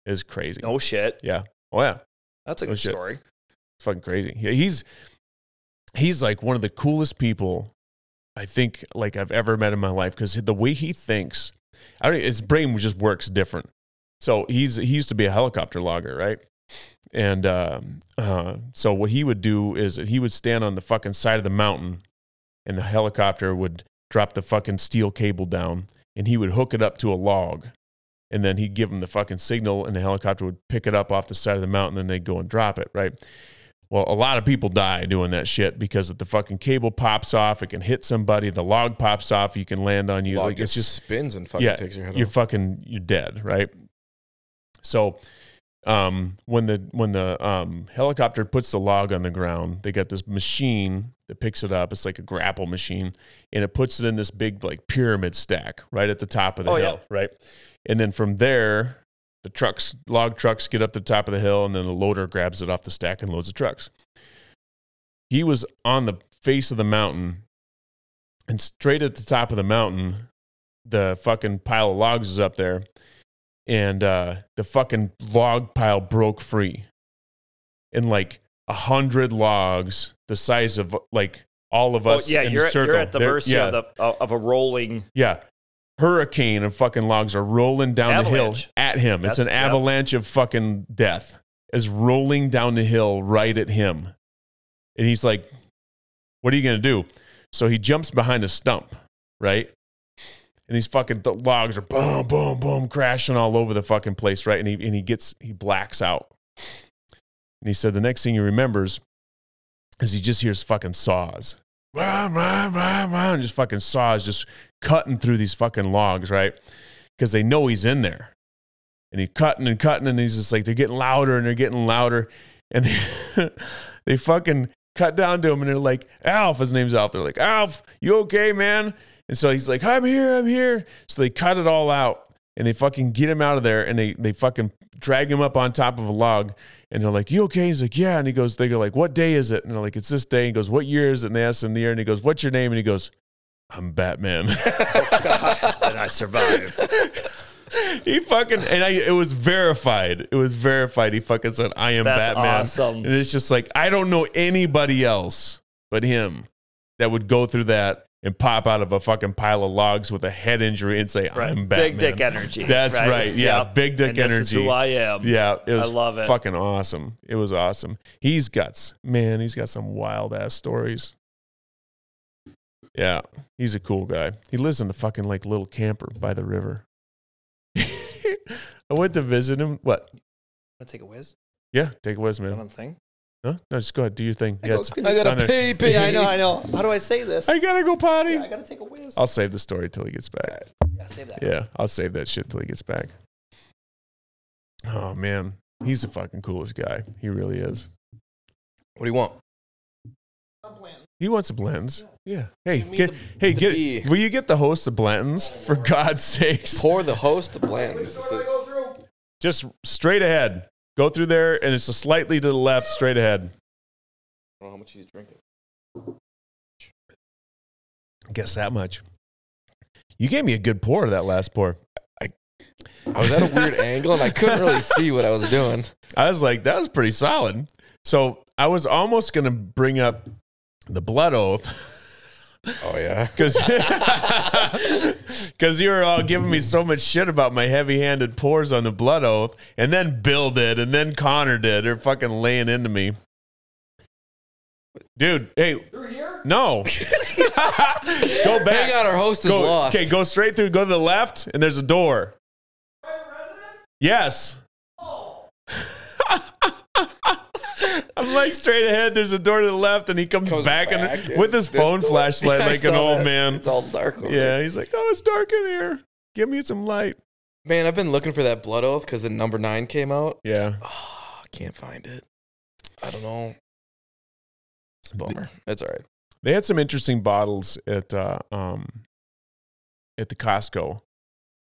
B: Is crazy.
A: No shit.
B: Yeah. Oh yeah.
A: That's a
B: No
A: good
B: shit.
A: story.
B: It's fucking crazy. Yeah, he's he's like one of the coolest people I think like I've ever met in my life because the way he thinks, I don't, his brain just works different. So he's he used to be a helicopter logger, right? And um uh, so what he would do is that he would stand on the fucking side of the mountain, and the helicopter would drop the fucking steel cable down, and he would hook it up to a log, and then he'd give him the fucking signal, and the helicopter would pick it up off the side of the mountain, and they'd go and drop it, right? Well, a lot of people die doing that shit because if the fucking cable pops off, it can hit somebody. The log pops off, you can land on you.
C: Log
B: like it's just
C: spins and fucking
B: Yeah,
C: takes your head
B: you're
C: off.
B: fucking you're dead, right? So um when the when the um helicopter puts the log on the ground, they got this machine that picks it up. It's like a grapple machine and it puts it in this big like pyramid stack right at the top of the
A: Oh,
B: hill, right? And then from there, the trucks, log trucks get up the top of the hill and then the loader grabs it off the stack and loads the trucks. He was on the face of the mountain and straight at the top of the mountain, the fucking pile of logs is up there and uh, the fucking log pile broke free and like a hundred logs the size of like all of
A: Oh,
B: us
A: yeah,
B: in
A: you're
B: a
A: at,
B: circle.
A: you're at the
B: They're-
A: mercy
B: yeah,
A: of, the, of a rolling.
B: yeah hurricane of fucking logs are rolling down the hill
A: Avalanche.
B: at him it's
A: That's-
B: an
A: yeah.
B: avalanche of fucking death is rolling down the hill right at him and he's like what are you gonna do so he jumps behind a stump right and these fucking th- logs are boom, boom, boom, crashing all over the fucking place, right? And he and he gets he blacks out. And he said the next thing he remembers is he just hears fucking saws, rah, rah, rah, rah, and just fucking saws just cutting through these fucking logs, right? Because they know he's in there, and he cutting and cutting, and he's just like they're getting louder and they're getting louder, and they, they fucking cut down to him, and they're like Alf, his name's Alf. They're like Alf, you okay, man? And so he's like, I'm here, I'm here. So they cut it all out and they fucking get him out of there and they, they fucking drag him up on top of a log and they're like, You okay? He's like, Yeah. And he goes, They go like, What day is it? And they're like, It's this day. And he goes, What year is it? And they ask him the year and he goes, What's your name? And he goes, I'm Batman.
A: and I survived.
B: he fucking and I it was verified. It was verified. He fucking said, I am
A: That's
B: Batman.
A: awesome.
B: And it's just like I don't know anybody else but him that would go through that and pop out of a fucking pile of logs with a head injury and say,
A: Right.
B: I'm Batman.
A: Big dick energy.
B: That's right. Yeah.
A: Yep.
B: Big dick
A: and
B: energy.
A: This is who I am.
B: Yeah, it was
A: I love it.
B: fucking awesome. It was awesome. He's got man, he's got some wild ass stories. Yeah, he's a cool guy. He lives in a fucking like little camper by the river. I went to visit him. What?
A: I'll take a whiz.
B: Yeah, take it with us,
A: One
B: man.
A: other thing.
B: Huh? No, just go ahead, do your thing.
C: I
B: Yeah, it's- on
C: gotta
B: there.
C: pee, pee.
A: Yeah, I know, I know. How do I say this?
B: I gotta go potty.
A: I gotta take a whiz.
B: I'll save the story till he gets back.
A: yeah, save that.
B: Yeah, I'll save that shit till he gets back. Oh man, he's the fucking coolest guy. He really is.
C: What do you want?
B: He wants a Blanton's. Yeah. Hey,
C: Give me
B: get,
C: the-
B: hey,
C: the
B: get.
C: bee.
B: Will you get the host of Blanton's for God's sakes?
C: Pour the host the Blanton's. This is-
B: Just straight ahead. Go through there, and it's a slightly to the left, straight ahead.
C: I don't know how much he's drinking.
B: Guess that much. You gave me a good pour to that last pour.
C: I was at a weird angle and I couldn't really see what I was doing.
B: I was like, that was pretty solid. So I was almost gonna bring up the blood oath.
C: Oh yeah.
B: because because you were all giving me so much shit about my heavy-handed pours on the blood oath, and then Bill did, and then Connor did. They're fucking laying into me, dude. Hey, no, go
C: Hang
B: back.
C: on, our host is
B: Go,
C: lost.
B: okay, go straight through. Go to the left, and there's a door. Yes. I'm like straight ahead. There's a door to the left, and he comes,
C: Comes
B: back, and,
C: and
B: with his
C: there's
B: phone
C: door-
B: flashlight
C: Yeah, I
B: like an
C: saw
B: old
C: that.
B: man.
C: It's all dark. Over there.
B: Yeah, he's like, oh, it's dark in here. Give me some light.
C: Man, I've been looking for that blood oath because the number nine came out.
B: Yeah.
C: Ah, can't find it. I don't know. It's a bummer. That's all right.
B: They had some interesting bottles at uh, um at the Costco.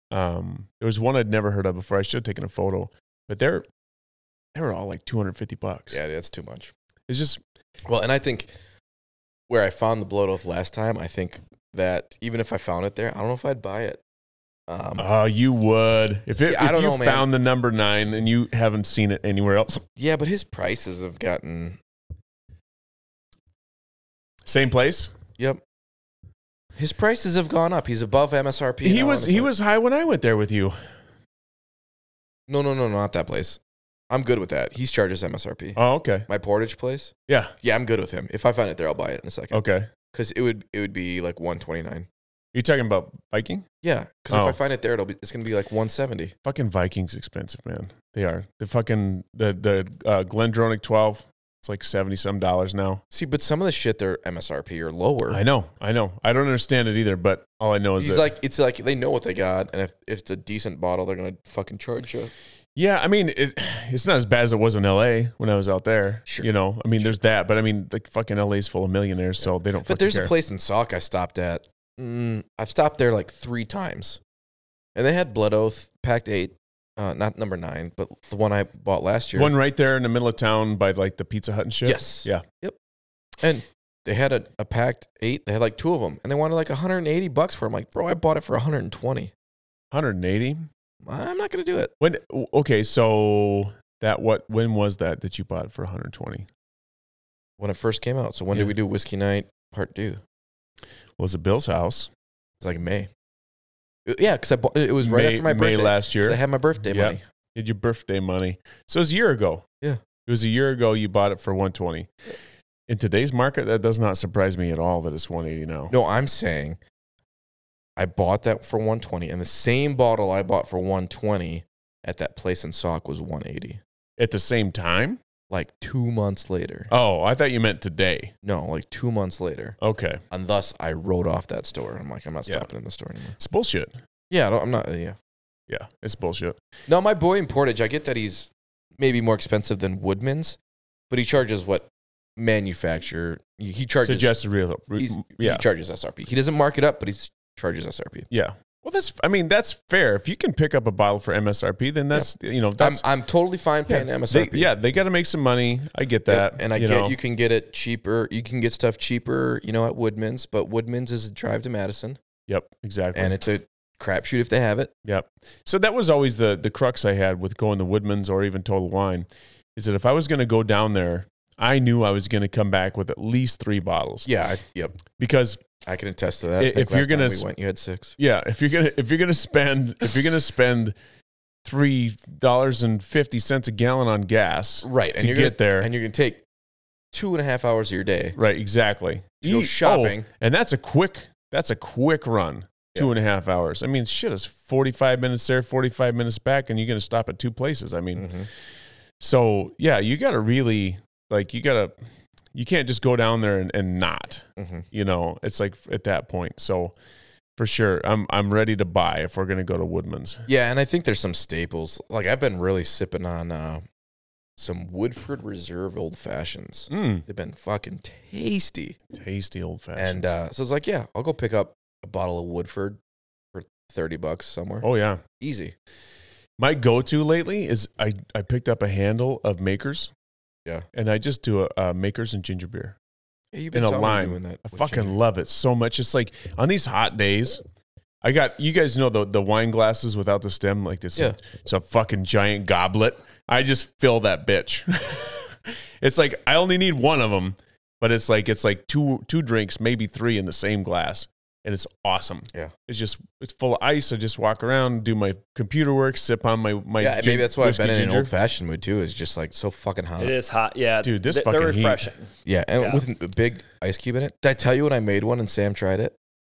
B: Um there was one I'd never heard of before. I should have taken a photo. But they're they were all like 250 bucks.
C: Yeah, that's too much.
B: It's just
C: Well, and I think where I found the blood oath last time, I think that even if I found it there, I don't know if I'd buy it. Um,
B: oh, you would. If it
C: See, I
B: if
C: don't
B: you
C: know, man.
B: found the number 9 and you haven't seen it anywhere else.
C: yeah, but his prices have gotten.
B: Same place.
C: Yep. His prices have gone up. He's above MSRP.
B: he
C: now,
B: was
C: and it's
B: he
C: like-
B: was high when I went there with you.
C: No, no, no, not that place. I'm good with that. He charges MSRP.
B: Oh, okay.
C: My Portage place.
B: Yeah.
C: Yeah, I'm good with him. If I find it there, I'll buy it in a second.
B: Okay.
C: Because it would it would be like 129.
B: You talking about Viking?
C: Yeah, because
B: Oh.
C: if I find it there, it'll be it's gonna be like 170.
B: Fucking Vikings expensive, man. They are. The fucking the the uh, Glendronic twelve. It's like seventy some dollars now.
C: See, but some of the shit they're MSRP or lower.
B: I know, I know. I don't understand it either, but all I know is
C: He's
B: that.
C: like, it's like they know what they got, and if, if it's a decent bottle, they're gonna fucking charge you.
B: yeah, I mean, it, it's not as bad as it was in L.A. when I was out there.
C: Sure.
B: You know, I mean, there's that, but I mean, like fucking L.A.'s full of millionaires, so they don't.
C: But
B: fucking
C: there's
B: care.
C: a place in Sauk I stopped at. Mm, I've stopped there like three times, and they had Blood Oath Pact Eight, uh, not number nine, but the one I bought last year.
B: one right there in the middle of town by like the Pizza Hut and shit.
C: Yes.
B: Yeah.
C: Yep. And they had a, a packed eight. They had like two of them, and they wanted like 180 bucks for. 'em. I'm like, bro, I bought it for 120.
B: Hundred and eighty.
C: I'm not gonna do it.
B: When okay, so that what when was that that you bought it for 120?
C: When it first came out. So when
B: Yeah.
C: did we do Whiskey Night Part Two?
B: Was it Bill's house?
C: It's like May. Uh, Yeah, because I bought, it was right
B: May,
C: after my birthday.
B: May last year.
C: 'Cause I had my birthday
B: Yeah.
C: money.
B: Did your birthday money. So it was a year ago.
C: Yeah.
B: It was a year ago you bought it for 120. In today's market, that does not surprise me at all that it's 180 now.
C: No, I'm saying I bought that for 120, and the same bottle I bought for 120 at that place in Sauk was 180.
B: At the same time?
C: Like two months later.
B: Oh, I thought you meant today.
C: No, like two months later.
B: Okay.
C: And thus, I wrote off that store. I'm like, I'm not
B: Yeah.
C: stopping in the store anymore.
B: It's bullshit.
C: Yeah, I don't, I'm not. uh, Yeah.
B: Yeah, it's bullshit.
C: No, my boy in Portage, I get that he's maybe more expensive than Woodman's, but he charges what manufacturer he he charges.
B: Suggested real.
C: he's,
B: yeah.
C: He charges SRP. He doesn't mark it up, but he charges SRP.
B: yeah. Well, that's. I mean, that's fair. If you can pick up a bottle for MSRP, then that's you know
C: I'm,
B: that's
C: I'm totally fine
B: yeah,
C: paying MSRP.
B: They, yeah, they got to make some money. I get that.
C: Yep, And I
B: you
C: get
B: know.
C: you can get it cheaper. You can get stuff cheaper, you know, at Woodman's, but Woodman's is a drive to Madison,
B: Yep, exactly.
C: and it's a crapshoot if they have it.
B: Yep. So that was always the the crux I had with going to Woodman's or even Total Wine, is that if I was going to go down there, I knew I was going to come back with at least three bottles.
C: Yeah, I, yep.
B: Because
C: I can attest to that.
B: I-
C: I think
B: if you're
C: last time
B: gonna
C: we
B: s-
C: went, you had six.
B: yeah, if you're gonna if you're gonna spend if you're gonna spend three dollars and fifty cents a gallon on gas,
C: Right, and
B: to
C: you're
B: get
C: gonna,
B: there.
C: and you're gonna take two and a half hours of your day.
B: right? Exactly.
C: To go
B: Eat- oh,
C: shopping.
B: and that's a quick that's a quick run. Two
C: Yeah.
B: and a half hours. I mean, shit, it's 45 minutes there, 45 minutes back, and you're going to stop at two places. I mean,
C: Mhm.
B: So yeah, you gotta really like you gotta you can't just go down there and, and not.
C: Mhm.
B: You know, it's like at that point. So for sure, I'm I'm ready to buy if we're gonna go to Woodman's.
C: Yeah, and I think there's some staples. Like I've been really sipping on uh, some Woodford Reserve old fashions.
B: Mm,
C: They've been fucking tasty.
B: tasty old fashioned.
C: And uh, so it's like, yeah, I'll go pick up a bottle of Woodford for 30 bucks somewhere.
B: oh yeah.
C: Easy.
B: My go to lately is I, I picked up a handle of makers.
C: Yeah.
B: And I just do a, uh makers and ginger beer.
C: Yeah, you've
B: In a
C: telling me
B: lime.
C: that.
B: I
C: with
B: fucking
C: ginger.
B: love it so much. It's like on these hot days, I got you guys know the the wine glasses without the stem, like this.
C: Yeah.
B: It's a fucking giant goblet. I just fill that bitch. it's like I only need one of them, but it's like it's like two two drinks, maybe three in the same glass, and it's awesome.
C: Yeah.
B: It's just it's full of ice. I just walk around, do my computer work, sip on my my.
C: Yeah,
B: gin-
C: maybe that's why I've
B: whiskey
C: been in an
B: ginger.
C: old fashioned mood too. Is just like so fucking hot.
A: It is hot. Yeah,
B: Dude, this
A: They-
B: fucking
A: they're
B: heat.
A: refreshing.
C: Yeah, and
A: Yeah.
C: with a big ice cube in it. Did I tell you when I made one and Sam tried it?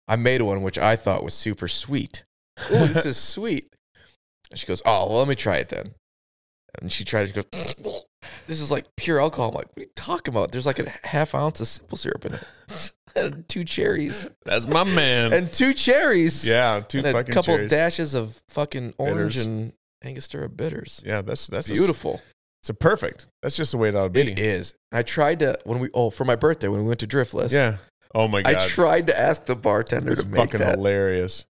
C: I made one which I thought was super sweet. Oh, this is sweet. And she goes, "Oh, well, let me try it then." And she tried. it, She goes, "This is like pure alcohol." I'm like, "What are you talking about? There's like a half ounce of simple syrup in it, and two cherries,
B: That's my man.
C: and two cherries,
B: yeah, two
C: and a
B: fucking
C: couple
B: cherries.
C: dashes of fucking orange
B: Bitters.
C: and Angostura bitters.
B: yeah, that's that's a-
C: Beautiful.
B: it's a perfect. That's just the way it ought to be.
C: It is. I tried to when we oh for my birthday when we went to Driftless.
B: Yeah. Oh my
C: I
B: god.
C: tried to ask the bartender
B: It's
C: to make
B: fucking
C: that.
B: hilarious.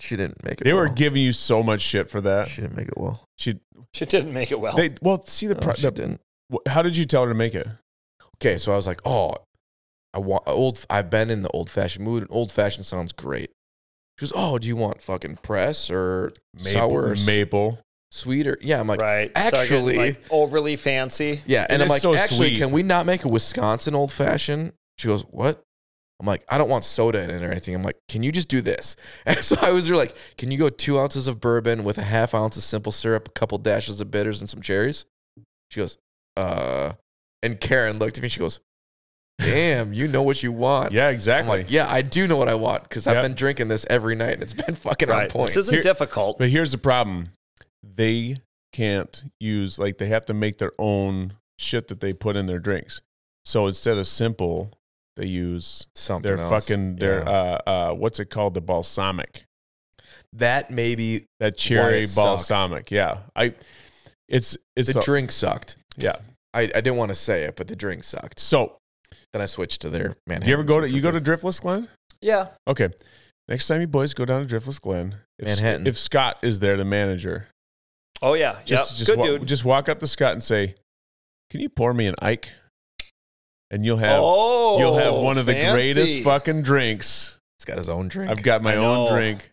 C: She didn't make it.
B: They were
C: well.
B: giving you so much shit for that.
C: She didn't make it well.
B: She
A: She didn't make it well.
B: they well see the,
C: No,
B: pro-
C: Oh. she
B: the-
C: didn't.
B: wh- how did you tell her to make it?
C: Okay, so I was like, oh, I want old. I've been in the old fashioned mood, and old fashioned sounds great. She goes, oh, do you want fucking press or sour, or
B: maple.
C: sweeter? Yeah, I'm like,
A: right. Start getting,
C: actually-
A: like, overly fancy.
C: yeah, and,
B: And
C: I'm
B: it's
C: like,
B: so
C: actually,
B: sweet.
C: can we not make a Wisconsin old fashioned? She goes, what? I'm like, I don't want soda in it or anything. I'm like, can you just do this? And so I was there like, can you go two ounces of bourbon with a half ounce of simple syrup, a couple dashes of bitters, and some cherries? She goes, uh, and Karen looked at me. She goes, damn, you know what you want.
B: Yeah,
C: I'm
B: exactly.
C: like, yeah, I do know what I want because I've
B: Yep.
C: been drinking this every night and it's been fucking on
A: Right.
C: point.
A: This isn't
B: Here-
A: difficult.
B: But here's the problem. They can't use like they have to make their own shit that they put in their drinks. So instead of simple, they use
C: Something
B: their
C: else.
B: fucking their
C: Yeah.
B: uh uh what's it called? The balsamic.
C: that maybe
B: That cherry
C: it sucked.
B: balsamic. Yeah. I it's it's
C: the
B: a-
C: drink sucked.
B: yeah.
C: I, I didn't want to say it, but the drink sucked.
B: So
C: Then I switched to their man.
B: Do you ever go to you go to Driftless Glen?
A: yeah.
B: Okay. Next time you boys go down to Driftless Glen, if,
C: Manhattan.
B: if Scott is there, the manager,
A: Oh yeah.
B: just
A: yep.
B: just,
A: Good
B: wa-
A: dude.
B: just walk up to Scott and say, "Can you pour me an Ike?" And you'll have
A: oh,
B: you'll have one of the
A: fancy.
B: greatest fucking drinks.
C: He's got his own drink.
B: I've got my
A: I
B: own
A: know.
B: drink.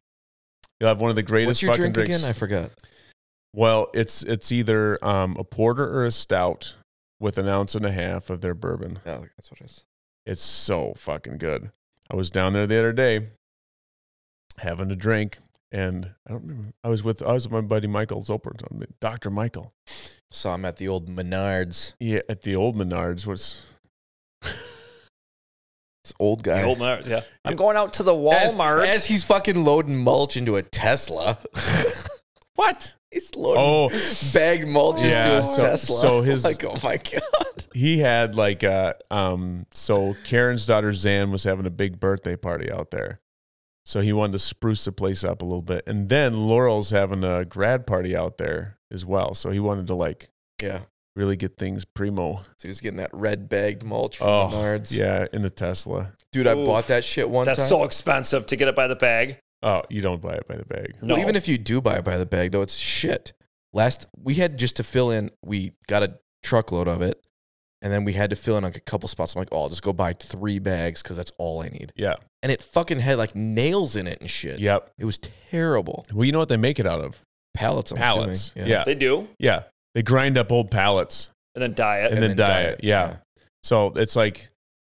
B: You'll have one of the greatest
C: What's your
B: fucking
C: drink
B: drinks.
C: again? I forgot.
B: well, it's it's either um, a porter or a stout with an ounce and a half of their bourbon.
C: Oh, that's what it is.
B: It's so fucking good. I was down there the other day having a drink and I don't remember I was with I was with my buddy Michael Zolpert, I mean, Dr. Michael.
C: Saw him at the old Menards.
B: Yeah, at the old Menards was
C: This old guy.
A: The old Mars, yeah. I'm going out to the Walmart.
C: As, as he's fucking loading mulch into a Tesla.
B: What?
C: he's loading
B: Oh
C: bagged mulches
B: Yeah,
C: to a
B: so-
C: Tesla.
B: so his-
C: like, oh my god.
B: he had like uh um so Karen's daughter Zan was having a big birthday party out there. So he wanted to spruce the place up a little bit. And then Laurel's having a grad party out there as well. So he wanted to like
C: Yeah.
B: really get things primo.
C: So he's getting that red bagged mulch from
B: Oh,
C: Menards.
B: yeah, in the Tesla.
C: Dude, I
A: Oof.
C: bought that shit one
A: That's
C: time.
A: so expensive to get it by the bag.
B: Oh, you don't buy it by the bag.
A: No.
C: Well, even if you do buy it by the bag, though, it's shit. Last we had just to fill in, we got a truckload of it, and then we had to fill in like a couple spots. I'm like, oh, I'll just go buy three bags because that's all I need.
B: Yeah.
C: And it fucking had like nails in it and shit.
B: Yep.
C: It was terrible.
B: Well, you know what they make it out of?
C: Pallets, I'm
B: Pallets.
C: assuming.
B: Yeah.
A: they do,
B: Yeah. They grind up old pallets
A: and then dye it.
B: and, then dye it. Yeah. So it's like,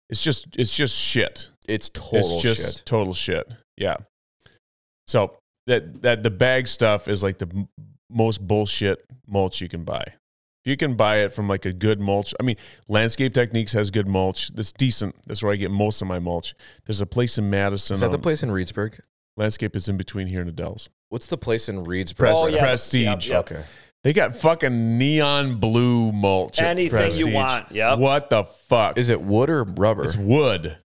B: it's just, it's just shit.
C: It's total
B: it's just
C: shit.
B: total shit. Yeah. So that that the bag stuff is like the m- most bullshit mulch you can buy. If you can buy it from like a good mulch, I mean, Landscape Techniques has good mulch. That's decent. That's where I get most of my mulch. There's a place in Madison.
C: Is that the
B: um,
C: place in Reedsburg?
B: Landscape is in between here and Adele's.
C: What's the place in Reedsburg?
B: Pres-
A: Oh, yeah.
B: Prestige.
A: Yep, yep.
C: Okay.
B: They got fucking neon blue mulch. at
A: Anything you
B: Prestige.
A: want. Yep.
B: What the fuck?
C: Is it wood or rubber?
B: it's wood.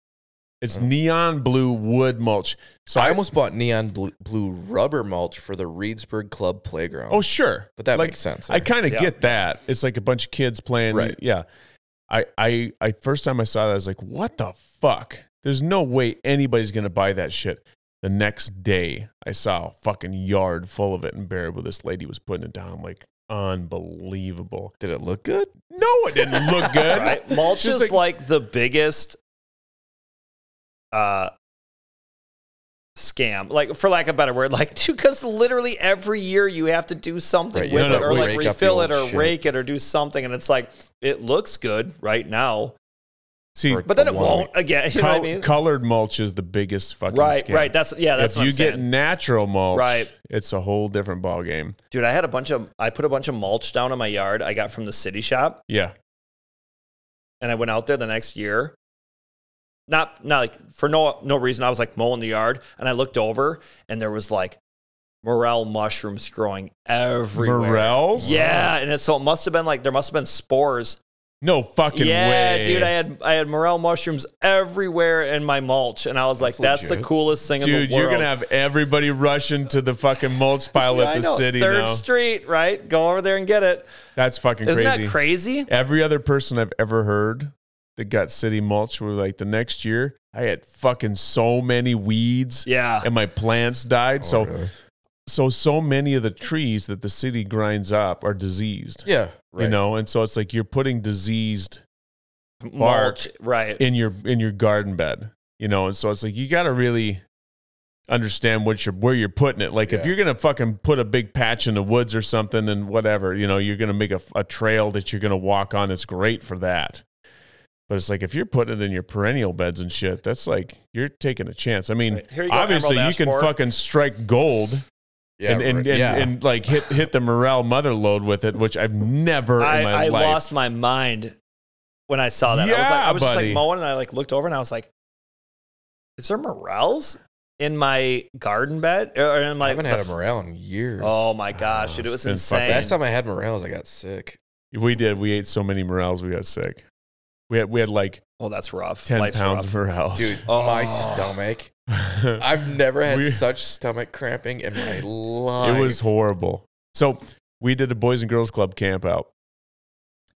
B: It's neon blue wood mulch. So
C: Oh. I
B: I,
C: almost bought neon blue, blue rubber mulch for the Reedsburg Club playground.
B: oh sure,
C: but that
B: like,
C: makes sense.
B: I kind of
A: Yeah.
B: get that. It's like a bunch of kids playing.
C: Right.
B: Yeah. I, I, I first time I saw that, I was like, what the fuck? There's no way anybody's going to buy that shit. The next day, I saw a fucking yard full of it and buried where this lady was putting it down. I'm like, unbelievable.
C: Did it look good?
B: No, it didn't look good.
A: right? Mulch
B: Just
A: is like, the biggest uh scam. Like for lack of a better word, like because literally every year you have to do something
C: Right, you
A: with
B: gotta
A: it or like
C: rake up the
A: refill it
C: old
A: or
C: shit.
A: rake it or do something and it's like it looks good right now,
B: See,
C: Or-
A: but then it
C: Wow.
A: won't again. You know what I
B: col-
A: mean?
B: colored mulch is the biggest fucking
A: Right,
B: scam.
A: right. That's yeah, that's
B: if
A: what
B: you
A: I'm
B: get
A: saying.
B: natural mulch,
A: Right.
B: it's a whole different ballgame.
A: Dude, I had a bunch of I put a bunch of mulch down in my yard I got from the city shop.
B: Yeah.
A: and I went out there the next year. Not not like for no no reason. I was like mowing the yard, and I looked over, and there was like morel mushrooms growing everywhere.
B: Morels?
A: Yeah, and it, so it must have been like there must have been spores.
B: No fucking
A: yeah,
B: way.
A: dude, I had I had morel mushrooms everywhere in my mulch, and I was like,
C: That's
A: that's,
C: legit.
A: the coolest thing in
B: Dude,
A: the world.
B: you're gonna have everybody rushing to the fucking mulch pile
A: I
B: at the
A: know,
B: city
A: Third
B: now.
A: Street, right? Go over there and get it.
B: That's fucking
A: Isn't
B: crazy.
A: that crazy?
B: Every other person I've ever heard that got city mulch were like, the next year I had fucking so many weeds
A: Yeah.
B: and my plants died. so so so many of the trees that the city grinds up are diseased.
C: yeah, right.
B: You know, and so it's like you're putting diseased
A: Mulch, right?
B: in your in your garden bed you know and so it's like you got to really understand what you're where you're putting it like if
C: Yeah.
B: you're gonna fucking put a big patch in the woods or something and whatever you know you're gonna make a, a trail that you're gonna walk on it's great for that but it's like if you're putting it in your perennial beds and shit that's like you're taking a chance i mean
A: Right. Here you go,
B: obviously
A: Emerald
B: you can
A: Ashmore.
B: fucking strike gold
C: yeah,
B: and, and,
C: right.
B: and,
C: yeah.
B: and like hit hit the morale mother load with it which i've never in my
A: I, I
B: life
A: lost my mind when I saw that. I was like,
B: Yeah,
A: I was just
B: buddy.
A: like mowing, and I like looked over, and I was like, "Is there morels in my garden bed?" Or- Or in my,
C: I haven't had a morale in years.
A: Oh my gosh, dude, it was
B: It's been fucking-
A: insane.
C: Oh, Last time I had morels, I got sick.
B: we did we ate so many morels we got sick we had, we had like
A: oh, that's rough.
B: 10
A: Life's
B: pounds
A: rough.
B: for house.
C: Dude,
A: Oh.
C: my stomach.
B: it
C: I've never had
B: We-
C: such stomach cramping in my life.
B: was horrible. So we did a Boys and Girls Club camp out.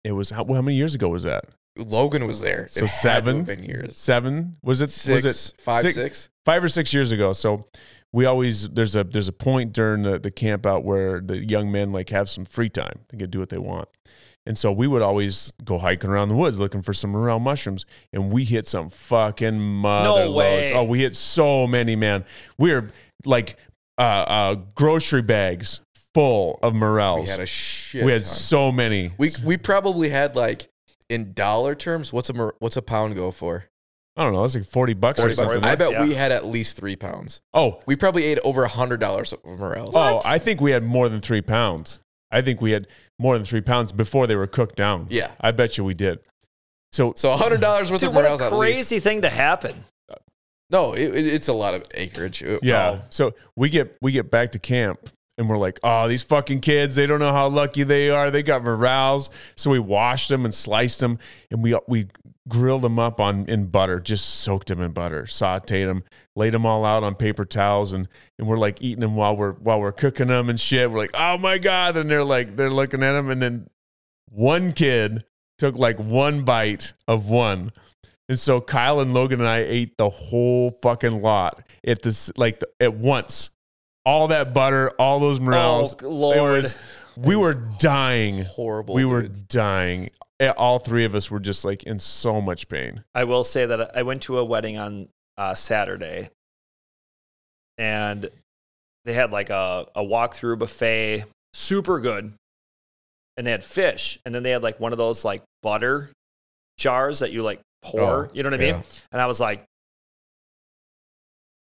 B: It was, how, how many years ago was that?
C: Logan was there.
B: So
C: It had to
B: seven?
C: have been years.
B: Seven? Was it,
C: Six,
B: was it
C: five,
B: six-
C: six?
B: five or six years ago? So we always, there's a, there's a point during the, the camp out where the young men like have some free time. They can do what they want. And so we would always go hiking around the woods looking for some morel mushrooms, and we hit some fucking mother loads.
A: way.
B: Oh, we hit so many, man. We were like uh, uh, grocery bags full of morels.
C: We had a shit.
B: We had
C: ton.
B: so many.
C: we we probably had like in dollar terms. What's a mor- what's a pound go for?
B: I don't know. It's like forty bucks or
C: 40 bucks.
B: something.
C: I bet
A: yeah.
C: we had at least three pounds.
B: Oh,
C: We probably ate over a hundred dollars of morels.
B: oh, I think we had more than three pounds. I think we had more than three pounds before they were cooked down.
C: Yeah.
B: I bet you we did. So
C: So a hundred dollars worth
A: Dude,
C: of
A: what
C: morels
A: a
C: at least.
A: crazy thing to happen.
C: No, it, it- it's a lot of acreage. It-
B: Yeah.
C: wow.
B: So we get we get back to camp and we're like, oh, these fucking kids, they don't know how lucky they are. They got morels. So we washed them and sliced them and we we grilled them up on in butter, just soaked them in butter, sauteed them, laid them all out on paper towels and and we're like eating them while we're while we're cooking them and shit. We're like, oh my God. And they're like, they're looking at them. And then one kid took like one bite of one And so Kyle and Logan and I ate the whole fucking lot at this like at once. All that butter, all those morels.
A: Oh, Lord.
B: was- we were dying.
C: Horrible.
B: We were
C: dude.
B: dying. Eh, All three of us were just like in so much pain.
A: I will say that I went to a wedding on uh, Saturday, and they had like a, a walkthrough buffet, super good, and they had fish, and then they had like one of those like butter jars that you like pour.
C: Oh,
A: you know what I mean?
C: yeah.
A: And I was like,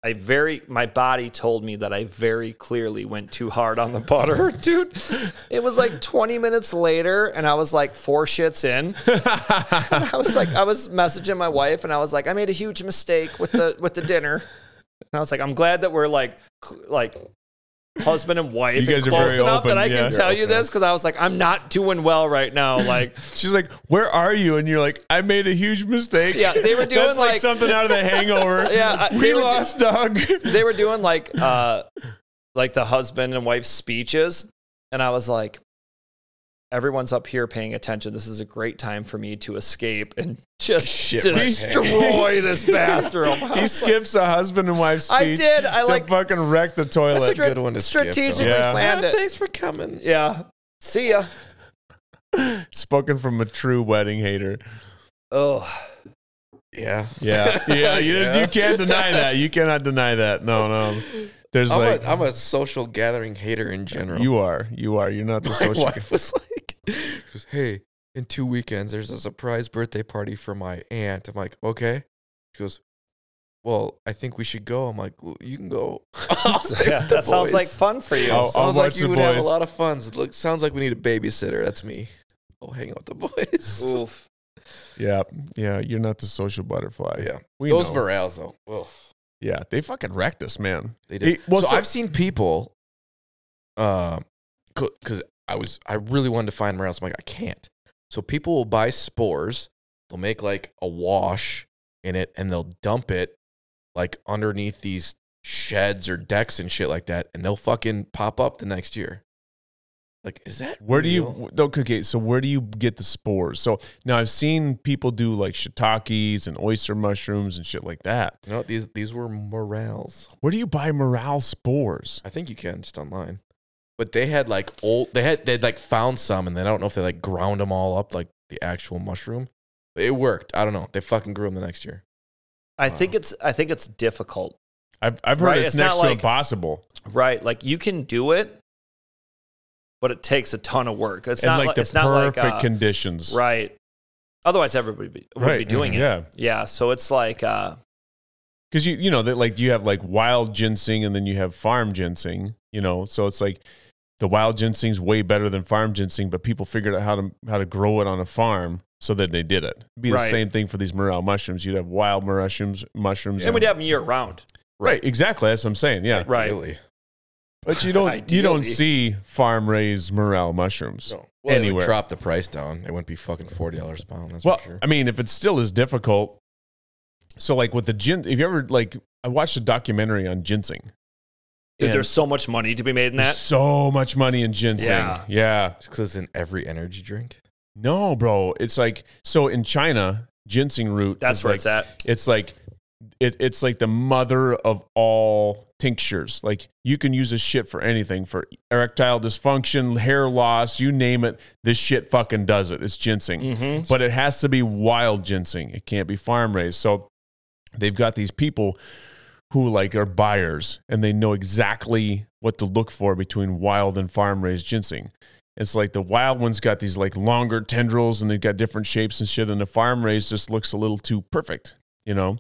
A: I very my body told me that I very clearly went too hard on the butter, dude. It was like 20 minutes later, and I was like four shits in. And I was like, I was messaging my wife, and I was like, I made a huge mistake with the with the dinner. And I was like, I'm glad that we're like cl- like husband and wife.
B: You
A: and
B: guys are
A: close
B: very
A: enough
B: open,
A: that I
B: yeah.
A: can tell you
C: You're open.
A: this because I was like, I'm not doing well right now. Like,
B: She's like, "Where are you?" And you're like, "I made a huge mistake."
A: Yeah, they were doing,
B: That's like,
A: like-
B: something out of The Hangover.
A: Yeah, I-
B: we
A: they were do-
B: lost Doug.
A: they were doing like uh like the husband and wife speeches and i was like everyone's up here paying attention this is a great time for me to escape and just
C: Shit my pants.
A: destroy this bathroom I
B: he
A: was like,
B: skips a husband and wife speech.
A: I did. I
B: to
A: like-
B: fucking wreck the
A: "That's a
B: toilet.
C: good one to skip, though."
A: strategically
B: Yeah.
A: planned it
C: thanks for coming.
A: yeah see ya
B: Spoken from a true wedding hater.
A: oh
C: Yeah.
B: Yeah, yeah. You,
C: Yeah.
B: you can't deny that. You cannot deny that. No, no. There's
C: I'm,
B: like
C: a, I'm a social gathering hater in general.
B: you are, you are. You're not the
C: My
B: social.
C: wife was like, she goes, "Hey, in two weekends, there's a surprise birthday party for my aunt." I'm like, "Okay." She goes, "Well, I think we should go." I'm like, well, "You can go." I was like,
A: yeah
C: "The
A: that sounds
C: boys." Oh.
A: like fun for you
B: I'll- I'll
C: Sounds like
B: watch
C: you
B: the
C: would have a
B: boys.
C: lot of fun. Look, sounds like we need a babysitter. That's me. I'll hang out with the boys.
A: Oof.
B: Yeah, yeah. You're not the social butterfly.
C: Yeah,
B: we
C: those
B: know.
C: morales though. Well,
B: yeah, they fucking wrecked this man.
C: they did.
B: He- well,
C: so,
B: so-
C: I've seen people, um, because I was I really wanted to find morels. I'm like I can't. So people will buy spores. They'll make like a wash in it, and they'll dump it like underneath these sheds or decks and shit like that, and they'll fucking pop up the next year. Like, is that
B: Where do
C: real?
B: you okay, okay? So where do you get the spores? So now I've seen people do like shiitakes and oyster mushrooms and shit like that.
C: No, these these were morels.
B: Where do you buy morale spores?
C: I think you can just online. But they had like old. They had they'd like found some, and then I don't know if they like ground them all up like the actual mushroom. It worked. I don't know. They fucking grew them the next year.
A: i think it's i think it's difficult
B: I've I've heard
A: Right,
B: it's,
A: it's
B: next
A: not
B: to
A: like-
B: impossible.
A: Right. Like you can do it, but it takes a ton of work. It's
B: and
A: not
B: like
A: like,
B: the
A: it's not
B: perfect
A: like uh,
B: conditions.
A: right. Otherwise, everybody be, would be
B: Right,
A: doing
B: mhm,
A: it.
B: yeah.
A: Yeah. So it's like uh,
B: Because you you know that like you have like wild ginseng and then you have farm ginseng, you know. So it's like the wild ginseng's way better than farm ginseng, but people figured out how to how to grow it on a farm, so that they did it. It'd be the
A: Right.
B: same thing for these morel mushrooms. You'd have wild mushrooms, mushrooms,
A: and we'd have them year round.
B: Right, exactly. That's what I'm saying. Yeah,
A: Right.
C: Really?
B: but you don't you
A: Ideally.
B: don't see farm raised morel mushrooms.
C: No. Well, Anywhere. They would
B: Anywhere.
C: drop the price down. It wouldn't be fucking forty dollars a pound. That's
B: well,
C: for sure.
B: I mean, if it still is difficult, so like with the gin, if you ever like, I watched a documentary on ginseng.
A: Dude,
B: And
A: there's so much money to be made in that.
B: there's so much money in ginseng.
A: Yeah.
B: yeah.
C: Because in every energy drink.
B: No, bro. It's like so in China, ginseng root.
A: That's
B: is
A: where
B: like,
A: it's at.
B: It's like it, it's like the mother of all tinctures. Like you can use this shit for anything, for erectile dysfunction, hair loss, you name it. This shit fucking does it. It's ginseng,
A: Mm-hmm.
B: but it has to be wild ginseng. It can't be farm raised. So they've got these people who like are buyers and they know exactly what to look for between wild and farm raised ginseng. It's like the wild one's got these like longer tendrils and they've got different shapes and shit, and the farm raised just looks a little too perfect, you know?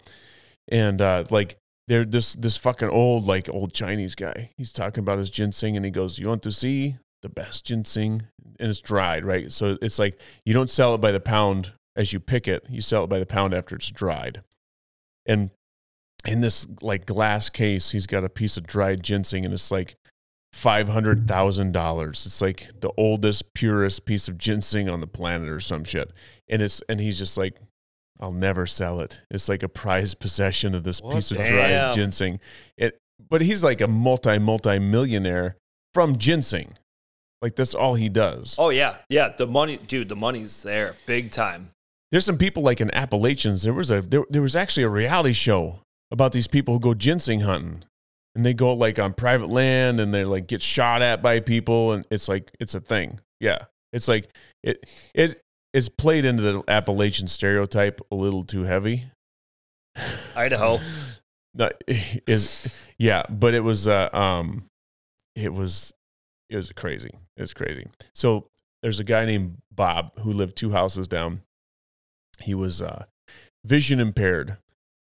B: And uh, like they're this this fucking old, like old Chinese guy. He's talking about his ginseng and he goes, You want to see the best ginseng? And it's dried, right? So it's like you don't sell it by the pound as you pick it, you sell it by the pound after it's dried. And in this like glass case, he's got a piece of dried ginseng and it's like five hundred thousand dollars. It's like the oldest, purest piece of ginseng on the planet or some shit. And it's and he's just like, I'll never sell it. It's like a prized possession of this
C: What
B: piece of
A: the-
B: dried
A: Damn.
B: ginseng. It but he's like a multi multi millionaire from ginseng. Like that's all he does.
A: Oh yeah, yeah. The money, dude. The money's there, big time.
B: There's some people like in Appalachians. There was a there, there was actually a reality show about these people who go ginseng hunting, and they go like on private land and they like get shot at by people, and it's like it's a thing. Yeah, it's like it it it's played into the Appalachian stereotype a little too heavy.
A: Idaho.
B: No, is yeah, but it was uh, um, it was it was crazy. It was crazy. So there's a guy named Bob who lived two houses down. He was uh, vision impaired,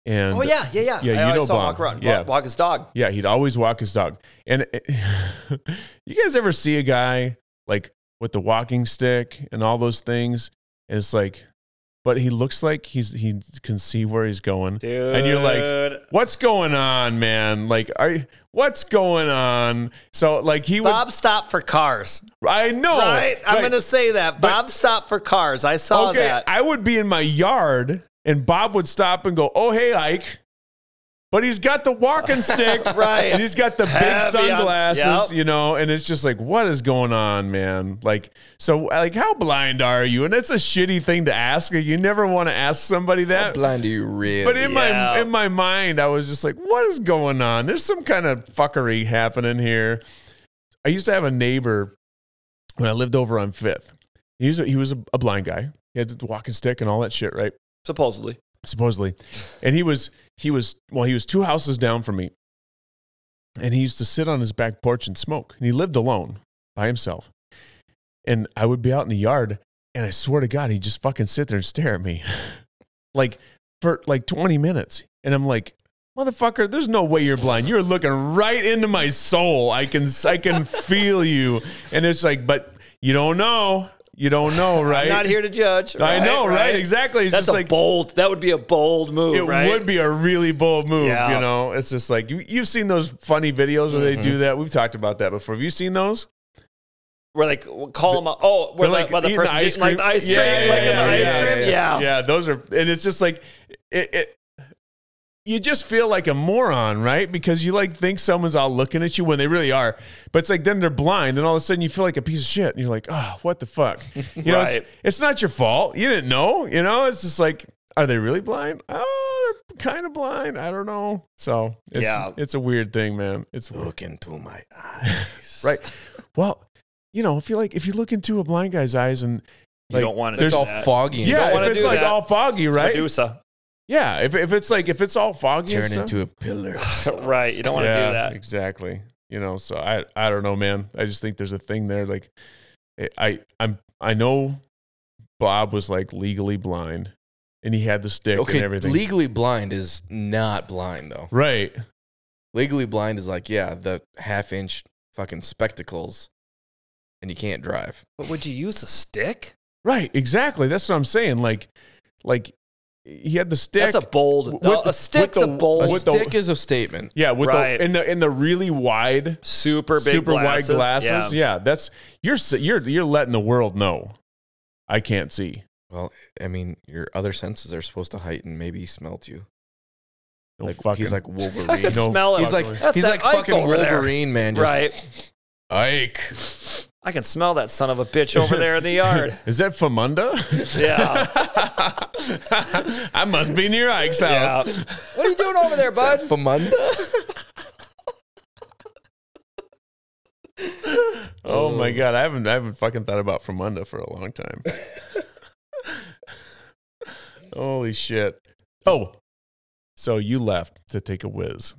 B: and
A: Oh yeah, yeah, yeah.
B: Yeah,
A: I
B: you
A: always
B: know
A: saw him
B: Bob.
A: walk around,
B: Yeah.
A: walk, walk his dog.
B: yeah, he'd always walk his dog. And it- you guys ever see a guy like with the walking stick and all those things? And it's like, but he looks like he's he can see where he's going.
A: Dude.
B: And you're like, What's going on, man? Like, are you, what's going on? So, like, he would.
A: Bob stopped for cars.
B: I know,
A: right? I'm
B: Like,
A: going to say that.
B: But-
A: Bob stopped for cars. I saw
B: okay,
A: that.
B: I would be in my yard, and Bob would stop and go, "Oh, hey, Ike." But he's got the walking stick,
A: Right.
B: And he's got the big
A: Heavy on-
B: sunglasses,
A: Yep.
B: you know. And it's just like, what is going on, man? Like, so, like, how blind are you? And that's a shitty thing to ask. You never want to ask somebody
C: How
B: that.
C: blind are you really?
B: Uh, But in
A: Yeah.
B: my in my mind, I was just like, "What is going on? There's some kind of fuckery happening here." I used to have a neighbor when I lived over on Fifth. He was a, he was a, a blind guy. He had the walking stick and all that shit, right?
A: Supposedly.
B: Supposedly, and he was he was well, he was two houses down from me, and he used to sit on his back porch and smoke. And he lived alone by himself. And I would be out in the yard, and I swear to God, he'd just fucking sit there and stare at me, like for like twenty minutes. And I'm like, motherfucker, there's no way you're blind. You're looking right into my soul. I can I can feel you. And it's like, but you don't know. You don't know, right?
A: I'm not here to judge.
B: I know, right? Exactly. It's
A: That's a
B: just like
A: bold. That would be a bold move,
B: it
A: right?
B: would be a really bold move.
A: Yeah. Mm-hmm.
B: You know, it's just like you, you've seen those funny videos where they do that. We've talked about that before. Have you seen those?
A: We're like, we'll call him. Up. Oh, we're
B: They're
A: like,
B: like
A: well, the
B: eating the
A: person
B: ice
A: eating, like the
B: cream.
A: ice cream,
B: Yeah, yeah,
A: like in
B: yeah,
A: the
B: yeah,
A: ice
C: yeah,
A: cream. Yeah,
B: yeah, those are, and it's just like it. it you just feel like a moron, right? Because you like think someone's out looking at you when they really are, but it's like then they're blind, and all of a sudden you feel like a piece of shit, and you're like, oh, what the fuck? You know, it's-
A: Right.
B: it's, not your fault. You didn't know. You know, it's just like, are they really blind? Oh, they're kind of blind. I don't know. So it's,
A: Yeah.
B: it's a weird thing, man. It's weird.
C: Look into my eyes.
B: right? Well, you know, if you like, if you look into a blind guy's eyes and
A: You don't want to.
B: there's
C: It's all
A: that.
C: foggy. and
B: yeah,
A: wanna
B: if it's
A: do
B: like
A: that.
B: all foggy, right?
A: Medusa.
B: Yeah, if if it's like if it's all foggy, and
C: Turn
B: stuff-
C: into a pillar.
A: right. You don't want to
B: yeah,
A: do that.
B: exactly. You know, so I I don't know, man. I just think there's a thing there. Like, I- I I'm I know Bob was like legally blind, and he had the stick
C: Okay,
B: and everything.
C: legally blind is not blind though.
B: right?
C: Legally blind is like yeah, the half inch fucking spectacles, and you can't drive.
A: But would you use a stick?
B: Right. Exactly. That's what I'm saying. Like, like he had the stick.
A: That's a bold.
B: With
A: no,
B: the-
A: a stick's
B: with
A: a
B: the-
C: A
A: bold.
B: with the-
C: stick is a statement.
B: yeah, with
A: Right.
B: the in the in the really wide
A: super big,
B: super
A: glasses.
B: wide glasses. Yeah. that's you're s- you're you're letting the world know I can't see.
C: Well, I mean, your other senses are supposed to heighten. Maybe he smelt you.
B: No
C: like
B: fucking-
C: he's like
A: I can
C: Wolverine.
B: No,
A: smell it.
C: he's like
A: That's
C: he's
A: that
C: like
A: Ike
C: fucking
A: over there.
C: Wolverine, man. Just
A: right.
C: Ike.
A: I can smell that son of a bitch over there in the yard.
B: Is that Famunda?
A: Yeah.
B: I must be near Ike's
A: yeah.
B: house.
A: What are you doing over there, bud?
C: Famunda.
B: Oh my god, I haven't I haven't fucking thought about Famunda for a long time. Holy shit. Oh. So you left to take a whiz.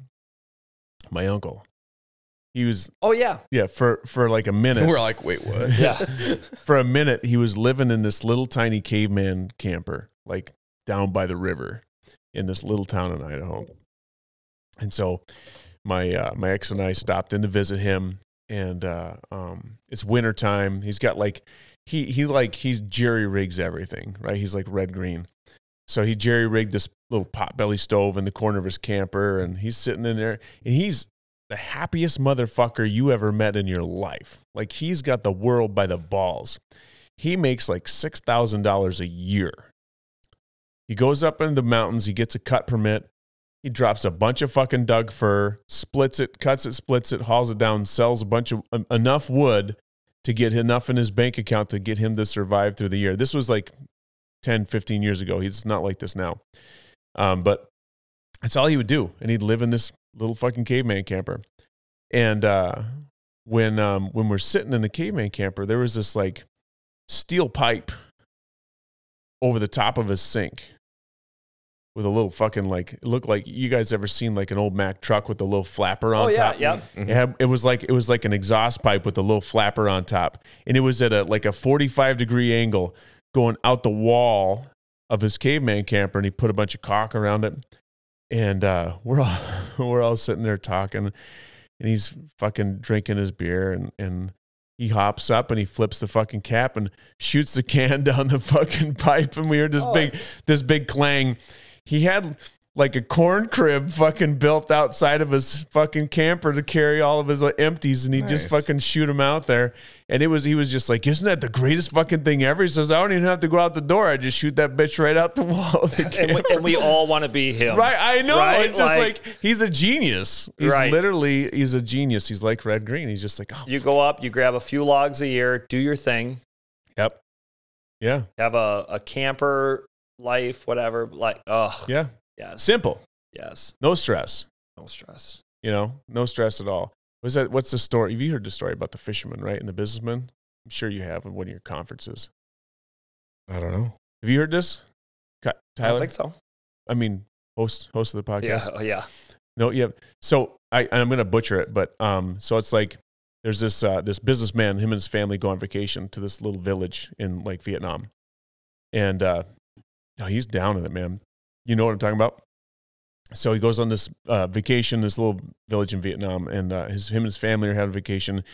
B: My uncle. He was
A: Oh yeah. Oh,
B: yeah, for for like a minute.
C: We're like, wait, what?
A: Yeah.
B: for a minute he was living in this little tiny caveman camper like down by the river in this little town in idaho and so my uh, my ex and i stopped in to visit him and uh, um, it's winter time he's got like he he like he's jerry rigs everything right he's like red green so he jerry rigged this little potbelly stove in the corner of his camper and he's sitting in there and he's the happiest motherfucker you ever met in your life. Like he's got the world by the balls. He makes like $6,000 a year. He goes up into the mountains, he gets a cut permit. He drops a bunch of fucking Doug fir, splits it, cuts it, splits it, hauls it down, sells a bunch of en- enough wood to get enough in his bank account to get him to survive through the year. This was like 10, 15 years ago. He's not like this now. Um, but that's all he would do. And he'd live in this little fucking caveman camper. And uh, when, um, when we're sitting in the caveman camper, there was this like steel pipe over the top of his sink with a little fucking like, it looked like you guys ever seen like an old Mack truck with a little flapper on
A: Oh yeah,
B: top?
A: yeah.
B: It,
C: Mhm.
B: had, it was like it was like an exhaust pipe with a little flapper on top, and it was at a like a forty-five degree angle going out the wall of his caveman camper, and he put a bunch of caulk around it. And uh, we're all we're all sitting there talking, and he's fucking drinking his beer, and and he hops up and he flips the fucking cap and shoots the can down the fucking pipe, and we heard this
A: Oh.
B: big this big clang. He had like a corn crib fucking built outside of his fucking camper to carry all of his uh, empties and he just
C: Nice.
B: fucking shoot them out there and it was he was just like isn't that the greatest fucking thing ever he says i don't even have to go out the door i just shoot that bitch right out the wall of the
A: And we,
B: camper.
A: and we all want to be him.
B: right i know
A: Right?
B: it's just
A: Like-
B: like, he's a genius he's
A: Right.
B: literally he's a genius he's like red green he's just like oh
A: You go up, you grab a few logs a year, do your thing,
B: yep yeah
A: have a, a camper life, whatever. Like, oh,
B: yeah
A: yes,
B: simple
A: yes,
B: no stress
A: no stress.
B: you know no stress at all was that what's the story have you heard the story about the fisherman right and the businessman i'm sure you have in one of your conferences
C: I don't know.
B: Have you heard this, Ki-
A: I don't
B: Tyler? I,
A: think so.
B: mean, host host of the podcast.
A: Yeah, oh, yeah.
B: No, yeah. So I I'm gonna butcher it, but um, so it's like there's this uh, this businessman, him and his family go on vacation to this little village in like Vietnam, and uh, no, he's down in it, man. You know what I'm talking about. So he goes on this uh, vacation, this little village in Vietnam, and uh, his him and his family are having a vacation.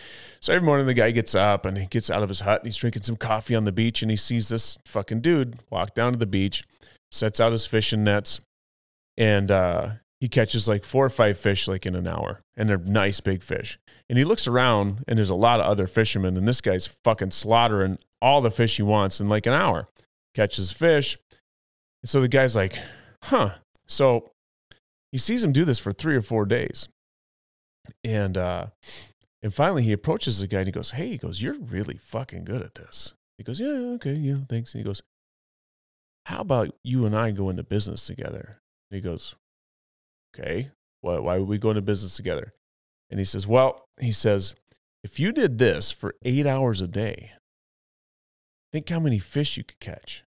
B: So every morning the guy gets up and he gets out of his hut and he's drinking some coffee on the beach and he sees this fucking dude walk down to the beach, sets out his fishing nets, and uh, he catches like four or five fish like in an hour, and they're nice big fish. And he looks around and there's a lot of other fishermen, and this guy's fucking slaughtering all the fish he wants in like an hour. Catches fish. And so the guy's like, huh. So he sees him do this for three or four days. And uh and finally he approaches the guy and he goes, Hey, he goes, You're really fucking good at this. He goes, Yeah, okay, yeah, thanks. And he goes, How about you and I go into business together? And he goes, Okay, why why would we go into business together? And he says, Well, he says, if you did this for eight hours a day, think how many fish you could catch.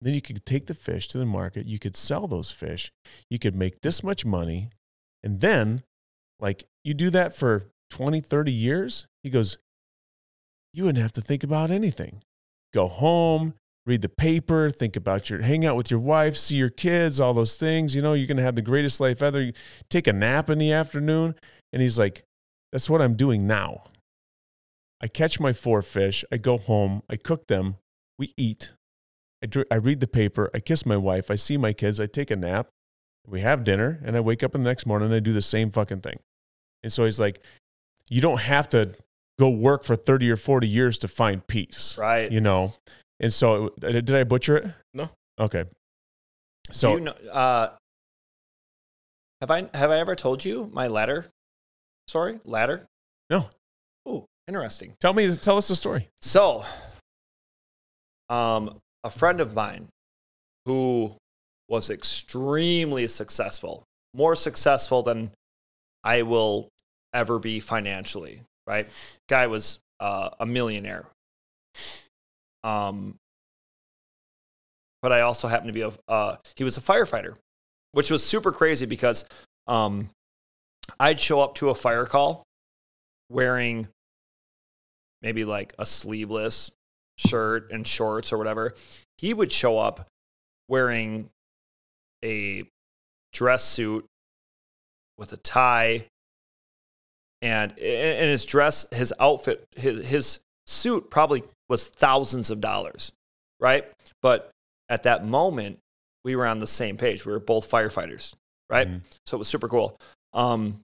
B: Then you could take the fish to the market, you could sell those fish, you could make this much money, and then like you do that for 20 30 years he goes you wouldn't have to think about anything go home read the paper think about your hang out with your wife see your kids all those things you know you're going to have the greatest life ever You take a nap in the afternoon and he's like that's what i'm doing now i catch my four fish i go home i cook them we eat i, dr- I read the paper i kiss my wife i see my kids i take a nap we have dinner and i wake up in the next morning and i do the same fucking thing and so he's like, you don't have to go work for 30 or 40 years to find peace,
A: Right.
B: you know? And so it- did I butcher it?
C: No.
B: Okay.
A: Do
B: So
A: you know, uh, have I have I ever told you my ladder? Sorry, ladder.
B: No.
A: Oh, interesting.
B: tell me, tell us the story.
A: So, um, a friend of mine who was extremely successful, more successful than I will ever be financially, right? Guy was uh, a millionaire. Um, but I also happened to be a, uh, he was a firefighter, which was super crazy because um, I'd show up to a fire call wearing maybe like a sleeveless shirt and shorts or whatever. He would show up wearing a dress suit with a tie and and his dress his outfit his his suit probably was thousands of dollars right but at that moment we were on the same page we were both firefighters right
B: Mhm.
A: so it was super cool um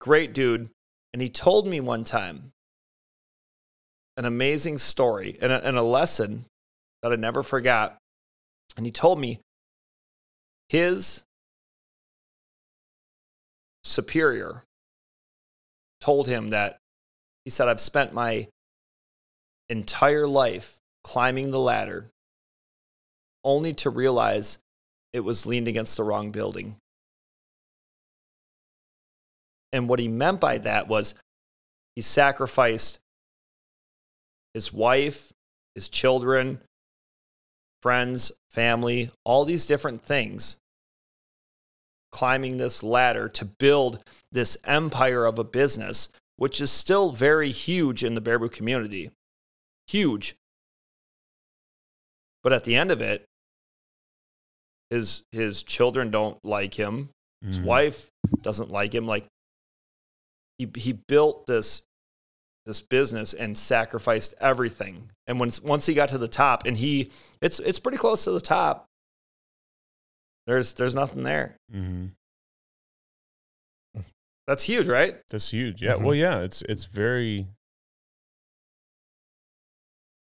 A: great dude and he told me one time an amazing story and a, and a lesson that I never forgot. And he told me his superior told him that he said, I've spent my entire life climbing the ladder only to realize it was leaned against the wrong building. And what he meant by that was he sacrificed his wife, his children, friends, family, all these different things, climbing this ladder to build this empire of a business, which is still very huge in the Baraboo community. Huge. But at the end of it, his his children don't like him. His
C: Mm-hmm.
B: Mhm.
A: wife doesn't like him. Like he he built this this business and sacrificed everything. And when once he got to the top, and he it's it's pretty close to the top. There's there's nothing there.
C: Mm-hmm.
B: Mhm.
A: That's huge, right?
B: That's huge. Yeah.
C: Mhm.
B: Well, yeah. It's it's very.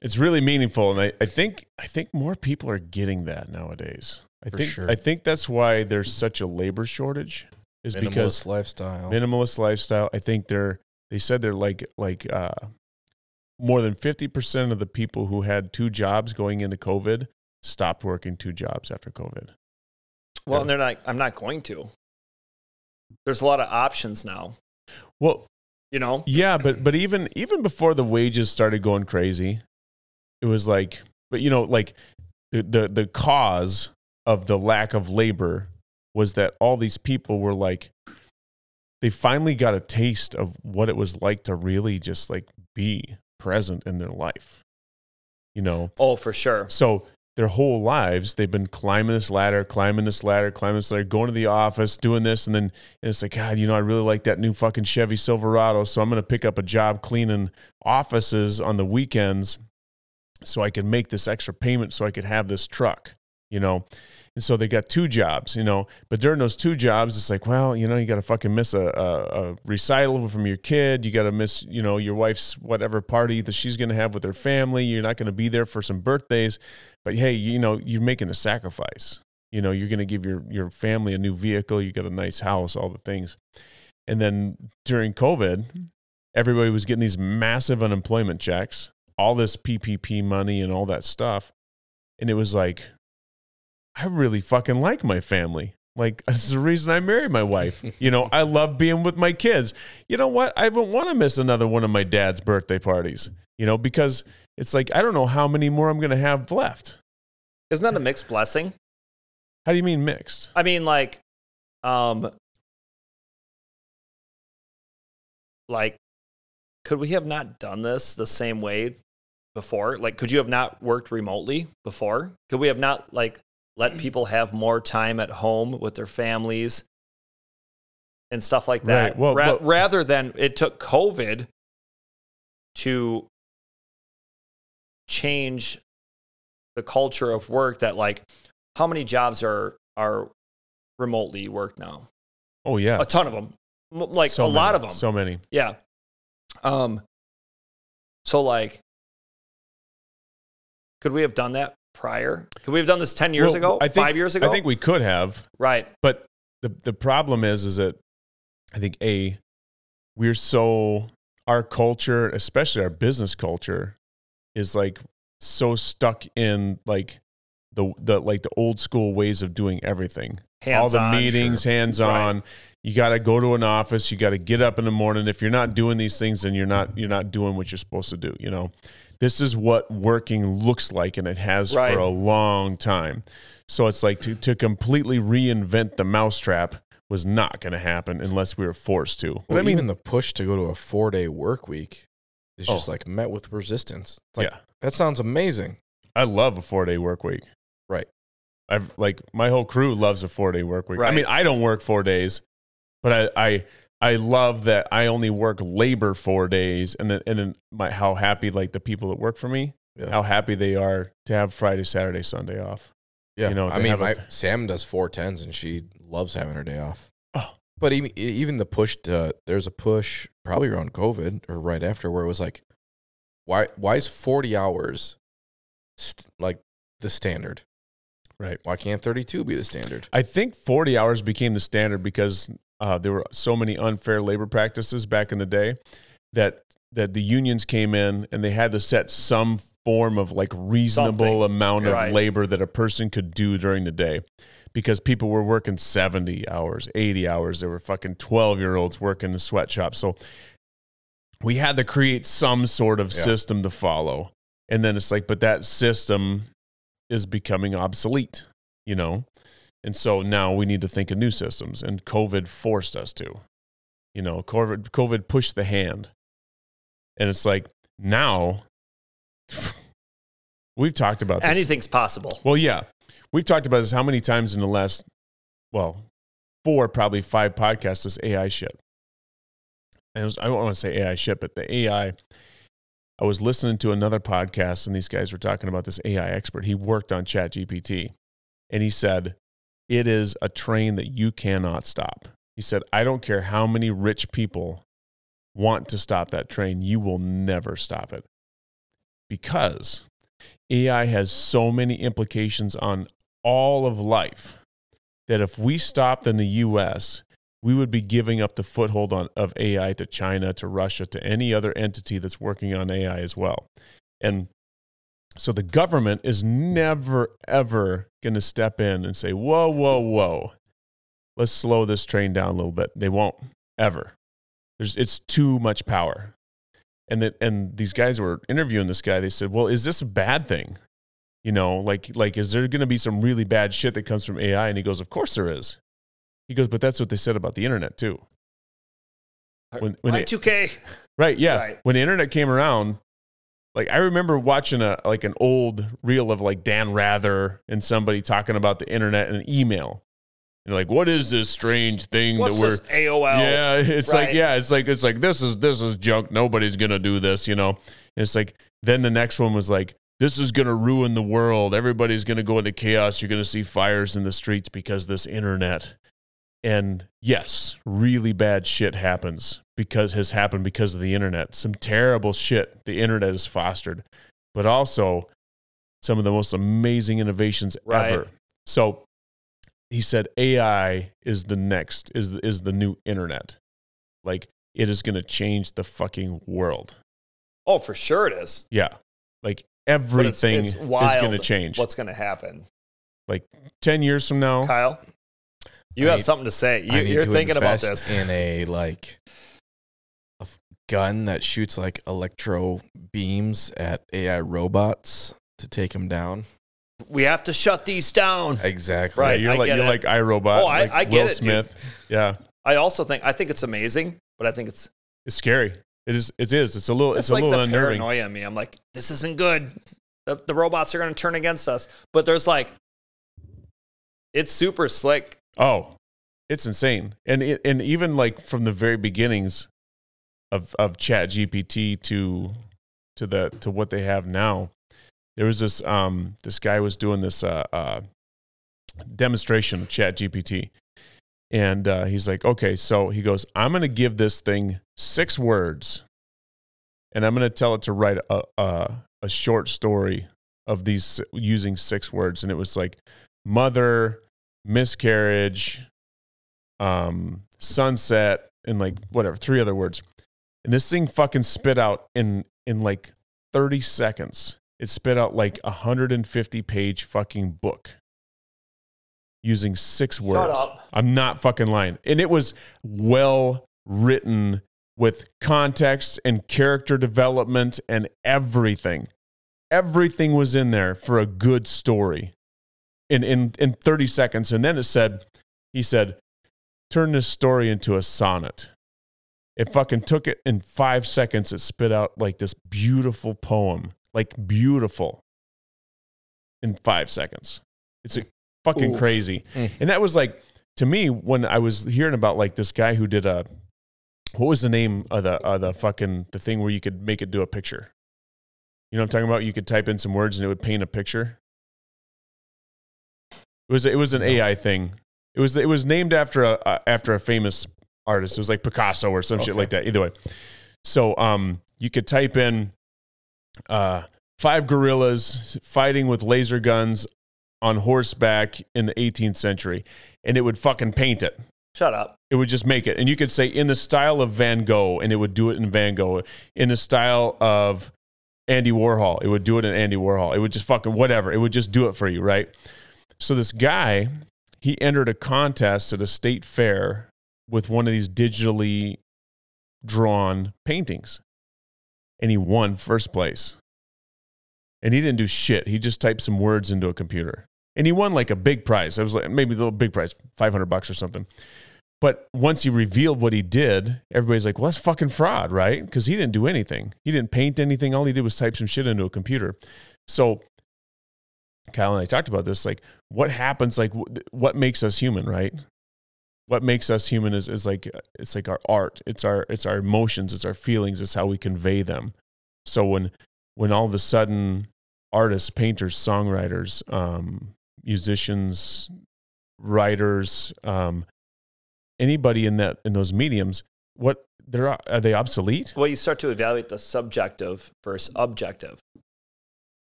B: It's really meaningful, and I, I think I think more people are getting that nowadays. I
C: For
B: think
C: sure.
B: I think that's why there's such a labor shortage, is because
C: Minimalist lifestyle.
B: minimalist lifestyle. I think they're they said they're like like uh, more than fifty percent of the people who had two jobs going into COVID stopped working two jobs after COVID.
A: Well, and they're like, I'm not going to. There's a lot of options now.
B: Well,
A: You know,
B: yeah, but but even even before the wages started going crazy, it was like but you know like the the, the cause of the lack of labor was that all these people were like they finally got a taste of what it was like to really just like be present in their life you know
A: oh for sure.
B: so their whole lives, they've been climbing this ladder, climbing this ladder, climbing this ladder, going to the office, doing this, and then and it's like, God, you know, I really like that new fucking Chevy Silverado, so I'm gonna pick up a job cleaning offices on the weekends, so I can make this extra payment, so I could have this truck, you know. And so they got two jobs, you know. But during those two jobs, it's like, well, you know, you got to fucking miss a, a, a recital from your kid. You got to miss, you know, your wife's whatever party that she's going to have with her family. You're not going to be there for some birthdays. But hey, you know, you're making a sacrifice. You know, you're going to give your, your family a new vehicle. You got a nice house, all the things. And then during COVID, everybody was getting these massive unemployment checks, all this PPP money and all that stuff. And it was like, I really fucking like my family. Like this is the reason I married my wife. You know, I love being with my kids. You know what? I don't want to miss another one of my dad's birthday parties. You know, because it's like I don't know how many more I'm gonna have left.
A: Isn't that a mixed blessing?
B: How do you mean mixed?
A: I mean, like, um, like, could we have not done this the same way before? Like, could you have not worked remotely before? Could we have not like
B: Mm.
A: let people have more time at home with their families and stuff like that?
B: Right. Well,
A: Ra-
B: but-
A: rather than it took COVID to change the culture of work that like how many jobs are are remotely work now?
B: Oh yeah,
A: A ton of them, like a
B: So
A: lot of
B: many,
A: them.
B: So many.
A: yeah. Um. So like, could we have done that prior? Could we have done this ten years
B: Well,
A: ago?
B: I think-
A: Five years ago?
B: I think we could have,
A: right.
B: but the the problem is, is that I think a we're so our culture, especially our business culture, is like so stuck in like the the like the old school ways of doing everything. all the
A: Hands-on,
B: meetings hands on. You got to go to an office. You got to get up in the morning. If you're not doing these things, then you're not you're not doing what you're supposed to do. You know, this is what working looks like, and it has
A: Right.
B: for a long time. So it's like to to completely reinvent the mousetrap was not going to happen unless we were forced to. But
C: Well,
B: I mean,
C: even the push to go to a four day work week is just
B: Oh.
C: like met with resistance. It's like,
B: yeah,
C: that sounds amazing.
B: I love a four day work week.
C: Right.
B: I've like my whole crew loves a four day work week.
A: Right.
B: I mean, I don't work four days, but I I I love that I only work labor four days, and then and then my how happy like the people that work for me,
C: Yeah.
B: how happy they are to have Friday, Saturday, Sunday off.
C: Yeah.
B: You know,
C: I
B: they
C: mean,
B: have a-
C: my, Sam does four tens and she loves having her day off.
B: Oh.
C: But even, e, even the push to, there's a push probably around COVID or right after where it was like, why, why is 40 hours st- like the standard?
B: Right.
C: Why can't 32 be the standard?
B: I think forty hours became the standard because uh, there were so many unfair labor practices back in the day that that the unions came in and they had to set some form of like reasonable
A: Something.
B: amount of
A: Right.
B: labor that a person could do during the day because people were working 70 hours, 80 hours. There were fucking 12 year olds working the sweatshop. So we had to create some sort of
C: Yeah.
B: system to follow. And then it's like, but that system is becoming obsolete, you know? And so now we need to think of new systems. And COVID forced us to, you know, COVID, COVID pushed the hand. And it's like now we've talked about uh, this.
A: Anything's possible.
B: Well, yeah. We've talked about this how many times in the last, well, four, probably five podcasts, this AI shit. And it was, I don't want to say AI shit, but the AI, I was listening to another podcast and these guys were talking about this AI expert. He worked on ChatGPT and he said, it is a train that you cannot stop. He said, I don't care how many rich people want to stop that train, you will never stop it because AI has so many implications on all of life that if we stopped in the US, we would be giving up the foothold on, of AI to China, to Russia, to any other entity that's working on AI as well. And so the government is never, ever going to step in and say, whoa, whoa, whoa, let's slow this train down a little bit. They won't ever. There's, it's too much power and that and these guys were interviewing this guy they said well is this a bad thing you know like like is there going to be some really bad shit that comes from ai and he goes of course there is he goes but that's what they said about the internet too when, when it-
A: Y2K.
B: right yeah
A: Right.
B: when the internet came around like i remember watching a like an old reel of like dan rather and somebody talking about the internet and email and like what is this strange thing
A: What's
B: that we're
A: this AOL?
B: yeah, it's like
A: Right.
B: yeah, it's like it's like this is this is junk. Nobody's gonna do this, you know. And it's like then the next one was like this is gonna ruin the world. Everybody's gonna go into chaos. You're gonna see fires in the streets because this internet. And yes, really bad shit happens because has happened because of the internet. Some terrible shit the internet has fostered, but also some of the most amazing innovations
A: Right.
B: ever. So he said AI is the next is is the new internet. Like it is going to change the fucking world.
A: Oh, for sure it is.
B: Yeah. Like
A: But it's-
B: everything
A: it's
B: is
A: wild
B: going to change.
A: What's going to happen?
B: 10 years from now,
A: Kyle, you
C: I
A: have
C: need-
A: something to say.
C: I
A: You,
C: need
A: you're
C: to
A: thinking about
C: invest
A: this.
C: in a like a f- gun that shoots like electro beams at AI robots to take them down.
A: We have to shut these down.
C: Exactly.
B: yeah,
A: Right.
B: you're
A: I
B: like
A: get
B: you're
A: it.
B: like iRobot,
A: Oh, I-
B: like
A: I get
B: Will
A: it, dude.
B: Smith. Yeah.
A: I also think I think it's amazing, but I think it's
B: It's scary. It is it is. It's a little
A: it's,
B: it's, a
A: like
B: little
A: the
B: unnerving.
A: paranoia in me. I'm like, this isn't good. The, the robots are going to turn against us. But there's like, it's super slick.
B: Oh, it's insane. And it, and even like from the very beginnings of of Chat GPT to to the to what they have now, there was this um this guy was doing this uh, uh demonstration of Chat GPT, and uh, he's like, okay, so he goes, I'm gonna give this thing six words, and I'm gonna tell it to write a a, a short story of these using six words, and it was like mother miscarriage, um, sunset, and like whatever, three other words. And this thing fucking spit out in in like 30 seconds. It spit out like a 150 page fucking book using six words.
A: up.
B: I'm not fucking lying. And it was well written with context and character development and everything. Everything was in there for a good story in, in, in 30 seconds. And then it said, he said, turn this story into a sonnet. It fucking took it in five seconds. It spit out like this beautiful poem, like beautiful in five seconds. It's a fucking
A: Oof.
B: crazy.
C: Mm.
B: And that was like, to me, when I was hearing about like this guy who did a, what was the name of the, uh, the fucking, the thing where you could make it do a picture? You know what I'm talking about? You could type in some words and it would paint a picture. It was, it was an AI thing. It was, it was named after a, uh, after a famous artist. It was like Picasso or some shit
C: Okay.
B: like that. Either way. So, um, you could type in, uh, five gorillas fighting with laser guns on horseback in the 18th century and it would fucking paint it
A: Shut up.
B: It would just make it. And you could say in the style of Van Gogh, and it would do it in Van Gogh. In the style of Andy Warhol, it would do it in Andy Warhol. It would just fucking whatever. It would just do it for you, right? So this guy, he entered a contest at a state fair with one of these digitally drawn paintings. And he won first place. And he didn't do shit. He just typed some words into a computer. And he won like a big prize. I was like, maybe the little big prize, 500 bucks or something. But once he revealed what he did, everybody's like, well, that's fucking fraud, right? Because he didn't do anything. He didn't paint anything. All he did was type some shit into a computer. So Kyle and I talked about this. Like, what happens? Like, wh- what makes us human, right? What makes us human is, is like, uh, it's like our art, it's our, it's our emotions, it's our feelings, it's how we convey them. So when, when all of a sudden artists, painters, songwriters, um, musicians, writers, um, anybody in that in those mediums, what they're are they obsolete?
A: Well, you start to evaluate the subjective versus objective,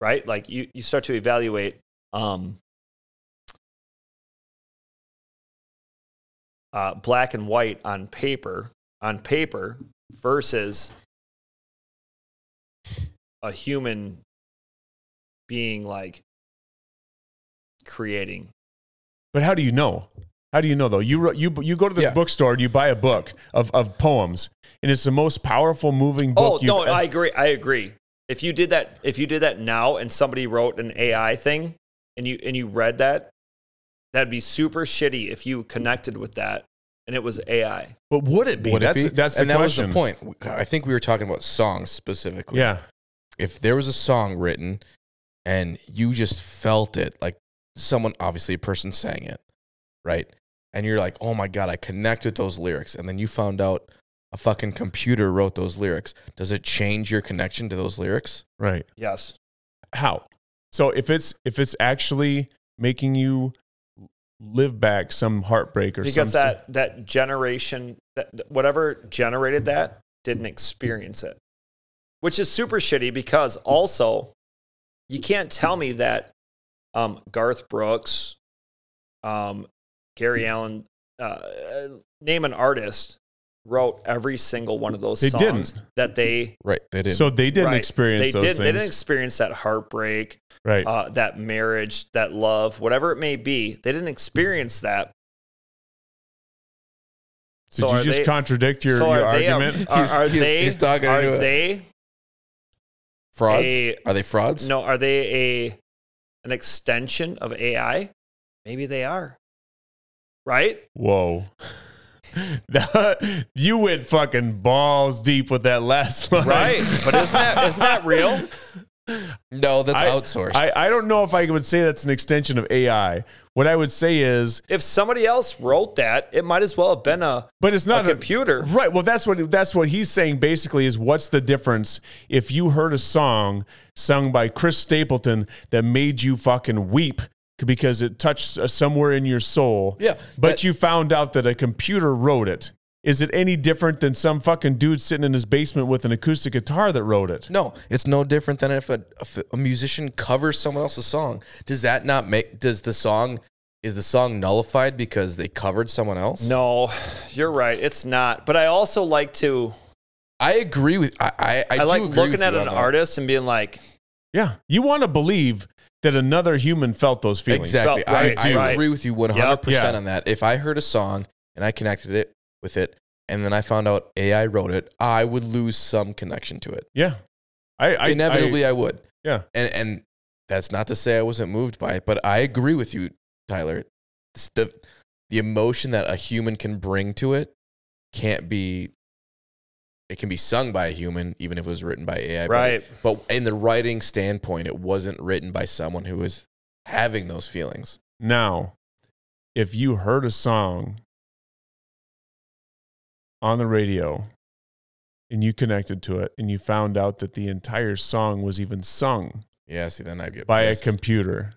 A: right? Like you, you start to evaluate. Um, uh, black and white on paper on paper versus a human being like creating
B: But how do you know? How do you know though? You wrote, you you go to the
C: Yeah.
B: bookstore and you buy a book of, of poems, and it's the most powerful moving book.
A: oh
B: you've e-,
A: no
B: ever-
A: i agree i agree if you did that if you did that now and somebody wrote an ai thing and you and you read that that'd be super shitty if you connected with that and it was ai
B: but would it be?
C: Would it
B: that's
C: be?
B: that's the
C: and that
B: question.
C: was the point. I think we were talking about songs specifically.
B: Yeah,
C: if there was a song written and you just felt it, like someone, obviously a person sang it, right? And you're like, oh my God, I connect with those lyrics. And then you found out a fucking computer wrote those lyrics. Does it change your connection to those lyrics?
B: right.
A: yes
B: How? So if it's if it's actually making you live back some heartbreak or
A: because
B: some,
A: that that generation that that- whatever generated that didn't experience it which is super shitty because also you can't tell me that um, garth brooks um, gary allen uh, uh, name an artist wrote every single one of those
B: They
A: songs
B: didn't.
A: that they
C: Right. They didn't.
B: so they didn't
A: right,
B: experience
A: they
B: those
A: didn't
B: things,
A: they didn't experience that heartbreak
B: right?
A: uh, that marriage, that love, whatever it may be. They didn't experience that.
B: Did you
A: are
B: just
A: they-
B: contradict your,
A: so
B: your
A: are they a-
B: argument?
A: are,
C: He's-
A: are
C: he's-
A: they?
C: he's talking
A: are
C: into it.
A: they?
C: frauds?
A: a-
C: Are they frauds?
A: No, are they a an extension of AI? Maybe they are. Right?
B: Whoa. That- you went fucking balls deep with that last line.
A: Right. But isn't that isn't that real?
C: No, that's
B: I-
C: outsourced.
B: I, I don't know if I would say that's an extension of AI. What I would say is,
A: If somebody else wrote that, it might as well have been a,
B: but it's
A: a
B: not a-
A: computer.
B: Right. Well, that's what that's what he's saying basically is what's the difference if you heard a song sung by Chris Stapleton that made you fucking weep because it touched uh, somewhere in your soul.
C: Yeah,
B: But
C: that-
B: you found out that a computer wrote it. Is it any different than some fucking dude sitting in his basement with an acoustic guitar that wrote it?
C: no, it's no different than if a, if a musician covers someone else's song. Does that not make, does the song, is the song nullified because they covered someone else?
A: No, you're right. It's not. But I also like to
C: I agree with, I, I, I,
A: I,
C: do
A: like
C: agree
A: looking
C: with
A: at
C: you
A: an
C: on that.
A: artist and being like,
B: Yeah. You want to believe that another human felt those feelings.
C: Exactly.
A: So- right,
C: I, I
A: right.
C: agree with you 100%
B: Yep. Yeah.
C: on that. If I heard a song and I connected it with it and then I found out AI wrote it, I would lose some connection to it.
B: Yeah. I, I
C: Inevitably, I, would.
B: Yeah.
C: And, and that's not to say I wasn't moved by it, but I agree with you, Tyler. It's The, the emotion that a human can bring to it can't be, it can be sung by a human, even if it was written by AI. but it-
A: right.
C: but in the writing standpoint, it wasn't written by someone who was having those feelings.
B: Now, if you heard a song on the radio and you connected to it and you found out that the entire song was even sung
C: Yeah, see, then I get
B: by
C: pissed.
B: a computer,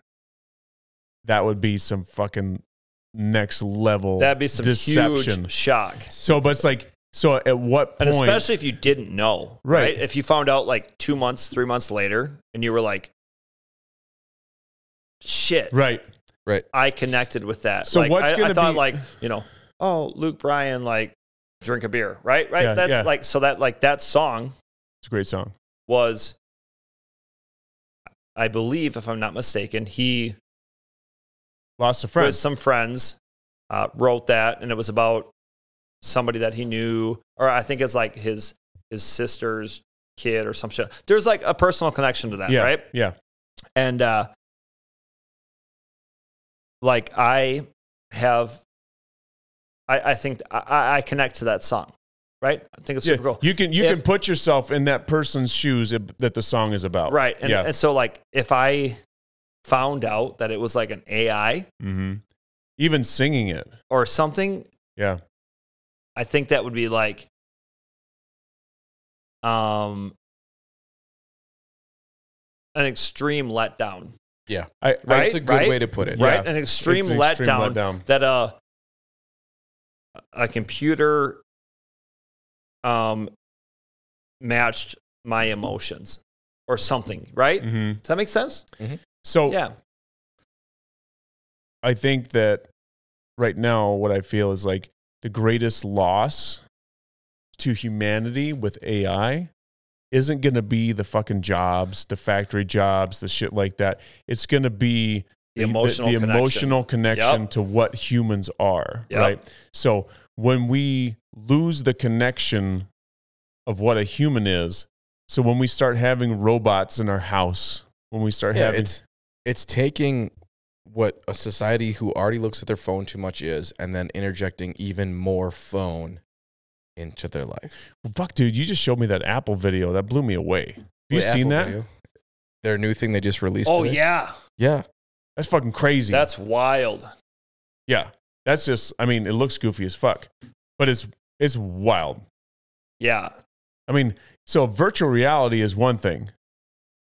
B: that would be some fucking next level
A: That'd be some
B: deception.
A: huge shock.
B: So, but it's like, so at what
A: And
B: point?
A: especially if you didn't know,
B: Right.
A: If you found out like two months, three months later, and you were like, "Shit!"
B: right.
C: Right.
A: I connected with that.
B: So
A: like,
B: what's
A: I, I
B: gonna
A: thought
B: be-
A: like you know, oh Luke Bryan like drink a beer, right? Right.
B: Yeah,
A: that's
B: yeah.
A: like so that like that song
B: It's a great song.
A: was, I believe, if I'm not mistaken, he
B: Lost a
A: with
B: friend.
A: some friends uh, wrote that, and it was about somebody that he knew, or I think it's like his his sister's kid or some shit. There's like a personal connection to that,
B: yeah.
A: right?
B: Yeah.
A: And uh, like I have, I, I think I- I, I connect to that song, right? I think it's
B: Yeah.
A: super cool.
B: You can you
A: If-
B: can put yourself in that person's shoes ab- that the song is about.
A: Right. And,
B: yeah.
A: and so, like, if I found out that it was like an AI
B: hmm Even singing it.
A: or something,
B: Yeah.
A: I think that would be like, um, an extreme letdown,
B: I
A: Right,
C: That's a good
A: right,
C: way to put it.
A: right?
B: Yeah.
A: An Uh, extreme,
B: it's an
A: letdown,
B: extreme letdown.
A: that a a computer um matched my emotions or something, right?
B: hmm
A: Does that make sense?
B: So
A: Yeah.
B: I think that right now what I feel is like the greatest loss to humanity with AI isn't going to be the fucking jobs, the factory jobs, the shit like that. It's going to be
A: The emotional
B: the,
A: connection.
B: emotional connection
A: Yep.
B: to what humans are,
A: Yep.
B: right? So when we lose the connection of what a human is, so when we start having robots in our house, when we start
C: Yeah,
B: having
C: it's it's taking what a society who already looks at their phone too much is, and then interjecting even more phone into their life.
B: Well, fuck, dude, you just showed me that Apple video. That blew me away. Have you
C: The
B: seen
C: Apple
B: that?
C: video, Their new thing they just released.
A: Oh
C: today.
A: yeah.
C: yeah.
B: That's fucking crazy.
A: That's wild.
B: yeah. That's just. I mean, it looks goofy as fuck, but it's it's wild.
A: Yeah.
B: I mean, so virtual reality is one thing,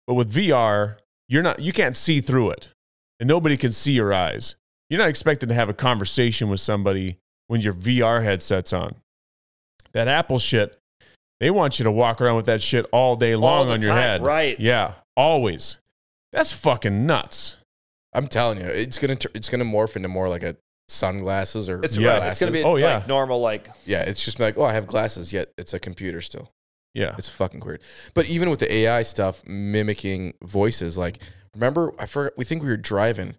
B: but with VR, you're not. You can't see through it, and nobody can see your eyes. You're not expected to have a conversation with somebody when your VR headset's on. That Apple shit, they want you to walk around with that shit all day long
A: the
B: on your
A: time,
B: head.
A: right.
B: Yeah, always. That's fucking nuts.
C: I'm telling you, it's gonna tur- it's gonna morph into more like a sunglasses or
A: It's
B: Yeah.
A: right. It's gonna be
C: glasses.
B: Oh, yeah.
A: like normal, like
C: yeah. It's just like oh, I have glasses, yet it's a computer still.
B: Yeah.
C: It's fucking weird. But even with the AI stuff mimicking voices, like remember I forgot we think we were driving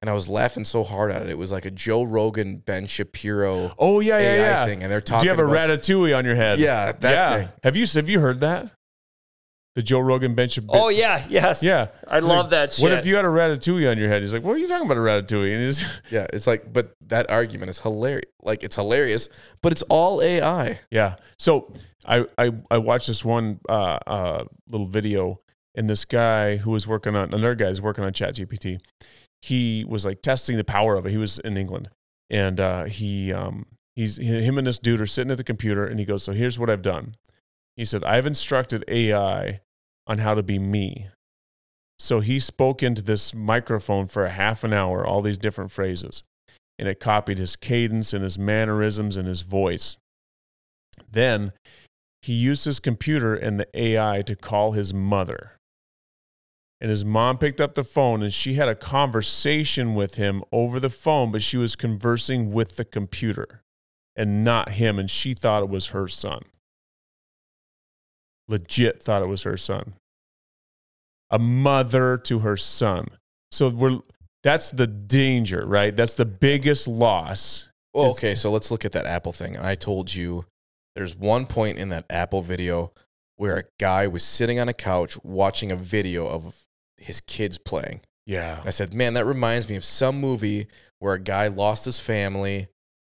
C: and I was laughing so hard at it. It was like a Joe Rogan, Ben Shapiro
B: Oh yeah, yeah,
C: AI
B: yeah.
C: thing. And they're talking
B: Do you have a
C: about,
B: ratatouille on your head?
C: Yeah, that thing.
B: Have you have you heard that? The Joe Rogan bench.
A: Oh yeah, yes.
B: yeah.
A: I
B: He's
A: love
B: like,
A: that shit.
B: What if you had a ratatouille on your head? He's like, "What are you talking about a ratatouille?" And he's,
C: Yeah, it's like, but that argument is hilarious. Like it's hilarious, but it's all AI.
B: yeah. So I I I watched this one uh, uh, little video, and this guy who was working on another guy's working on ChatGPT. He was like testing the power of it. He was in England, and uh, he um he's him and this dude are sitting at the computer, and he goes, "So here's what I've done." He said, "I've instructed AI on how to be me." So he spoke into this microphone for a half an hour, all these different phrases, and it copied his cadence and his mannerisms and his voice. Then he used his computer and the AI to call his mother. And his mom picked up the phone and she had a conversation with him over the phone, but she was conversing with the computer and not him. And she thought it was her son. Legit thought it was her son. A mother to her son. So we're that's the danger, right? That's the biggest loss.
C: Well,
B: It's-
C: okay, so let's look at that Apple thing. And I told you there's one point in that Apple video where a guy was sitting on a couch watching a video of his kids playing.
B: Yeah.
C: I said, man, that reminds me of some movie where a guy lost his family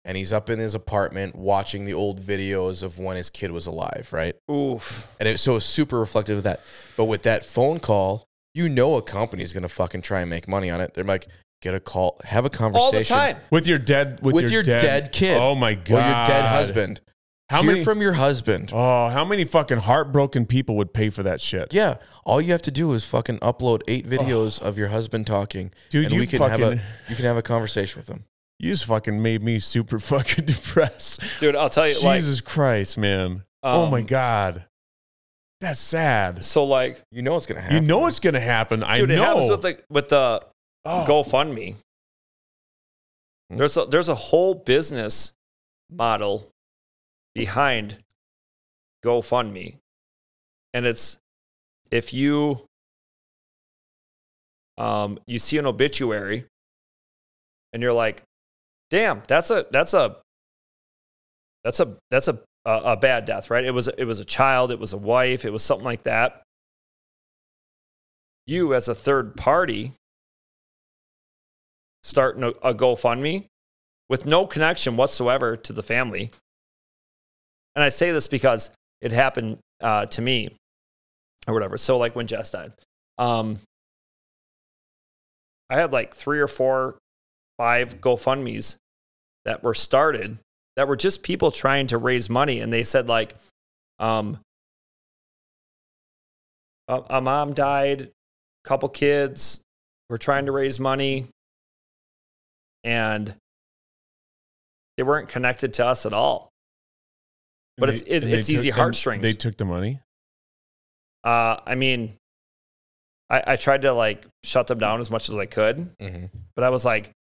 C: and he's up in his apartment watching the old videos of when his kid was alive, right?
A: Oof.
C: And it, so it's super reflective of that. But with that phone call, you know a company's gonna fucking try and make money on it. They're like, get a call, have a conversation
A: All the time.
B: With your dead with,
C: with, your, dead, kid
B: Oh my
C: or
B: god.
C: your dead husband.
B: How
C: Hear
B: many
C: from your husband.
B: Oh, how many fucking heartbroken people would pay for that shit?
C: Yeah, all you have to do is fucking upload eight
B: Oh.
C: videos of your husband talking,
B: Dude,
C: and
B: you
C: we can
B: fucking
C: have a you can have a conversation with him.
B: you just fucking made me super fucking depressed.
A: Dude, I'll tell you like
B: Jesus Christ, man. oh my
A: um,
B: god. That's sad.
A: So like
C: You know it's gonna happen.
B: You know it's gonna happen. I
A: dude, it
B: know.
A: happens with like with the
B: Oh,
A: GoFundMe.
C: Hmm.
A: There's a, there's a whole business model behind GoFundMe, and it's if you um, you see an obituary, and you're like, "Damn, that's a that's a that's a that's a a, a bad death, right? It was it was a child, it was a wife, it was something like that." You as a third party starting a, a GoFundMe with no connection whatsoever to the family. And I say this because it happened uh, to me or whatever. So, like when Jess died, um, I had like three or four, five GoFundMes that were started that were just people trying to raise money. And they said, like, um, a, a mom died, couple kids, we're trying to raise money and they weren't connected to us at all. But it's- it's-
B: and they
A: it's easy
B: and
A: heartstrings.
B: They took the money.
A: Uh, I mean, I, I tried to like shut them down as much as I could,
C: Mm-hmm.
A: but I was like,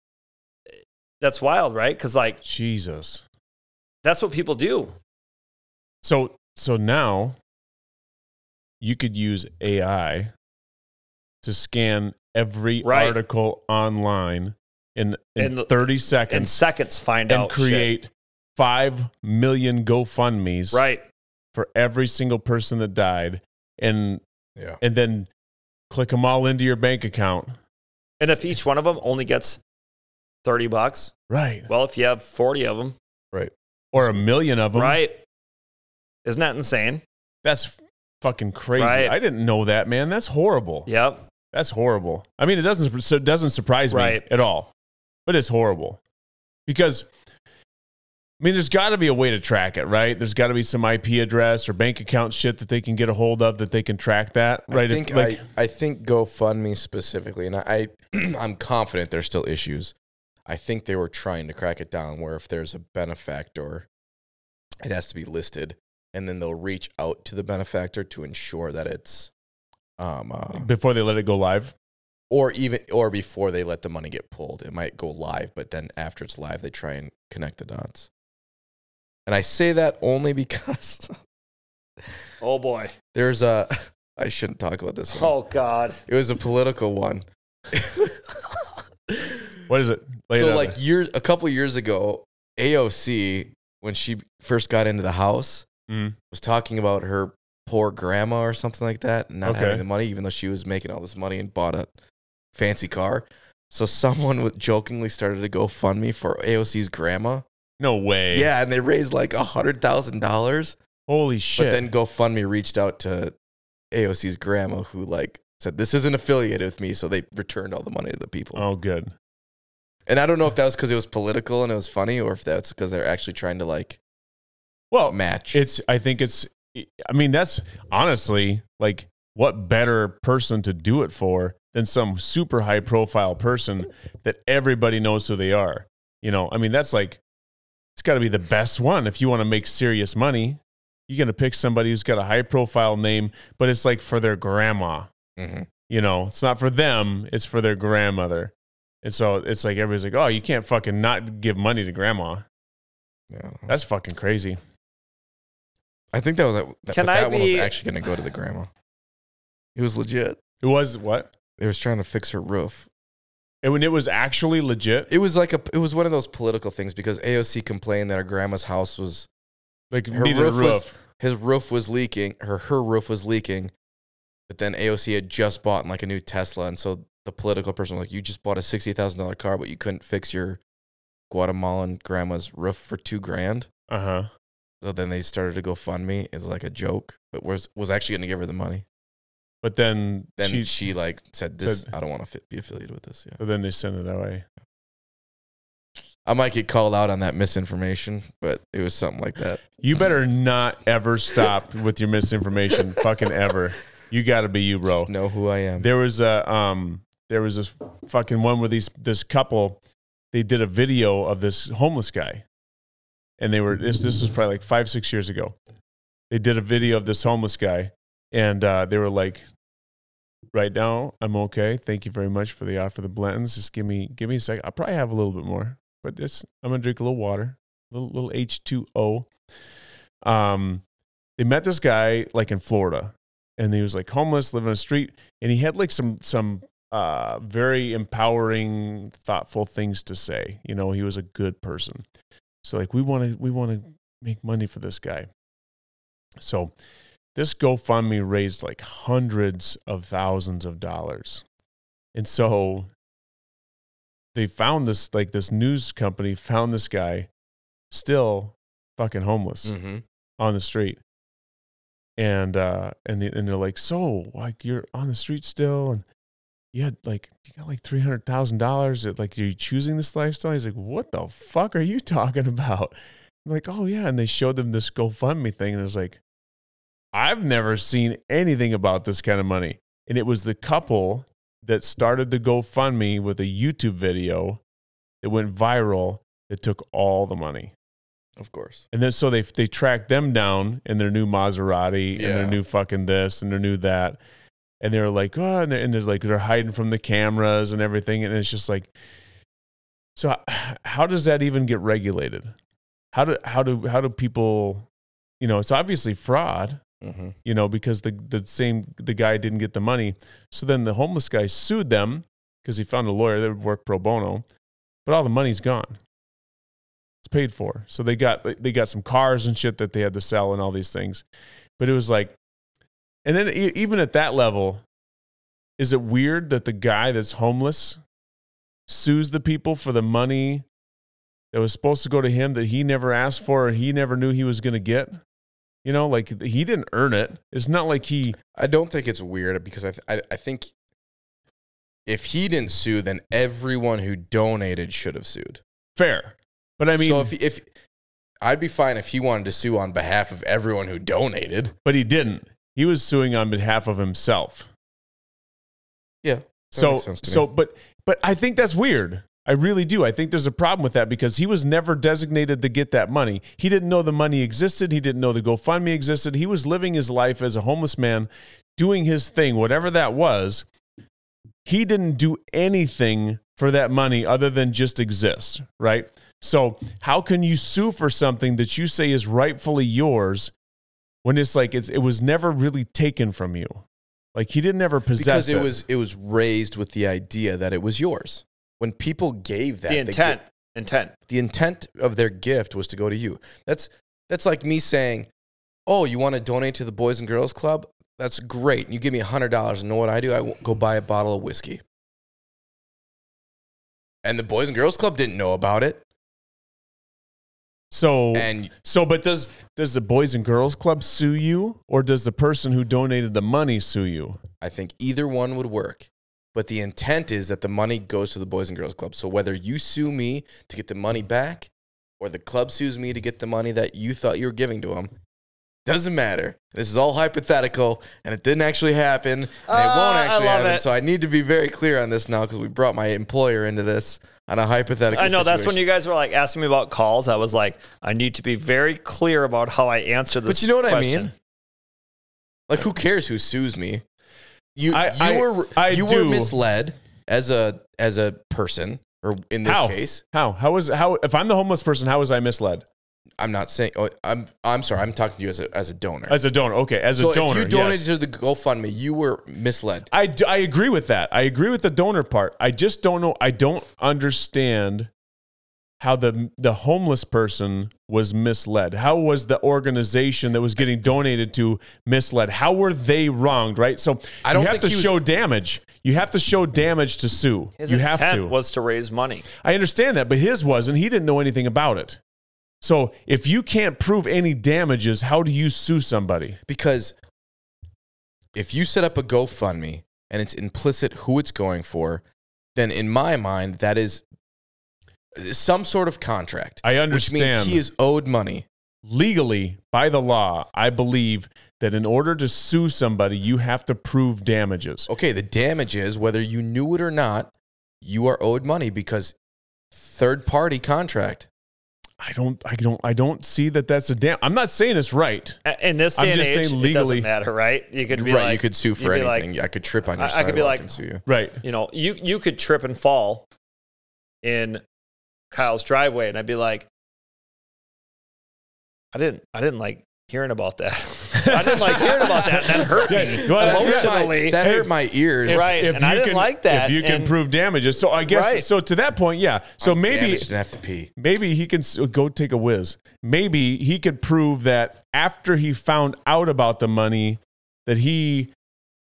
A: that's wild, right? Because like
B: Jesus.
A: that's what people do.
B: So so now you could use AI to scan every
A: Right.
B: article online in, in
A: And-
B: 30
A: In
B: seconds
A: seconds, find
B: and
A: out shit.
B: create 5 million GoFundMe's
A: right.
B: for every single person that died and
C: Yeah.
B: and then click them all into your bank account.
A: And if each one of them only gets thirty bucks,
B: Right.
A: well, if you have forty of them,
B: Or a million of them.
A: right? Isn't that insane?
B: That's fucking crazy.
A: Right.
B: I didn't know that, man. That's horrible.
A: Yep.
B: That's horrible. I mean, it doesn't so it doesn't surprise me
A: Right.
B: at all, but it's horrible because I mean, there's got to be a way to track it, right? There's got to be some IP address or bank account shit that they can get a hold of that they can track that, right?
C: I think
B: if, like,
C: I, I think GoFundMe specifically, and I, I I'm confident there's still issues. I think they were trying to crack it down where if there's a benefactor, it has to be listed, and then they'll reach out to the benefactor to ensure that it's, um, uh,
B: before they let it go live.
C: or even or before they let the money get pulled, it might go live, but then after it's live, they try and connect the dots. And I say that only because
A: Oh boy.
C: there's a. I shouldn't talk about this one.
A: Oh god.
C: It was a political one.
B: What is it? Lay it
C: so
B: on
C: like
B: us.
C: years a couple years ago aoc when she first got into the house
B: Mm.
C: was talking about her poor grandma or something like that not
B: Okay.
C: having the money even though she was making all this money and bought a fancy car so someone was jokingly started to GoFundMe for AOC's grandma.
B: no way.
C: Yeah, and they raised like a hundred thousand dollars.
B: Holy shit.
C: But then GoFundMe reached out to AOC's grandma, who like said this isn't affiliated with me, so they returned all the money to the people.
B: oh, good.
C: And I don't know if that was because it was political and it was funny, or if that's because they're actually trying to like
B: Well,
C: match.
B: Oh, It's. I think it's. I mean, that's honestly like what better person to do it for than some super high profile person that everybody knows who they are. You know, I mean, that's like it's got to be the best one if you want to make serious money. You're gonna pick somebody who's got a high profile name, but it's like for their grandma.
C: Mhm.
B: You know, it's not for them; it's for their grandmother. And so it's like everybody's like, "Oh, you can't fucking not give money to grandma."
C: Yeah.
B: That's fucking crazy.
C: I think that was that. but
A: Can I
C: that one was
A: be-
C: actually going to go to the grandma. It was legit.
B: It was what?
C: They was trying to fix her roof.
B: And when it was actually legit,
C: It was like a. It was one of those political things because AOC complained that her grandma's house was
B: like
C: Her
B: needed
C: roof
B: a
C: was-
B: roof.
C: his roof was leaking. Her her roof was leaking, but then AOC had just bought like a new Tesla, and so the political person was like, "You just bought a sixty thousand dollar car, but you couldn't fix your Guatemalan grandma's roof for two grand."
B: uh huh.
C: So then they started to go fund me as like a joke, but was was actually going to give her the money.
B: But then,
C: Then she,
B: she,
C: like said, "This
B: said-
C: I don't want to be affiliated with this." Yeah,
B: so then they sent it away.
C: I might get called out on that misinformation, but it was something like that.
B: You better not ever stop with your misinformation, fucking ever. You got to be you, bro.
C: Just know who I am.
B: There was a um, there was this fucking one where these this couple, they did a video of this homeless guy, and they were this this was probably like five six years ago. They did a video of this homeless guy, and uh, they were like, "Right now, I'm okay. Thank you very much for the offer, the Blentons. Just give me give me a sec. I'll probably have a little bit more, but it's I'm gonna drink a little water, little little H two O. Um, they met this guy like in Florida, and he was like homeless, living on the street, and he had like some some uh very empowering, thoughtful things to say. You know, he was a good person. So like we want to we want to make money for this guy. So this GoFundMe raised like hundreds of thousands of dollars. And so they found this like this news company found this guy still fucking homeless
C: Mm-hmm.
B: on the street. And uh and the, and they're like, "So, like you're on the street still and you had like you got like $300,000 It- like you're choosing this lifestyle." He's like, "What the fuck are you talking about?" I'm like, "Oh yeah." And they showed them this GoFundMe thing and it was like, "I've never seen anything about this kind of money." And it was the couple that started the GoFundMe with a YouTube video that went viral that took all the money.
C: Of course.
B: And then so they they tracked them down in their new Maserati and
C: Yeah.
B: their new fucking this and their new that. And they're like, oh, and they're, and they're like, they're hiding from the cameras and everything. And it's just like, so h- how does that even get regulated? How do, how do, how do people, you know, it's obviously fraud,
C: Mm-hmm.
B: you know, because the, the same, the guy didn't get the money. So then the homeless guy sued them because he found a lawyer that would work pro bono, but all the money's gone. It's paid for. So they got they got some cars and shit that they had to sell and all these things. But it was like, and then e- even at that level, is it weird that the guy that's homeless sues the people for the money that was supposed to go to him that he never asked for or he never knew he was going to get? You know, like he didn't earn it. It's not like he
C: I don't think it's weird because I, th- I I think if he didn't sue, then everyone who donated should have sued.
B: fair. But I mean,
C: so if if I'd be fine if he wanted to sue on behalf of everyone who donated.
B: But he didn't. He was suing on behalf of himself.
C: Yeah.
B: So
C: makes sense to me.
B: so but but I think that's weird. I really do. I think there's a problem with that because he was never designated to get that money. He didn't know the money existed. He didn't know the GoFundMe existed. He was living his life as a homeless man, doing his thing, whatever that was. He didn't do anything for that money other than just exist, right? So, how can you sue for something that you say is rightfully yours when it's like it's, it was never really taken from you? Like he didn't ever possess
C: because it was it was raised with the idea that it was yours. When people gave that
A: the
C: they
A: intent, intent.
C: gi- the intent of their gift was to go to you. That's that's like me saying, "Oh, you want to donate to the Boys and Girls Club? That's great. You give me hundred dollars, and know what I do? I w- go buy a bottle of whiskey." And the Boys and Girls Club didn't know about it,
B: so
C: and
B: So, but does does the Boys and Girls Club sue you, or does the person who donated the money sue you?
C: I think either one would work. But the intent is that the money goes to the Boys and Girls Club. So whether you sue me to get the money back or the club sues me to get the money that you thought you were giving to them, doesn't matter. This is all hypothetical and it didn't actually happen and it
A: Ah,
C: won't
A: I
C: actually
A: love
C: happen.
A: it.
C: So I need to be very clear on this now because we brought my employer into this on a hypothetical
A: I know that's when
C: situation.
A: you guys were like asking me about calls. I was like, I need to be very clear about how I answer this.
C: But you know what I
A: question.
C: mean? Like, who cares who sues me? You,
B: I-
C: you
B: I-
C: were
B: I
C: you
B: do.
C: were misled as a as a person, or in this
B: How?
C: case,
B: How how is how if I'm the homeless person, how was I misled
C: I'm not saying. Oh, I'm I'm sorry. I'm talking to you as a as a donor.
B: as a donor? Okay, as
C: so
B: a donor,
C: if you donated
B: yes.
C: to the GoFundMe, you were misled.
B: I d- I agree with that. I agree with the donor part. I just don't know. I don't understand how the the homeless person was misled. How was the organization that was getting donated to misled? How were they wronged? Right. So
C: I don't
B: you have
C: think
B: to
C: he was-
B: show damage. You have to show damage to sue.
A: His
B: you have
A: intent
B: to.
A: was to raise money.
B: I understand that, but his wasn't. He didn't know anything about it. So if you can't prove any damages, how do you sue somebody?
C: Because if you set up a GoFundMe and it's implicit who it's going for, then in my mind that is some sort of contract.
B: I
C: Which means
B: understand.
C: he is owed money.
B: Legally, by the law, I believe that in order to sue somebody, you have to prove damages.
C: Okay, the damage is whether you knew it or not, you are owed money because third party contract.
B: I don't, I don't, I don't see that that's a dam. I'm not saying it's right.
A: A- In this
B: I'm
A: day and
B: just
A: age,
B: saying
A: it
B: legally-
A: doesn't matter, right? You could be
C: right,
A: like,
C: you could sue for
A: you'd be like-
C: anything. I could trip on
A: I-
C: your
A: I could be
C: sidewalk
A: like-
C: and sue you.
B: Right.
A: you know, you you could trip and fall in Kyle's driveway, and I'd be like, I didn't, I didn't like hearing about that. I didn't like hearing about that. That hurt me
B: Well, that's-
C: That hurt my-
A: emotionally.
C: that hurt my ears.
A: right, and I didn't
B: can,
A: like that.
B: If you can
A: and-
B: prove damages, so I guess
A: Right. Oh,
B: so. To that point, yeah. So maybe
C: Damaged and have to pee.
B: maybe he can s- go take a whiz. Maybe he could prove that after he found out about the money, that he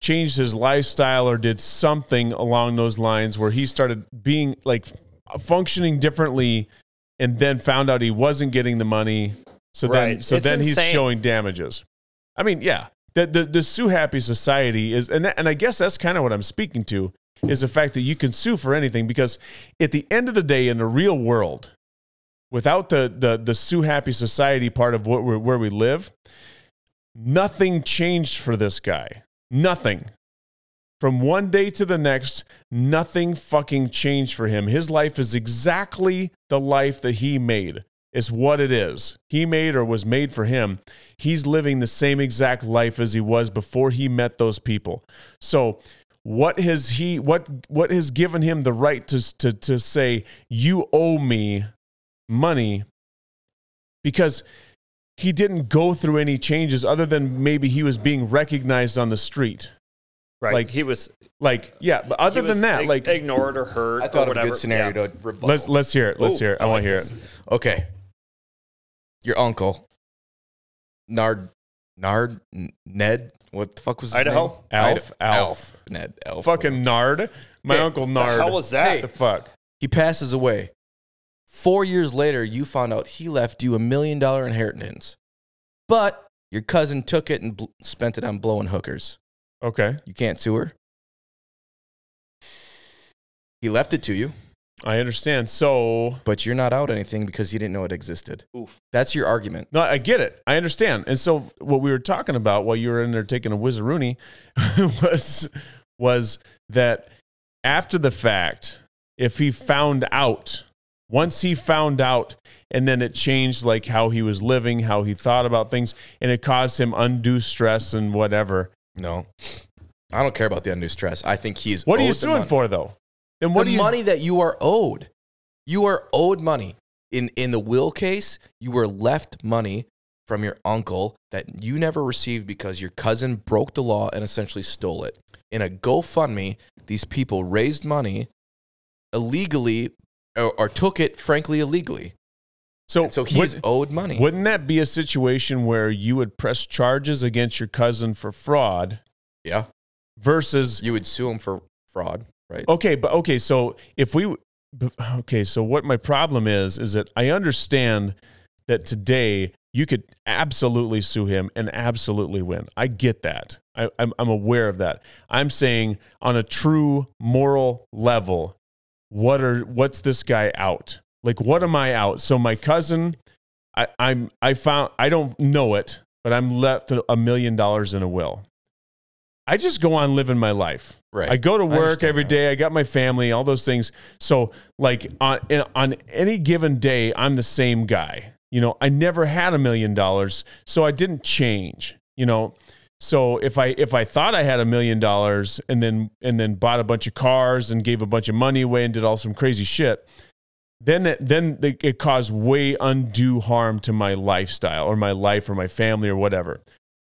B: changed his lifestyle or did something along those lines where he started being like f- functioning differently, and then found out he wasn't getting the money. So then,
A: Right.
B: so
A: It's
B: then he's
A: insane.
B: showing damages. I mean, yeah, the the, the sue happy society is, and that, and I guess that's kind of what I'm speaking to is the fact that you can sue for anything because at the end of the day, in the real world, without the the the sue happy society part of what we're, where we live, nothing changed for this guy. Nothing. From one day to the next, nothing fucking changed for him. His life is exactly the life that he made. It's what it is. He made or was made for him. He's living the same exact life as he was before he met those people. So, what has he what what has given him the right to to to say you owe me money because he didn't go through any changes other than maybe he was being recognized on the street.
A: right,
B: like,
A: like he was.
B: Like, yeah, but other
A: he
B: than
A: was
B: that,
A: ig-
B: like
A: ignored or hurt.
C: I
A: or
C: thought of a
A: whatever.
C: good scenario
A: Yeah.
C: to rebuttal.
B: let's let's hear it. Let's
C: Ooh,
B: hear it. I,
C: I
B: want
C: like
B: to hear
C: this.
B: it.
C: Okay. Your uncle, Nard, Nard, N- Ned. What the fuck was his
A: Idaho?
C: name?
B: Alf,
C: Ida-
B: Alf.
C: Ned, Elf.
B: Fucking Nard. My
C: Hey,
B: uncle
A: The
B: Nard.
A: hell was that?
B: the fuck?
C: He passes away. Four years later, you found out he left you a million dollar inheritance, but your cousin took it and bl- spent it on blowing hookers.
B: Okay,
C: You can't sue her. He left it to you,
B: I understand. So
C: but you're not out anything because you didn't know it existed.
A: Oof.
C: That's your argument.
B: No, I get it. I understand. And so what we were talking about while you were in there taking a whizzaroony was was that after the fact, if he found out, once he found out, and then it changed like how he was living, how he thought about things, and it caused him undue stress and whatever.
C: No, I don't care about the undue stress. I think he's.
B: What are you
C: owed the
B: suing
C: money.
B: for though? And what do
C: the
B: you
C: money that you are owed. You are owed money. In in the will case, you were left money from your uncle that you never received because your cousin broke the law and essentially stole it. In a GoFundMe, these people raised money illegally or, or took it, frankly, illegally.
B: so,
C: And so he's
B: Oh, what-
C: owed money.
B: wouldn't that be a situation where you would press charges against your cousin for fraud
C: yeah.
B: versus
C: You would sue him for fraud, right?
B: Okay, but okay, so if we but- okay, so what my problem is is that I understand that today you could absolutely sue him and absolutely win. I get that. I, I'm, I'm aware of that. I'm saying on a true moral level, what are what's this guy out? Like what am I out? So my cousin, I, I'm I found I don't know it, but I'm left a million dollars in a will. I just go on living my life.
C: Right.
B: I go to work
C: understand
B: every
C: that.
B: day. I got my family, all those things. So, like on in- on any given day, I'm the same guy. You know, I never had a million dollars, so I didn't change. You know, so if I if I thought I had a million dollars and then and then bought a bunch of cars and gave a bunch of money away and did all some crazy shit, then it, then the, it caused way undue harm to my lifestyle or my life or my family or whatever.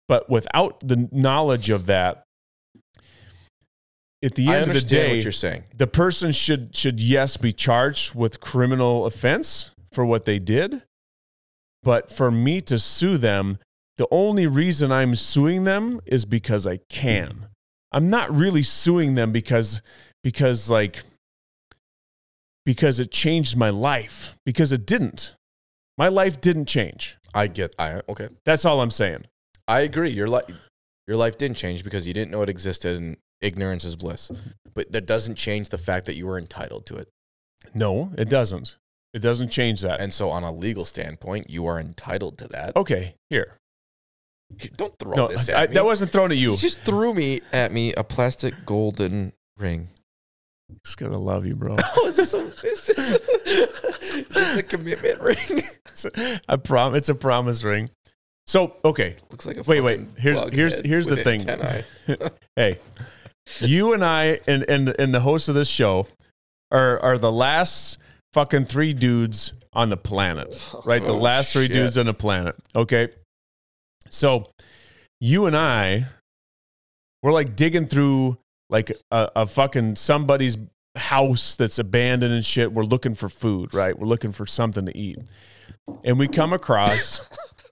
B: But without the knowledge of that, at the
C: I
B: end of the
C: understand
B: day,
C: what you're saying.
B: the person should should yes be charged with criminal offense for what they did but for me to sue them the only reason i'm suing them is because i can i'm not really suing them because because like because it changed my life because it didn't my life didn't change
C: I get. I okay.
B: that's all i'm saying
C: I agree. Your life, your life didn't change because you didn't know it existed, and ignorance is bliss. But that doesn't change the fact that you were entitled to it.
B: no it doesn't it doesn't change that
C: And so, on a legal standpoint, you are entitled to that.
B: okay here
C: Don't throw
B: no
C: this at
B: I,
C: me.
B: that wasn't thrown at
C: you
B: you
C: just threw me at me a plastic golden ring.
B: just gotta love you bro
C: Oh, is this a, is this a, is this a commitment ring?
B: a prom. It's a promise ring. So okay,
C: Looks like a
B: Wait, wait.
C: fucking
B: Here's-
C: bug
B: here's-
C: head
B: here's the
C: with
B: thing.
C: antennae.
B: hey, you and I and and and the host of this show are are the last fucking three dudes on the planet, right? the
C: Oh,
B: last three
C: shit.
B: dudes on the planet. Okay. So you and I were like digging through like a, a fucking somebody's house that's abandoned and shit. We're looking for food, right? We're looking for something to eat. And we come across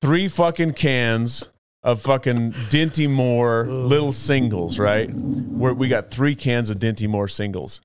B: three fucking cans of fucking Dinty Moore little singles, right? Where we got three cans of Dinty Moore singles.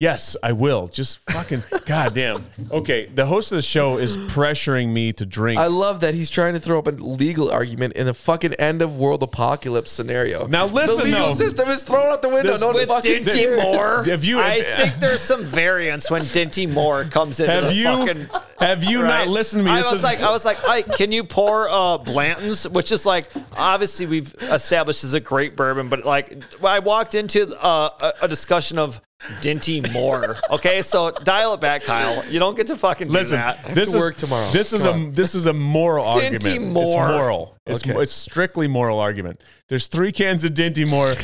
B: Yes, I will. Just fucking goddamn. Okay, the host of the show is pressuring me to drink.
D: I love that he's trying to throw up a legal argument in a fucking end of world apocalypse scenario.
B: Now listen,
D: the legal
B: though.
D: system is thrown out the window.
B: This-
D: no one
B: with
D: fucking
B: Dinty
D: cares.
A: Moore.
B: Have you-
A: I think there's some variance when Dinty Moore comes into
B: Have
A: the
B: you
A: fucking.
B: have you
A: right?
B: not listened to me?
A: I
B: This
A: was
B: is-
A: like, I was like, Ike, can you pour uh, Blanton's? Which is like, obviously we've established is a great bourbon, but like, I walked into uh, a, a discussion of Dinty Moore. Okay, so dial it back, Kyle. You don't get to fucking
B: listen.
A: do that.
B: This
D: to
B: is
D: work tomorrow.
B: This is
D: Come
B: a this is a moral argument. It's
A: Moore.
B: moral. It's,
D: Okay.
B: it's strictly moral argument. There's three cans of Dinty Moore.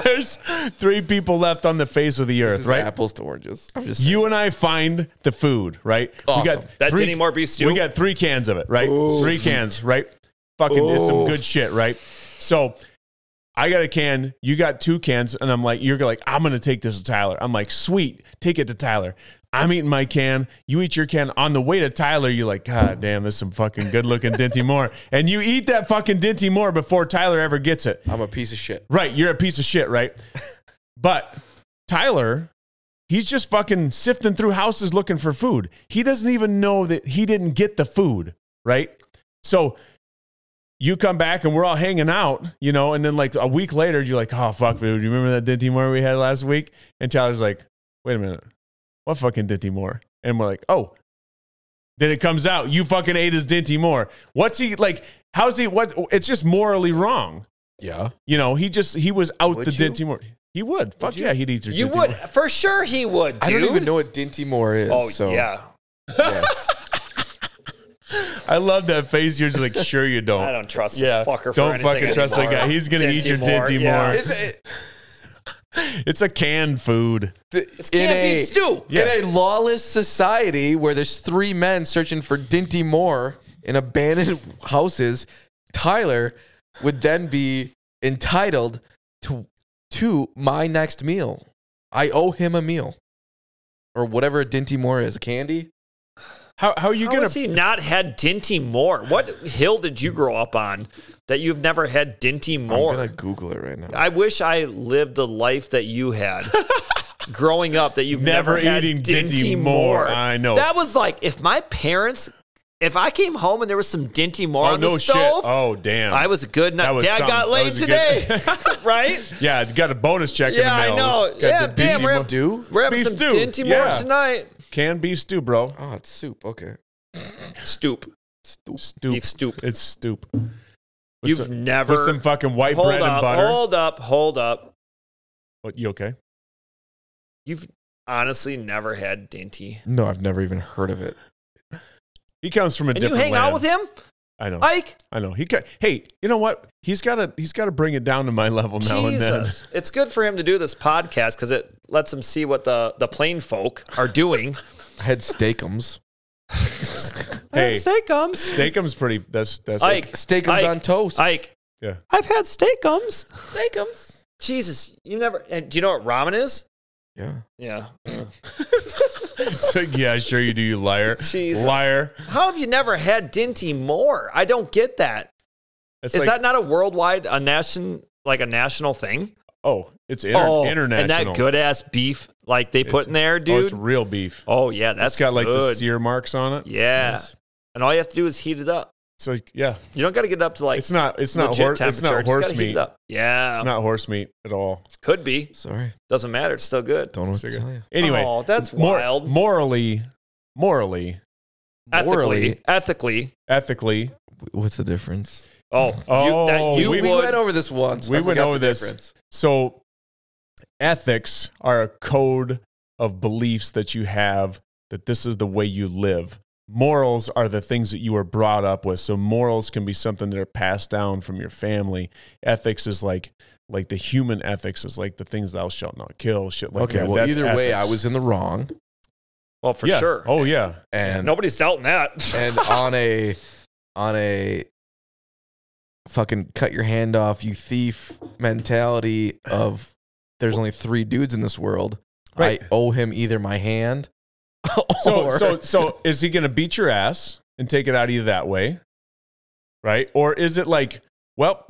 B: There's three people left on the face of the earth,
D: This is
B: right?
D: Apples to oranges. I'm just
B: You and I find the food, right? We
D: Awesome.
B: got
A: That
B: three,
A: Dinty Moore beef stew?
B: We got three cans of it, right? Three cans, right? Fucking it's some good shit, right? So I got a can, you got two cans, and I'm like, you're like, I'm gonna take this to Tyler. I'm like, sweet, take it to Tyler. I'm eating my can, you eat your can. On the way to Tyler, you're like, God damn, this is some fucking good looking Dinty Moore. And you eat that fucking Dinty Moore before Tyler ever gets it.
D: I'm a piece of shit.
B: Right, you're a piece of shit, right? But Tyler, he's just fucking sifting through houses looking for food. He doesn't even know that he didn't get the food, right? So you come back and we're all hanging out, you know, and then like a week later, you're like, oh, fuck, dude, you remember that Dinty Moore we had last week? And Tyler's like, wait a minute, what fucking Dinty Moore? And we're like, oh. Then it comes out, you fucking ate his Dinty Moore. What's he like? How's he? What? It's just morally wrong.
C: Yeah.
B: You know, he just he was out
C: Would
B: the
C: you?
B: Dinty Moore. He would. Fuck yeah, he'd eat your
A: You
B: Dinty
A: would,
B: Moore.
A: for sure, he would. Dude.
D: I don't even know what Dinty Moore is.
A: Oh
D: so
A: yeah,
D: yes.
B: I love that face. You're just like, sure you don't.
A: I don't trust
B: Oh, yeah,
A: this fucker. For
B: don't
A: anything
B: fucking trust that
A: anymore.
B: guy. He's gonna eat your Dinty
A: yeah.
B: Moore.
D: Is it-
B: It's a canned food.
D: th- in,
A: can't be
D: a,
A: stew.
B: Yeah.
D: in a lawless society where there's three men searching for Dinty Moore in abandoned houses, Tyler would then be entitled to to my next meal. I owe him a meal. Or whatever a Dinty Moore is. A candy?
B: How how are you
A: How
B: gonna?
A: has he not had Dinty Moore? What hill did you grow up on that you've never had Dinty
D: I'm
A: Moore?
D: gonna Google it right now.
A: I wish I lived the life that you had growing up that you've
B: Never
A: never, had
B: eating
A: Dinty,
B: Dinty
A: Moore.
B: Moore. I know.
A: That was like if my parents, if I came home and there was some Dinty Moore
B: oh
A: on
B: no
A: the
B: shit!
A: stove,
B: Oh damn!
A: I was good.
B: That
A: Not,
B: was
A: Dad
B: something.
A: got
B: That
A: laid
B: was a
A: today,
B: good-
A: right?
B: yeah, got a bonus check
A: Yeah, I
B: in the mail.
A: know. yeah,
D: the
A: damn,
D: beef
A: we're having-
D: stew?
A: we're having
B: Beef
A: some
B: stew.
A: Dinty Moore
B: Yeah.
A: tonight.
B: Canned beef stew, bro.
D: Oh, it's soup. Okay.
A: Stoop,
D: Stoop.
B: Stoop.
A: beef stoop.
B: It's stoop. With
A: You've
B: some,
A: never
B: with some fucking white
A: hold
B: bread
A: up,
B: and butter.
A: hold up, hold up.
B: What, you okay?
A: You've honestly never had Dinty.
D: No, I've never even heard of it.
B: He comes from a
A: And you
B: different.
A: hang out
B: land.
A: with him,
B: I know.
A: Ike?
B: I know he. Got, hey, you know what? He's got to. He's got to bring it down to my level now and then.
A: Jesus. It's good for him to do this podcast because it lets him see what the, the plain folk are doing.
D: I had steakums.
B: Hey,
A: steakums.
B: Steakum's pretty. That's that's.
A: Ike.
D: Steakums
A: Ike,
D: on toast.
A: Ike.
B: Yeah.
A: I've had steakums.
D: steakums.
A: Jesus. You never. And do you know what ramen is?
D: Yeah.
A: Yeah.
B: So, yeah, sure you do, you liar.
A: Jesus.
B: Liar.
A: How have you never had Dinty Moore? I don't get that.
B: It's
A: Is
B: like,
A: that not a worldwide, a nation, like a national thing?
B: oh, it's inter-
A: oh,
B: international.
A: And that good ass beef, like they put
B: It's-
A: in there,
B: Oh, it's
A: dude. Oh,
B: real beef.
A: yeah, that's
B: it's got like the
A: good.
B: sear marks on it.
A: Yeah. And all you have to do is heat it up.
B: It's like yeah,
A: You don't got to get it up to like
B: it's not. It's not.
A: legit
B: Hor- it's
A: temperature.
B: not
A: Just gotta
B: horse
A: heat
B: meat.
A: it up. Yeah.
B: It's not horse meat at all.
A: Could be.
D: Sorry.
A: Doesn't matter. It's still good.
D: Don't know what
B: It's
D: to
B: okay.
D: tell you.
B: Anyway,
A: Oh, that's
B: mor-
A: wild.
B: Morally, morally,
A: Ethically.
D: Morally,
A: Ethically.
B: ethically,
D: what's the difference?
A: Oh.
B: Oh,
A: you, that, you
B: we-
D: We,
A: would,
D: went over this once.
B: We
D: I
B: went
D: forgot
B: over
D: the
B: this.
D: difference.
B: So, ethics are a code of beliefs that you have that this is the way you live. Morals are the things that you were brought up with. So morals can be something that are passed down from your family. Ethics is like like the human ethics is like the things thou shalt not kill, shit like
D: okay,
B: that.
D: well,
B: That's
D: either way, I
B: ethics.
D: was in the wrong.
A: Well, for
B: Yeah.
A: sure.
B: Oh yeah.
C: and
A: Nobody's doubting that.
C: and on a on a fucking cut your hand off you thief mentality of there's only three dudes in this world
B: Right.
C: i owe him either my hand
B: So
C: or
B: so so is he gonna beat your ass and take it out of you that way? Right? Or is it like, well,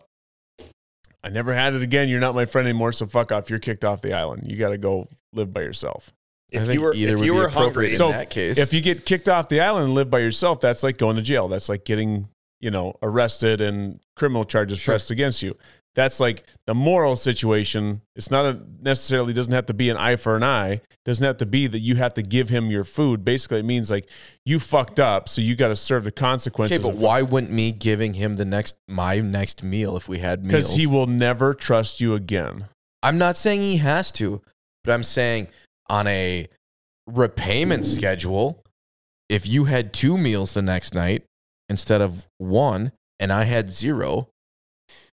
B: I never had it again. You're not my friend anymore, so fuck off. You're kicked off the island. You gotta go live by yourself.
C: I
A: if
C: think
A: you were,
C: either
A: if
C: would
A: you
C: be
A: were
C: appropriate
A: hungry,
B: So,
C: in that case
B: If you get kicked off the island and live by yourself, that's like going to jail. That's like getting, you know, arrested and criminal charges
D: Sure.
B: pressed against you. That's like the moral situation. It's not a, necessarily doesn't have to be an eye for an eye. Doesn't have to be that you have to give him your food. Basically, it means like you fucked up, so you got to serve the
C: okay
B: consequences.
C: but
B: of-
C: why wouldn't me giving him the next my next meal if we had meals
B: he will never trust you again.
C: i'm not saying he has to but i'm saying on a repayment schedule if you had two meals the next night instead of one and I had zero,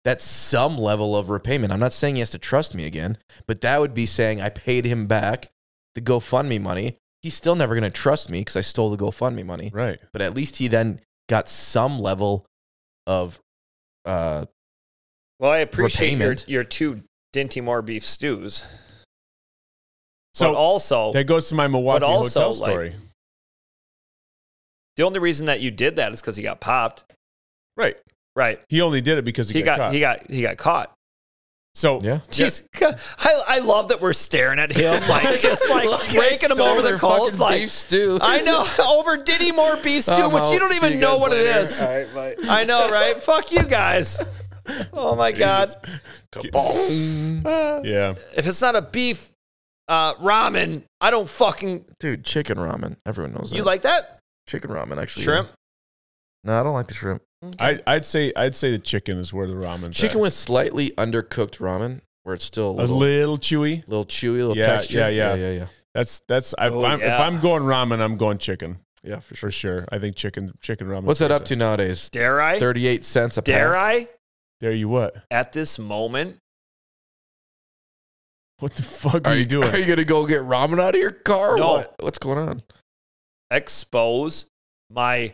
C: that's some level of repayment. I'm not saying he has to trust me again, but that would be saying I paid him back the GoFundMe money. He's still never going to trust me because I stole the GoFundMe money,
B: Right.
C: but at least he then got some level of uh,
A: well, I appreciate your,
C: repayment.
A: your two Dinty Moore beef stews.
B: So
A: but also,
B: that goes to my Milwaukee
A: also,
B: hotel
A: like-
B: story.
A: the only reason that you did that is because he got popped.
B: right.
A: Right.
B: He only did it because he,
A: He
B: got,
A: got,
B: caught.
A: he got he got caught.
B: so
C: yeah.
A: Jeez, I, I love that we're staring at him like just like
D: Look, I
A: raking him
D: stole
A: over the
D: their
A: coals.
D: fucking
A: Like
D: beef stew.
A: I know over Diddy Moore beef stew,
C: Oh,
D: I'm
A: which Oh, you
D: out.
A: don't
D: See
A: even
D: you
A: know
D: guys
A: what
D: later.
A: it is. I know, right? Fuck you guys. Oh my god! Uh,
B: Yeah.
A: if it's not a beef uh, ramen, I don't fucking.
C: Dude, chicken ramen. Everyone knows
A: You
C: that.
A: like that
C: chicken ramen, actually.
A: shrimp?
C: No, I don't like the shrimp.
B: I, I'd say I'd say the chicken is where the ramen's at.
D: Chicken with slightly undercooked ramen, where it's still a
B: a
D: little,
B: little chewy.
D: little chewy, little
B: Yeah,
D: texture.
B: yeah, yeah.
D: yeah, yeah.
B: That's that's if,
A: Oh,
B: I'm, if
A: yeah.
B: I'm going ramen, I'm going chicken
D: Yeah, for sure.
B: for sure. I think chicken chicken ramen.
D: What's that up
B: stays
D: to nowadays?
A: Dare I?
D: Thirty-eight cents a
A: Dare
D: pound.
A: I?
B: There you what?
A: At this moment,
B: What the fuck are,
D: Are
B: you, doing?
D: Are you gonna go get ramen out of your car? or
A: No.
D: What? What's going on?
A: expose my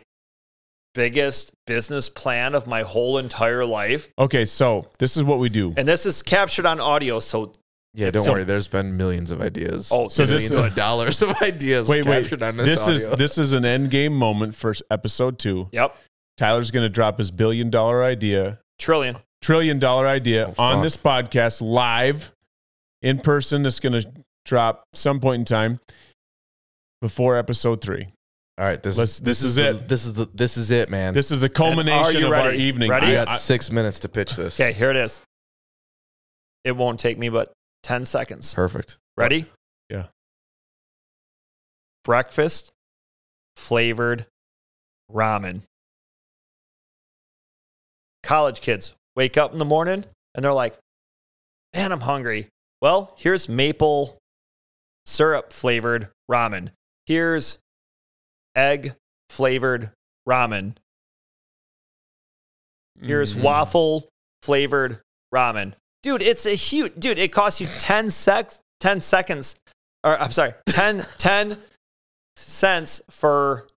A: biggest business plan of my whole entire life,
B: okay, so this is what we do.
A: and this is captured on audio. So,
C: Yeah, don't
B: So-
C: worry. There's been millions of ideas.
A: oh,
B: So this
C: millions
B: is
C: of dollars of ideas
B: wait, wait.
C: captured on this,
B: This is
C: audio.
B: this is an end game moment for episode two.
A: yep,
B: Tyler's gonna drop his billion dollar idea
A: trillion.
B: trillion dollar idea
C: Oh,
B: on
C: fuck.
B: this podcast live in person. It's going to drop some point in time before episode three.
C: All right, this
B: Let's-
C: is
B: this is
C: the-
B: it.
C: this is the this is it, man.
B: This is a culmination
A: you
B: of our
A: ready?
B: evening.
A: Ready?
B: I-
C: you got
B: I-
C: six minutes to pitch this.
A: Okay, here it is. It won't take me but ten seconds.
C: Perfect.
A: Ready?
B: Yeah.
A: Breakfast flavored ramen. College kids wake up in the morning and they're like, man, I'm hungry. Well, here's maple syrup flavored ramen. Here's egg flavored ramen. Here's
B: Mm.
A: waffle flavored ramen. Dude, it's a huge dude, it costs you 10 secs 10 seconds or I'm sorry, 10 10 cents for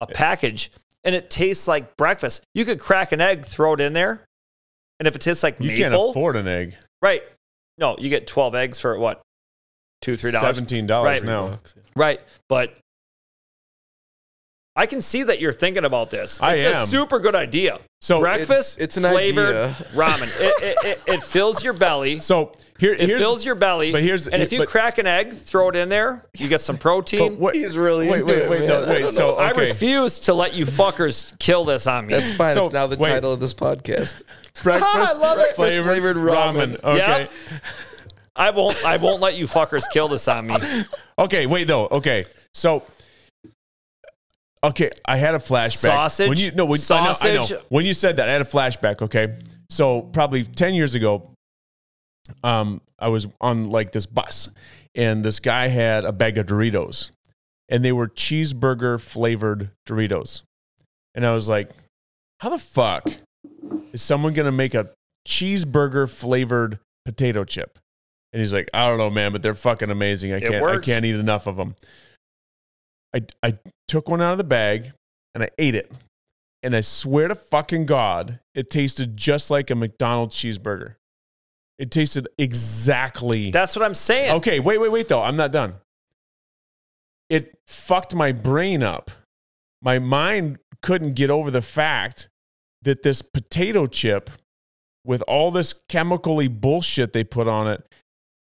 A: a package and it tastes like breakfast. You could crack an egg, throw it in there, and if it tastes like
B: Mm. You can't
A: maple,
B: afford an egg.
A: right. No, you get 12 eggs for what? 2 3 dollars.
B: Seventeen dollars
A: Right.
B: now.
A: Right. But I can see that you're thinking about this.
B: I
A: it's
B: am.
A: a super good idea.
B: So
A: Breakfast,
D: it's an
A: flavored
D: idea.
A: ramen. It, it, it, it fills your belly.
B: so here
A: It
B: here's
A: fills your belly.
B: but here's-
A: and if you
B: but-
A: crack an egg, throw it in there. You get some
B: but
A: protein.
B: what-
D: He's really
B: wait
D: into
B: wait
D: it,
B: wait
D: man.
B: no,
D: I
B: wait.
D: don't
B: So
A: I
B: okay,
A: refuse to let you fuckers kill this on me.
D: That's fine.
B: So,
D: it's now the
B: wait.
D: title of this podcast.
B: breakfast
A: I love it.
B: flavored,
D: Flavored
B: ramen.
D: ramen.
B: Okay.
A: Yep. I won't. I won't let you fuckers kill this on me.
B: Okay, wait though. Okay, so okay, I had a flashback.
A: Sausage?
B: When you no, when, I know- I know,
A: Sausage?
B: When you said that, I had a flashback. Okay, so probably ten years ago, um, I was on like this bus, and this guy had a bag of Doritos, and they were cheeseburger flavored Doritos, and I was like, how the fuck is someone gonna make a cheeseburger flavored potato chip? And he's like, I don't know, man, but they're fucking amazing. I can't, I
A: works.
B: can't eat enough of them. I, I took one out of the bag and I ate it. And I swear to fucking God, it tasted just like a McDonald's cheeseburger. It tasted exactly.
A: That's what I'm saying.
B: okay, wait, wait, wait, though. I'm not done. It fucked my brain up. My mind couldn't get over the fact that this potato chip with all this chemically bullshit they put on it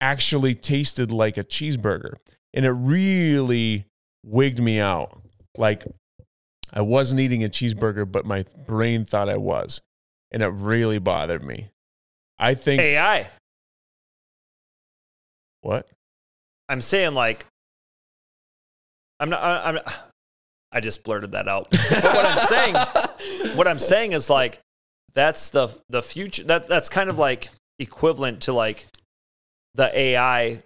B: actually tasted like a cheeseburger. And it really wigged me out. Like I wasn't eating a cheeseburger, but my brain thought I was. And it really bothered me. I think
A: AI.
B: what?
A: I'm saying like, I'm not. I- I'm. I just blurted that out. But what I'm saying, what I'm saying is like, that's the the future. That that's kind of like equivalent to like the AI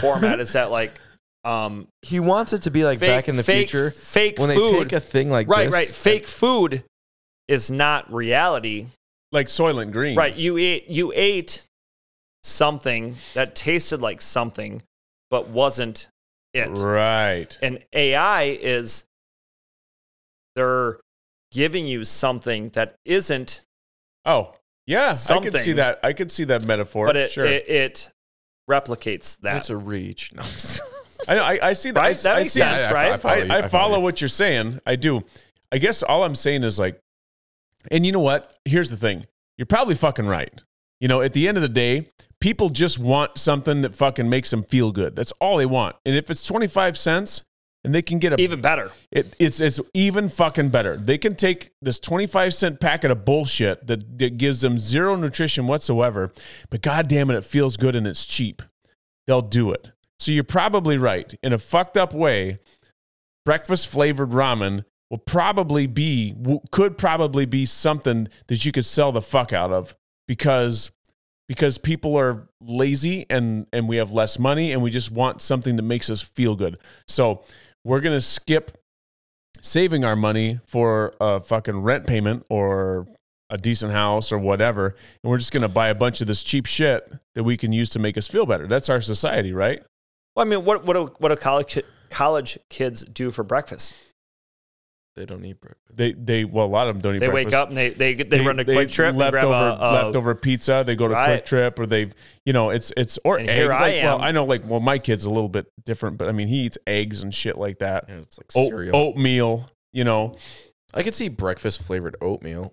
A: format. is that like, um,
D: He wants it to be like
A: fake,
D: back in the
A: fake,
D: future
A: fake
D: when they
A: food.
D: take a thing like
A: right,
D: this.
A: right. Fake food is not reality.
B: Like Soylent
D: Hmm.
B: Green.
A: Right. You ate you ate something that tasted like something, but wasn't it.
B: Right.
A: And AI is they're giving you something that isn't,
B: Oh, yeah. I could see
A: Something.
B: that. I could see that metaphor.
A: but it,
B: sure.
A: it it replicates that.
D: That's a reach. No.
B: I know. I, I see that. I,
A: Right? That
B: I
A: makes
B: see.
A: sense. That's
C: fo-
A: right.
B: I,
C: you.
B: I follow
C: you.
B: what you're saying. I do. I guess all I'm saying is like, and you know what? Here's the thing. You're probably fucking right. You know, at the end of the day, people just want something that fucking makes them feel good. That's all they want. And if it's 25 cents and they can get a
A: Even better.
B: It, it's it's even fucking better. They can take this twenty five cent packet of bullshit that, that gives them zero nutrition whatsoever, but goddamn it, it feels good and it's cheap. They'll do it. So you're probably right. In a fucked up way, breakfast flavored ramen will probably be w- could probably be something that you could sell the fuck out of because because people are lazy and and we have less money and we just want something that makes us feel good. So we're gonna skip saving our money for a fucking rent payment or a decent house or whatever, and we're just gonna buy a bunch of this cheap shit that we can use to make us feel better. That's our society, right?
A: Well, I mean, what what do, what do college ki- college kids do for breakfast?
D: They don't eat breakfast.
B: They they well a lot of them don't eat.
A: They
B: breakfast.
A: wake up and they they, they, run to quick trip and grab
B: leftover
A: a, a-
B: leftover pizza. They go to Quick
A: Right.
B: Trip or they, you know, it's it's or
A: And
B: eggs.
A: here I
B: like, Well,
A: am.
B: I know, like, well, my kid's a little bit different, but I mean, he eats eggs and shit like that.
C: Yeah, it's like
B: Oat,
C: cereal.
B: oatmeal, you know.
C: I could see breakfast flavored oatmeal.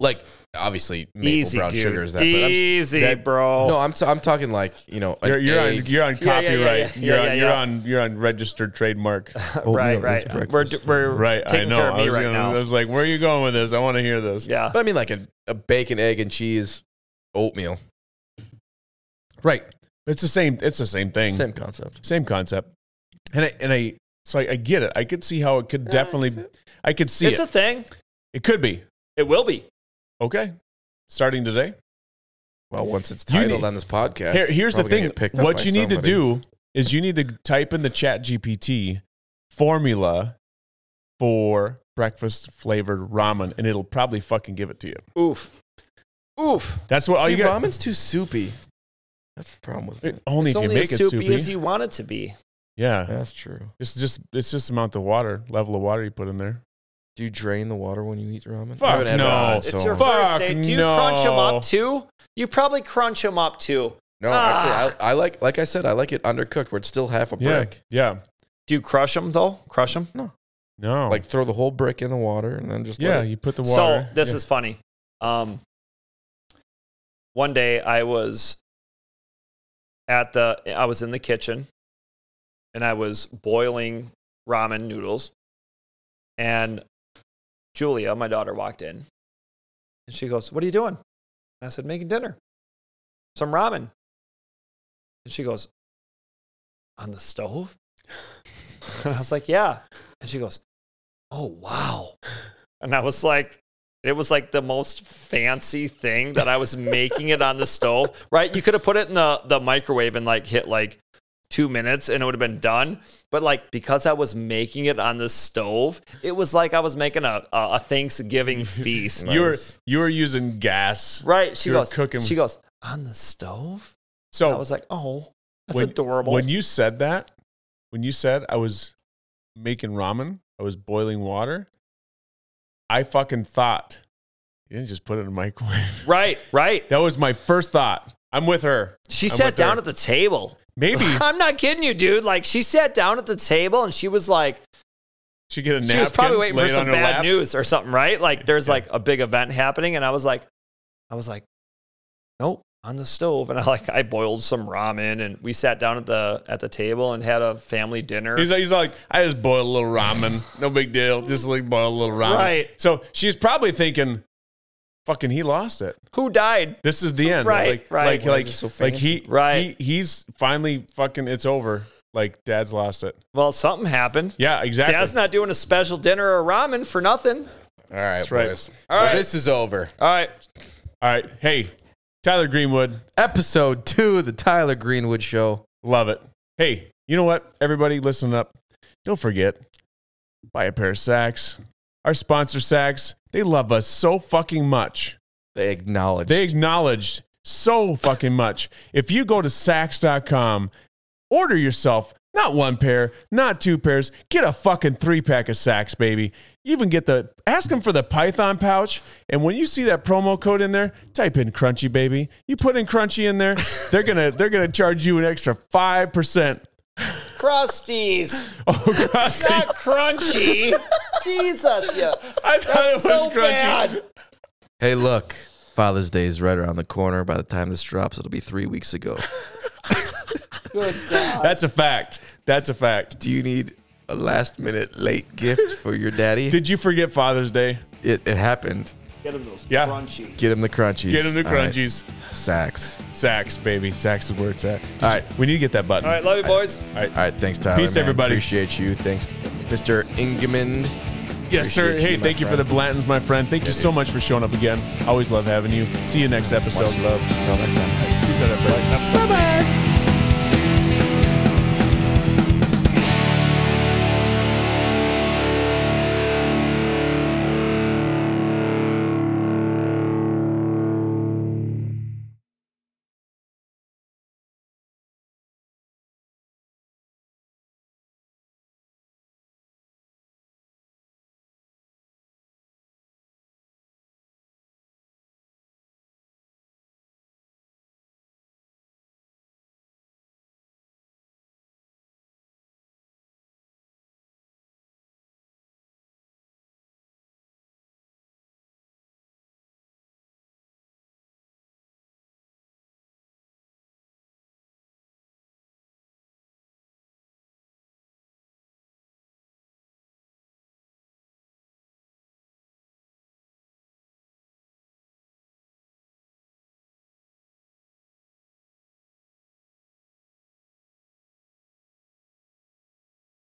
C: Like obviously maple
A: easy,
C: brown
A: dude.
C: sugar is that, but I'm, s-
A: easy,
B: that-
A: bro.
D: No,
C: no, I'm t- I'm talking like you know an
B: You're, you're on
C: egg.
B: you're on
A: Yeah, yeah, yeah,
B: copyright.
A: yeah,
B: you're
A: yeah,
B: on
A: yeah,
B: you're
A: yeah.
B: on you're on registered trademark.
A: right,
D: Oatmeal is
A: right. We're,
D: breakfast.
A: we're
B: Right, I
A: taking
B: know.
A: care of
B: I
A: me
B: was
A: right
B: gonna- I
A: now.
B: was like, where are you going with this? I want to hear this.
A: Yeah.
C: But I mean, like a, a bacon, egg, and cheese oatmeal.
B: Right. It's the same. It's the same thing.
D: Same concept.
B: Same concept. And I and I so I, I get it. I could see how it could definitely. I could see
A: it's
B: it.
A: a thing.
B: it could be
A: It will be.
B: okay. Starting today.
C: Well, once it's
B: You
C: titled
B: need-
C: on this podcast,
B: Here, here's the
C: probably gonna
B: thing.
C: get picked up
B: What
C: by
B: you need to
C: somebody.
B: do is you need to type in the chat GPT formula for breakfast flavored ramen, and it'll probably fucking give it to you.
A: Oof. Oof.
B: That's what all
D: See,
B: you got.
D: ramen's too soupy. That's the problem with
B: It-
D: it.
B: only
A: it's
B: if you
A: only
B: make
A: as
B: it
A: soupy,
B: soupy.
A: as you want it to be.
B: yeah.
D: That's true.
B: It's just it's just the amount of water, level of water you put in there.
D: Do you drain the water when you eat ramen?
B: Fuck
D: I haven't had
B: no.
D: ramen,
B: It's
A: It's
D: so-
A: your
B: Fuck
A: first date. Do you
B: no.
A: crunch them up too? You probably crunch them up too.
C: No,
A: Ah.
C: actually, I, I like like I said, I like it undercooked where it's still half a
B: Yeah.
C: brick.
B: Yeah.
A: Do you crush them though? Crush them.
B: No.
C: Like-
D: Like throw the whole brick in the water and then just
B: Oh. yeah,
D: Let it,
B: you put the
A: So
B: water.
A: this
B: yeah.
A: is funny. Um, one day I was at the I was in the kitchen and I was boiling ramen noodles, and Julia, my daughter, walked in, and she goes, "What are you doing?" I said, "Making dinner, some ramen." And she goes, "On the stove?" and I was like, "Yeah." And she goes, "Oh wow." And I was like, it was like the most fancy thing that I was making it on the stove, right? You could have put it in the, the microwave and like hit like two minutes and it would have been done. But like because I was making it on the stove, it was like I was making a, a, a Thanksgiving feast.
B: you were you were using gas.
A: Right. She
B: You're
A: goes,
B: cooking-
A: she goes, on the stove? I
B: So
A: was like, oh, that's
B: when,
A: adorable.
B: When you said that, when you said I was making ramen. I was boiling water. I fucking thought you didn't just put it in the microwave.
A: Right, right.
B: That was my first thought. I'm with her.
A: She
B: I'm
A: sat
B: with
A: down
B: her.
A: at the table.
B: Maybe
A: I'm not kidding you, dude. Like she sat down at the table and she was like,
B: she get a napkin.
A: she was probably waiting
B: lay
A: for
B: it on
A: some
B: her
A: bad
B: lap.
A: news or something, right? Like there's like a big event happening, and I was like, I was like, nope, on the stove, and I like I boiled some ramen, and we sat down at the at the table and had a family dinner.
B: He's like, he's like, I just boil a little ramen. No big deal. Just like boil a little ramen.
A: Right.
B: So she's probably thinking, fucking, he lost it.
A: Who died?
B: This is the end.
A: Right,
B: Like,
A: right.
B: Like,
A: Why
B: like,
D: is it so
B: like he,
A: Right.
B: He, he's finally fucking. It's over. Like dad's lost it.
A: Well, something happened.
B: Yeah, exactly.
A: Dad's not doing a special dinner or ramen for nothing.
C: All right,
B: That's right.
C: boys.
A: All
C: Well,
A: right.
C: this is over.
A: All right.
B: All right. Hey, Tyler Greenwood,
D: Episode two of the Tyler Greenwood Show.
B: love it. Hey, you know what? Everybody, listen up. Don't forget, buy a pair of sacks. Our sponsor sacks. They love us so fucking much.
D: They acknowledge.
B: They acknowledged so fucking much. If you go to Saks.com, order yourself not one pair, not two pairs, get a fucking three pack of Saks, baby. You even get the ask them for the Python pouch. And when you see that promo code in there, type in Crunchy, baby. You put in Crunchy in there, they're gonna they're gonna charge you an extra five percent.
A: Crusties.
B: Oh, Krusty,
A: Not crunchy. Jesus, yeah.
B: I thought it was
A: That's so
B: Crunchy.
A: bad.
D: hey, look. Father's Day is right around the corner. By the time this drops, it'll be three weeks ago.
A: Good God.
B: That's a fact. That's a fact.
D: Do you need a last minute late gift for your daddy?
B: Did you forget Father's Day?
D: it, it happened.
A: Get him those
B: Yeah.
A: crunchy.
D: Get him the crunchies.
B: Get them the
D: All right.
B: crunchies.
D: Sacks.
B: Sacks, baby. Sacks is where it's at.
D: All right.
B: We need to get that button.
A: All right, love you, boys.
D: All right. Thanks, Tyler.
B: Peace,
D: man.
B: everybody.
D: Appreciate you. Thanks, Mr. Ingemund.
B: yes, sir.
D: appreciate you,
B: Hey,
D: my
B: thank you for the
D: friend.
B: Blantons, my friend. Thank you so much for showing up again. Always love having you. See you next episode.
D: Much love. Until next time.
B: Peace out, everybody.
D: Bye bye.